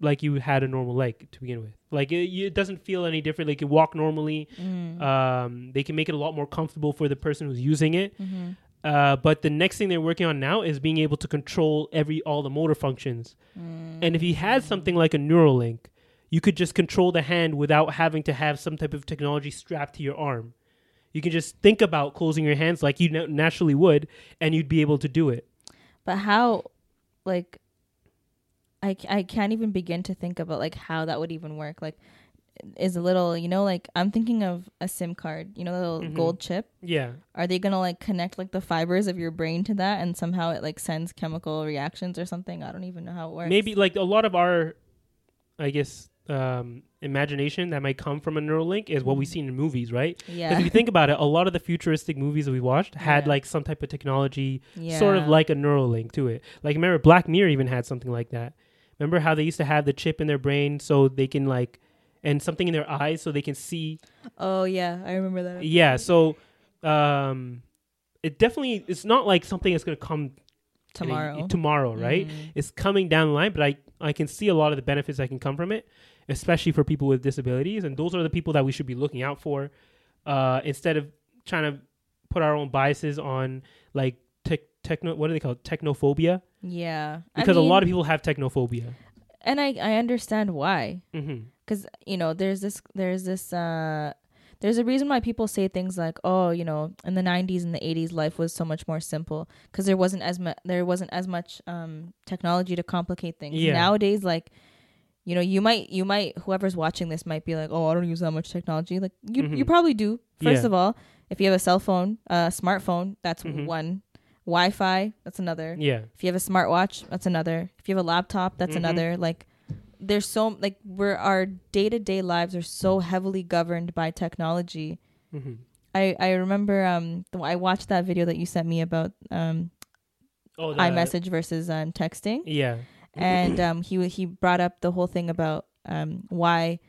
[SPEAKER 2] like you had a normal leg to begin with like it, it doesn't feel any different like you walk normally
[SPEAKER 1] Mm.
[SPEAKER 2] um, they can make it a lot more comfortable for the person who's using it.
[SPEAKER 1] Mhm.
[SPEAKER 2] Uh, but the next thing they're working on now is being able to control every all the motor functions.
[SPEAKER 1] Mm.
[SPEAKER 2] And if you had something like a Neuralink, you could just control the hand without having to have some type of technology strapped to your arm. You can just think about closing your hands like you na- naturally would, and you'd be able to do it.
[SPEAKER 1] But how like I, c- I can't even begin to think about like how that would even work. Like is a little, you know, like I'm thinking of a SIM card, you know, the little
[SPEAKER 2] Mhm.
[SPEAKER 1] gold chip.
[SPEAKER 2] Yeah,
[SPEAKER 1] Are they going to like connect like the fibers of your brain to that and somehow it like sends chemical reactions or something? I don't even know how it works.
[SPEAKER 2] maybe like a lot of our, I guess, um, imagination that might come from a Neuralink is what we see in movies, right? Because if
[SPEAKER 1] Yeah.
[SPEAKER 2] you think about it, a lot of the futuristic movies that we watched had
[SPEAKER 1] Yeah.
[SPEAKER 2] like some type of technology,
[SPEAKER 1] yeah.
[SPEAKER 2] sort of like a neural link to it. Like remember, Black Mirror even had something like that. Remember how they used to have the chip in their brain so they can like and something in their eyes so they can see.
[SPEAKER 1] Oh yeah, I remember that.
[SPEAKER 2] Yeah, so um, it definitely it's not like something that's gonna come in a-
[SPEAKER 1] Tomorrow. Mm-hmm. Mm.
[SPEAKER 2] tomorrow, right? It's coming down the line, but I I can see a lot of the benefits that can come from it, especially for people with disabilities, and those are the people that we should be looking out for, uh, instead of trying to put our own biases on like tech techno what do they call it? technophobia
[SPEAKER 1] Yeah. I
[SPEAKER 2] because a lot
[SPEAKER 1] mean-
[SPEAKER 2] of people have technophobia.
[SPEAKER 1] and I I understand why.
[SPEAKER 2] Mm-hmm.
[SPEAKER 1] because you know there's this there's this uh there's a reason why people say things like oh you know in the 90s and the 80s life was so much more simple because there wasn't as much there wasn't as much um technology to complicate things
[SPEAKER 2] Yeah.
[SPEAKER 1] nowadays like you know you might you might whoever's watching this might be like oh i don't use that much technology like you you
[SPEAKER 2] Mhm.
[SPEAKER 1] probably do first
[SPEAKER 2] Yeah.
[SPEAKER 1] of all if you have a cell phone a smartphone that's
[SPEAKER 2] Mhm.
[SPEAKER 1] one wi-fi that's another
[SPEAKER 2] Yeah.
[SPEAKER 1] if you have a smartwatch, that's another. If you have a laptop, that's
[SPEAKER 2] Mhm.
[SPEAKER 1] another. Like there's so like we're our day to day lives are so heavily governed by technology.
[SPEAKER 2] Mm-hmm.
[SPEAKER 1] I I remember um the, I watched that video that you sent me about um
[SPEAKER 2] Oh, the-
[SPEAKER 1] iMessage versus um texting,
[SPEAKER 2] Yeah.
[SPEAKER 1] and um he he brought up the whole thing about um why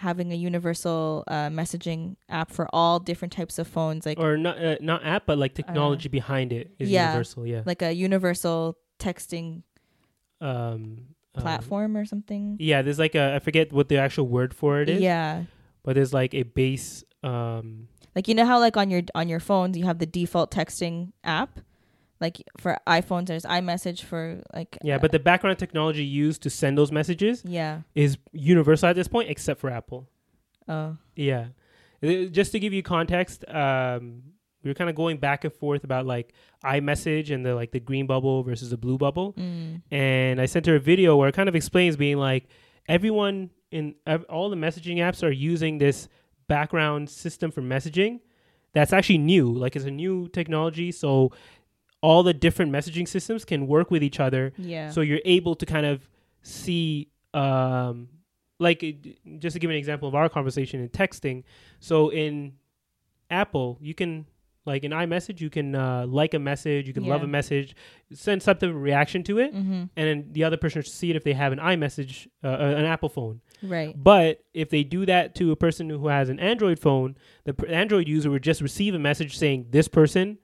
[SPEAKER 1] having a universal uh, messaging app for all different types of phones like
[SPEAKER 2] or not uh, not app, but like technology behind it is
[SPEAKER 1] Uh, yeah.
[SPEAKER 2] universal. Yeah,
[SPEAKER 1] like a universal texting
[SPEAKER 2] um, uh,
[SPEAKER 1] platform or something.
[SPEAKER 2] yeah, there's like a I forget what the actual word for it is.
[SPEAKER 1] Yeah.
[SPEAKER 2] but there's like a base. Um,
[SPEAKER 1] Like you know how like on your on your phones you have the default texting app, like for iPhones there's iMessage for like
[SPEAKER 2] yeah, but the background technology used to send those messages
[SPEAKER 1] yeah
[SPEAKER 2] is universal at this point, except for Apple.
[SPEAKER 1] oh
[SPEAKER 2] Yeah, Uh, just to give you context, um, we were kind of going back and forth about like iMessage and the like the green bubble versus the blue bubble.
[SPEAKER 1] mm.
[SPEAKER 2] and I sent her a video where it kind of explains being like everyone in ev- all the messaging apps are using this background system for messaging that's actually new like it's a new technology so all the different messaging systems can work with each other
[SPEAKER 1] yeah
[SPEAKER 2] so you're able to kind of see um like it- just to give an example of our conversation in texting so in apple you can like in imessage you can uh, like a message you can love
[SPEAKER 1] Yeah.
[SPEAKER 2] a message send something reaction to it
[SPEAKER 1] mm-hmm.
[SPEAKER 2] and then the other person should see it if they have an iMessage, uh, uh, an Apple phone.
[SPEAKER 1] right
[SPEAKER 2] But if they do that to a person who has an Android phone, the pr- Android user would just receive a message saying this person,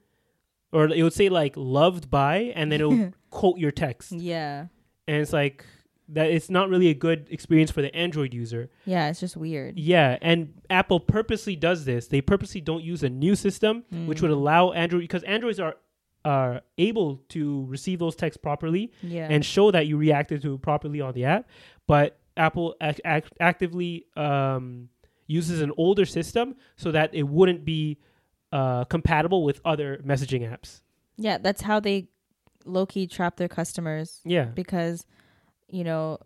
[SPEAKER 2] or it would say like loved by, and then it would quote your text. And
[SPEAKER 1] yeah
[SPEAKER 2] it's like that. It's not really a good experience for the Android user.
[SPEAKER 1] yeah it's just weird
[SPEAKER 2] Yeah, and Apple purposely does this. They purposely don't use a new system,
[SPEAKER 1] Mm,
[SPEAKER 2] which would allow Android because Androids are are able to receive those texts properly
[SPEAKER 1] yeah
[SPEAKER 2] and show that you reacted to it properly on the app. But Apple ac- ac- actively um, uses an older system so that it wouldn't be uh, compatible with other messaging apps.
[SPEAKER 1] yeah that's how they low key trap their customers
[SPEAKER 2] Yeah.
[SPEAKER 1] because you know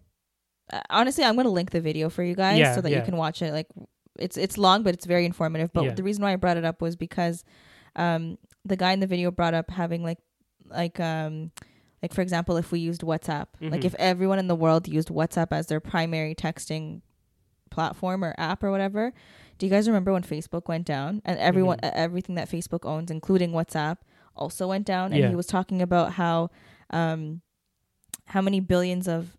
[SPEAKER 1] uh, honestly I'm gonna link the video for you guys
[SPEAKER 2] Yeah,
[SPEAKER 1] so that you
[SPEAKER 2] yeah.
[SPEAKER 1] can watch it like it's it's long but it's very informative but
[SPEAKER 2] Yeah.
[SPEAKER 1] the reason why I brought it up was because um the guy in the video brought up having like like um like for example if we used WhatsApp like
[SPEAKER 2] Mhm.
[SPEAKER 1] if everyone in the world used WhatsApp as their primary texting platform or app or whatever do you guys remember when Facebook went down and everyone uh
[SPEAKER 2] Mm-hmm.
[SPEAKER 1] everything that Facebook owns including WhatsApp also went down and
[SPEAKER 2] Yeah.
[SPEAKER 1] he was talking about how um how many billions of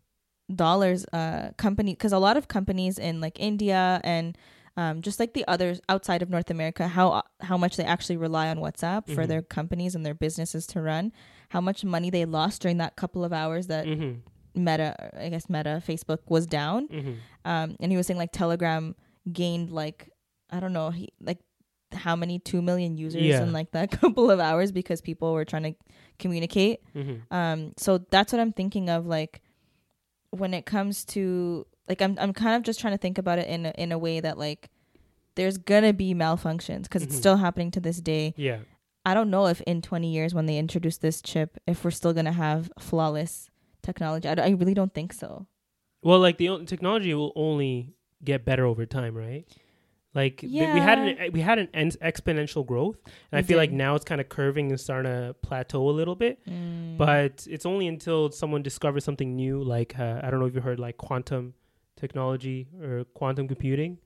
[SPEAKER 1] dollars uh company because a lot of companies in like India and um, just like the others outside of North America, how how much they actually rely on WhatsApp for
[SPEAKER 2] Mhm.
[SPEAKER 1] their companies and their businesses to run, how much money they lost during that couple of hours that
[SPEAKER 2] Mm-hmm.
[SPEAKER 1] Meta, I guess Meta, Facebook was down.
[SPEAKER 2] Mm-hmm.
[SPEAKER 1] Um, and he was saying like Telegram gained like I don't know, he, like how many two million users
[SPEAKER 2] Yeah.
[SPEAKER 1] in like that couple of hours because people were trying to communicate.
[SPEAKER 2] Mm-hmm.
[SPEAKER 1] Um, so that's what I'm thinking of, like when it comes to like I'm I'm kind of just trying to think about it in a, in a way that like there's gonna be malfunctions because it's
[SPEAKER 2] Mhm.
[SPEAKER 1] still happening to this day.
[SPEAKER 2] Yeah.
[SPEAKER 1] I don't know if in 20 years when they introduce this chip, if we're still gonna have flawless technology. I, don't- I really don't think so.
[SPEAKER 2] Well, like the o- technology will only get better over time, right? Like th- we had
[SPEAKER 1] Yeah.
[SPEAKER 2] an we had an en- exponential growth, and I
[SPEAKER 1] We
[SPEAKER 2] feel like
[SPEAKER 1] did.
[SPEAKER 2] now it's kind of curving and starting to plateau a little bit.
[SPEAKER 1] Mm.
[SPEAKER 2] but it's only until someone discovers something new like uh, i don't know if you heard like quantum technology or quantum computing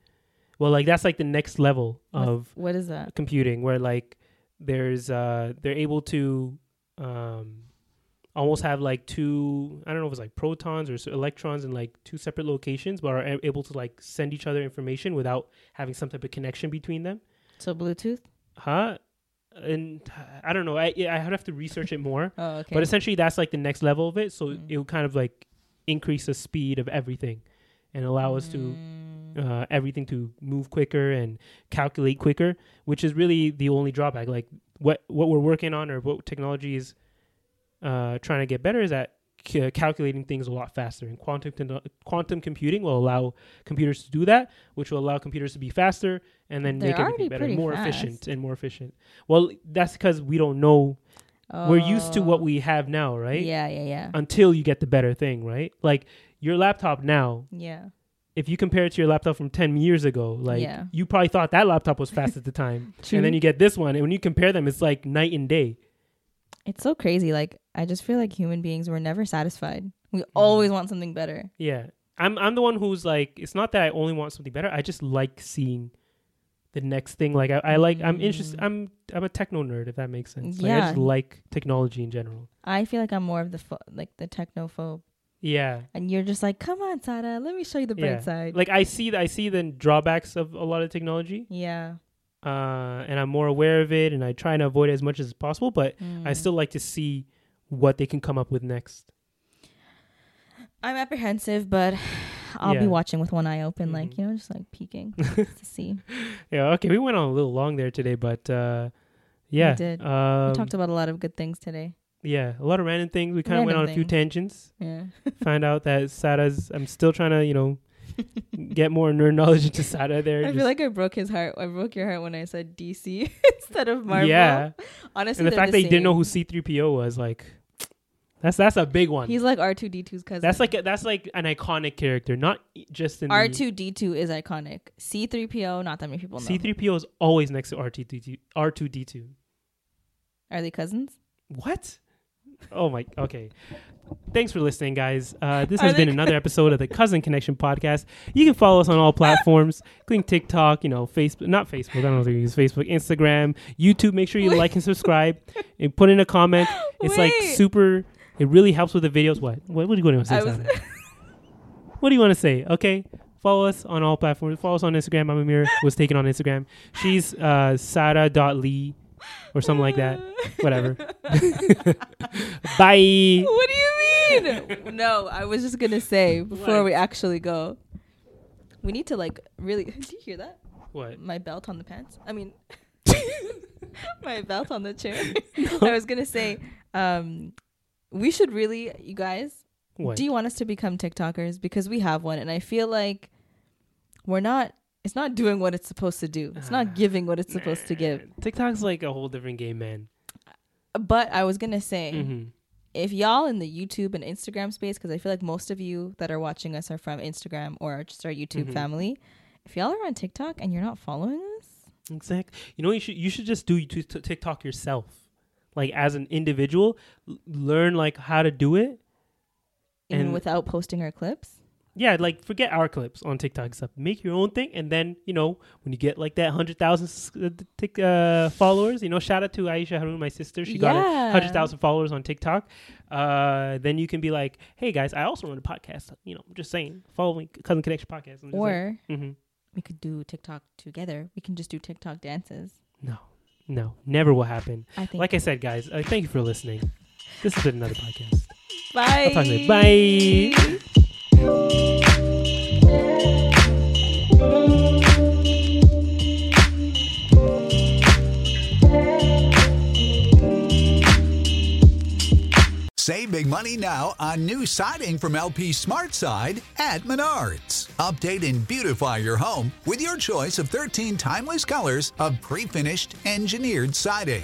[SPEAKER 2] well like that's like the next level
[SPEAKER 1] What's-
[SPEAKER 2] of
[SPEAKER 1] what is that?
[SPEAKER 2] computing where like there's uh they're able to um almost have like two i don't know if it's like protons or s- electrons in like two separate locations but are a- able to like send each other information without having some type of connection between them
[SPEAKER 1] So Bluetooth.
[SPEAKER 2] huh and i don't know i i would have to research it more
[SPEAKER 1] Oh, okay.
[SPEAKER 2] but essentially that's like the next level of it so
[SPEAKER 1] Mm.
[SPEAKER 2] it will kind of like increase the speed of everything and allow us to
[SPEAKER 1] Mm.
[SPEAKER 2] uh, everything to move quicker and calculate quicker, which is really the only drawback. Like what what we're working on or what technology is uh, trying to get better is that c- uh, calculating things a lot faster. And quantum con- quantum computing will allow computers to do that, which will allow computers to be faster and then
[SPEAKER 1] They're
[SPEAKER 2] make everything
[SPEAKER 1] already
[SPEAKER 2] better,
[SPEAKER 1] pretty
[SPEAKER 2] more
[SPEAKER 1] fast.
[SPEAKER 2] efficient, and more efficient. Well, that's because we don't know. We're used to what
[SPEAKER 1] Oh.
[SPEAKER 2] we Uh, have now, right?
[SPEAKER 1] Yeah, yeah, yeah,
[SPEAKER 2] Until you get the better thing, right? Like your laptop now
[SPEAKER 1] yeah.
[SPEAKER 2] if you compare it to your laptop from 10 years ago, like
[SPEAKER 1] Yeah.
[SPEAKER 2] you probably thought that laptop was fast at the time.
[SPEAKER 1] True.
[SPEAKER 2] and then you get this one. And when you compare them, it's like night and day.
[SPEAKER 1] It's so crazy. Like I just feel like human beings were never satisfied. We
[SPEAKER 2] Mm.
[SPEAKER 1] always want something better.
[SPEAKER 2] Yeah. I'm, I'm the one who's like, it's not that I only want something better. I just like seeing the next thing. Like I, I like, I'm interested.
[SPEAKER 1] Mm.
[SPEAKER 2] I'm, I'm a techno nerd, if that makes sense. Like, I
[SPEAKER 1] Yeah.
[SPEAKER 2] just like technology in general.
[SPEAKER 1] I feel like I'm more of the pho- like the technophobe,
[SPEAKER 2] Yeah.
[SPEAKER 1] and you're just like, come on, Sada, let me show you the bright
[SPEAKER 2] Yeah.
[SPEAKER 1] side.
[SPEAKER 2] Like I see, the, I see the drawbacks of a lot of technology,
[SPEAKER 1] yeah,
[SPEAKER 2] uh, and I'm more aware of it, and I try and avoid it as much as possible. But I
[SPEAKER 1] Mm.
[SPEAKER 2] still like to see what they can come up with next.
[SPEAKER 1] I'm apprehensive, but I'll
[SPEAKER 2] Yeah.
[SPEAKER 1] be watching with one eye open,
[SPEAKER 2] Mhm.
[SPEAKER 1] like you know, just like peeking just to see.
[SPEAKER 2] Yeah, okay, we went on a little long there today, but uh, yeah,
[SPEAKER 1] did.
[SPEAKER 2] Um,
[SPEAKER 1] we talked about a lot of good things today.
[SPEAKER 2] yeah, a lot of random things. We kind of went
[SPEAKER 1] Random
[SPEAKER 2] on a few
[SPEAKER 1] things.
[SPEAKER 2] tangents.
[SPEAKER 1] Yeah,
[SPEAKER 2] Found out that Sada's. I'm still trying to, you know, get more nerd knowledge into Sada. There,
[SPEAKER 1] I
[SPEAKER 2] Just-
[SPEAKER 1] feel like I broke his heart. I broke your heart when I said DC instead of Marvel.
[SPEAKER 2] yeah,
[SPEAKER 1] honestly,
[SPEAKER 2] and the
[SPEAKER 1] they're
[SPEAKER 2] fact that you didn't know
[SPEAKER 1] same.
[SPEAKER 2] who C3PO was, like, that's that's a big one.
[SPEAKER 1] he's like R two D 2s cousin.
[SPEAKER 2] that's like a, that's like an iconic character, not i- just in
[SPEAKER 1] R two D two is iconic. C three PO, not that many people know.
[SPEAKER 2] C3PO is always next to R2D2. R2D2.
[SPEAKER 1] Are they cousins?
[SPEAKER 2] What? Oh my. Okay. Thanks for listening, guys. Uh, this
[SPEAKER 1] Are
[SPEAKER 2] has
[SPEAKER 1] they
[SPEAKER 2] been another episode of the Cousin Connection podcast. You can follow us on all platforms, including TikTok, you know, Facebook, not Facebook. I don't know if you use Facebook, Instagram, YouTube. Make sure you
[SPEAKER 1] Wait.
[SPEAKER 2] like and subscribe, and put in a comment. It's like
[SPEAKER 1] Wait.
[SPEAKER 2] super. It really helps with the videos. What? What, what do you want to say?
[SPEAKER 1] I was
[SPEAKER 2] Sana? what do you want to say? Okay. Follow us on all platforms. Follow us on Instagram. I'm Amir was taken on Instagram. She's uh, Sarah.lee or something like that. Whatever. Bye.
[SPEAKER 1] what do you mean? no, I was just gonna say before
[SPEAKER 2] What?
[SPEAKER 1] we actually go. We need to like really. Do you hear that?
[SPEAKER 2] What?
[SPEAKER 1] My belt on the pants. I mean, my belt on the chair. I was gonna say, um, we should really, you guys.
[SPEAKER 2] What?
[SPEAKER 1] Do you want us to become TikTokers? Because we have one, and I feel like we're not. It's not doing what it's supposed to do. It's
[SPEAKER 2] Ah,
[SPEAKER 1] not giving what it's supposed to give.
[SPEAKER 2] TikTok's like a whole different game, man.
[SPEAKER 1] But I was gonna say,
[SPEAKER 2] hmm
[SPEAKER 1] if y'all in the YouTube and Instagram space, because I feel like most of you that are watching us are from Instagram or are just our YouTube
[SPEAKER 2] Mhm.
[SPEAKER 1] family, if y'all are on TikTok and you're not following us,
[SPEAKER 2] Exactly. You know, you should you should just do t- t- TikTok yourself, like as an individual, l- learn like how to do it.
[SPEAKER 1] even
[SPEAKER 2] And-
[SPEAKER 1] without posting our clips,
[SPEAKER 2] Yeah, like forget our clips on TikTok and stuff. Make your own thing, and then you know when you get like that hundred thousand s- uh, tic- uh, followers, you know, shout out to Aisha Haroon, my sister. She got got
[SPEAKER 1] Yeah.
[SPEAKER 2] hundred thousand followers on TikTok. Uh, then you can be like, hey guys, I also run a podcast. You know, just saying, follow me, Cousin Connection podcast. I'm just like,
[SPEAKER 1] or
[SPEAKER 2] "Mhm."
[SPEAKER 1] we could do TikTok together. We can just do TikTok dances.
[SPEAKER 2] No, no, never will happen.
[SPEAKER 1] I think.
[SPEAKER 2] Like I said, guys, uh, thank you for listening. This has been another podcast.
[SPEAKER 1] Bye.
[SPEAKER 2] I'll talk to you. Bye.
[SPEAKER 4] Save big money now on new siding from LP Smart Side at Menards. Update and beautify your home with your choice of 13 timeless colors of pre finished engineered siding.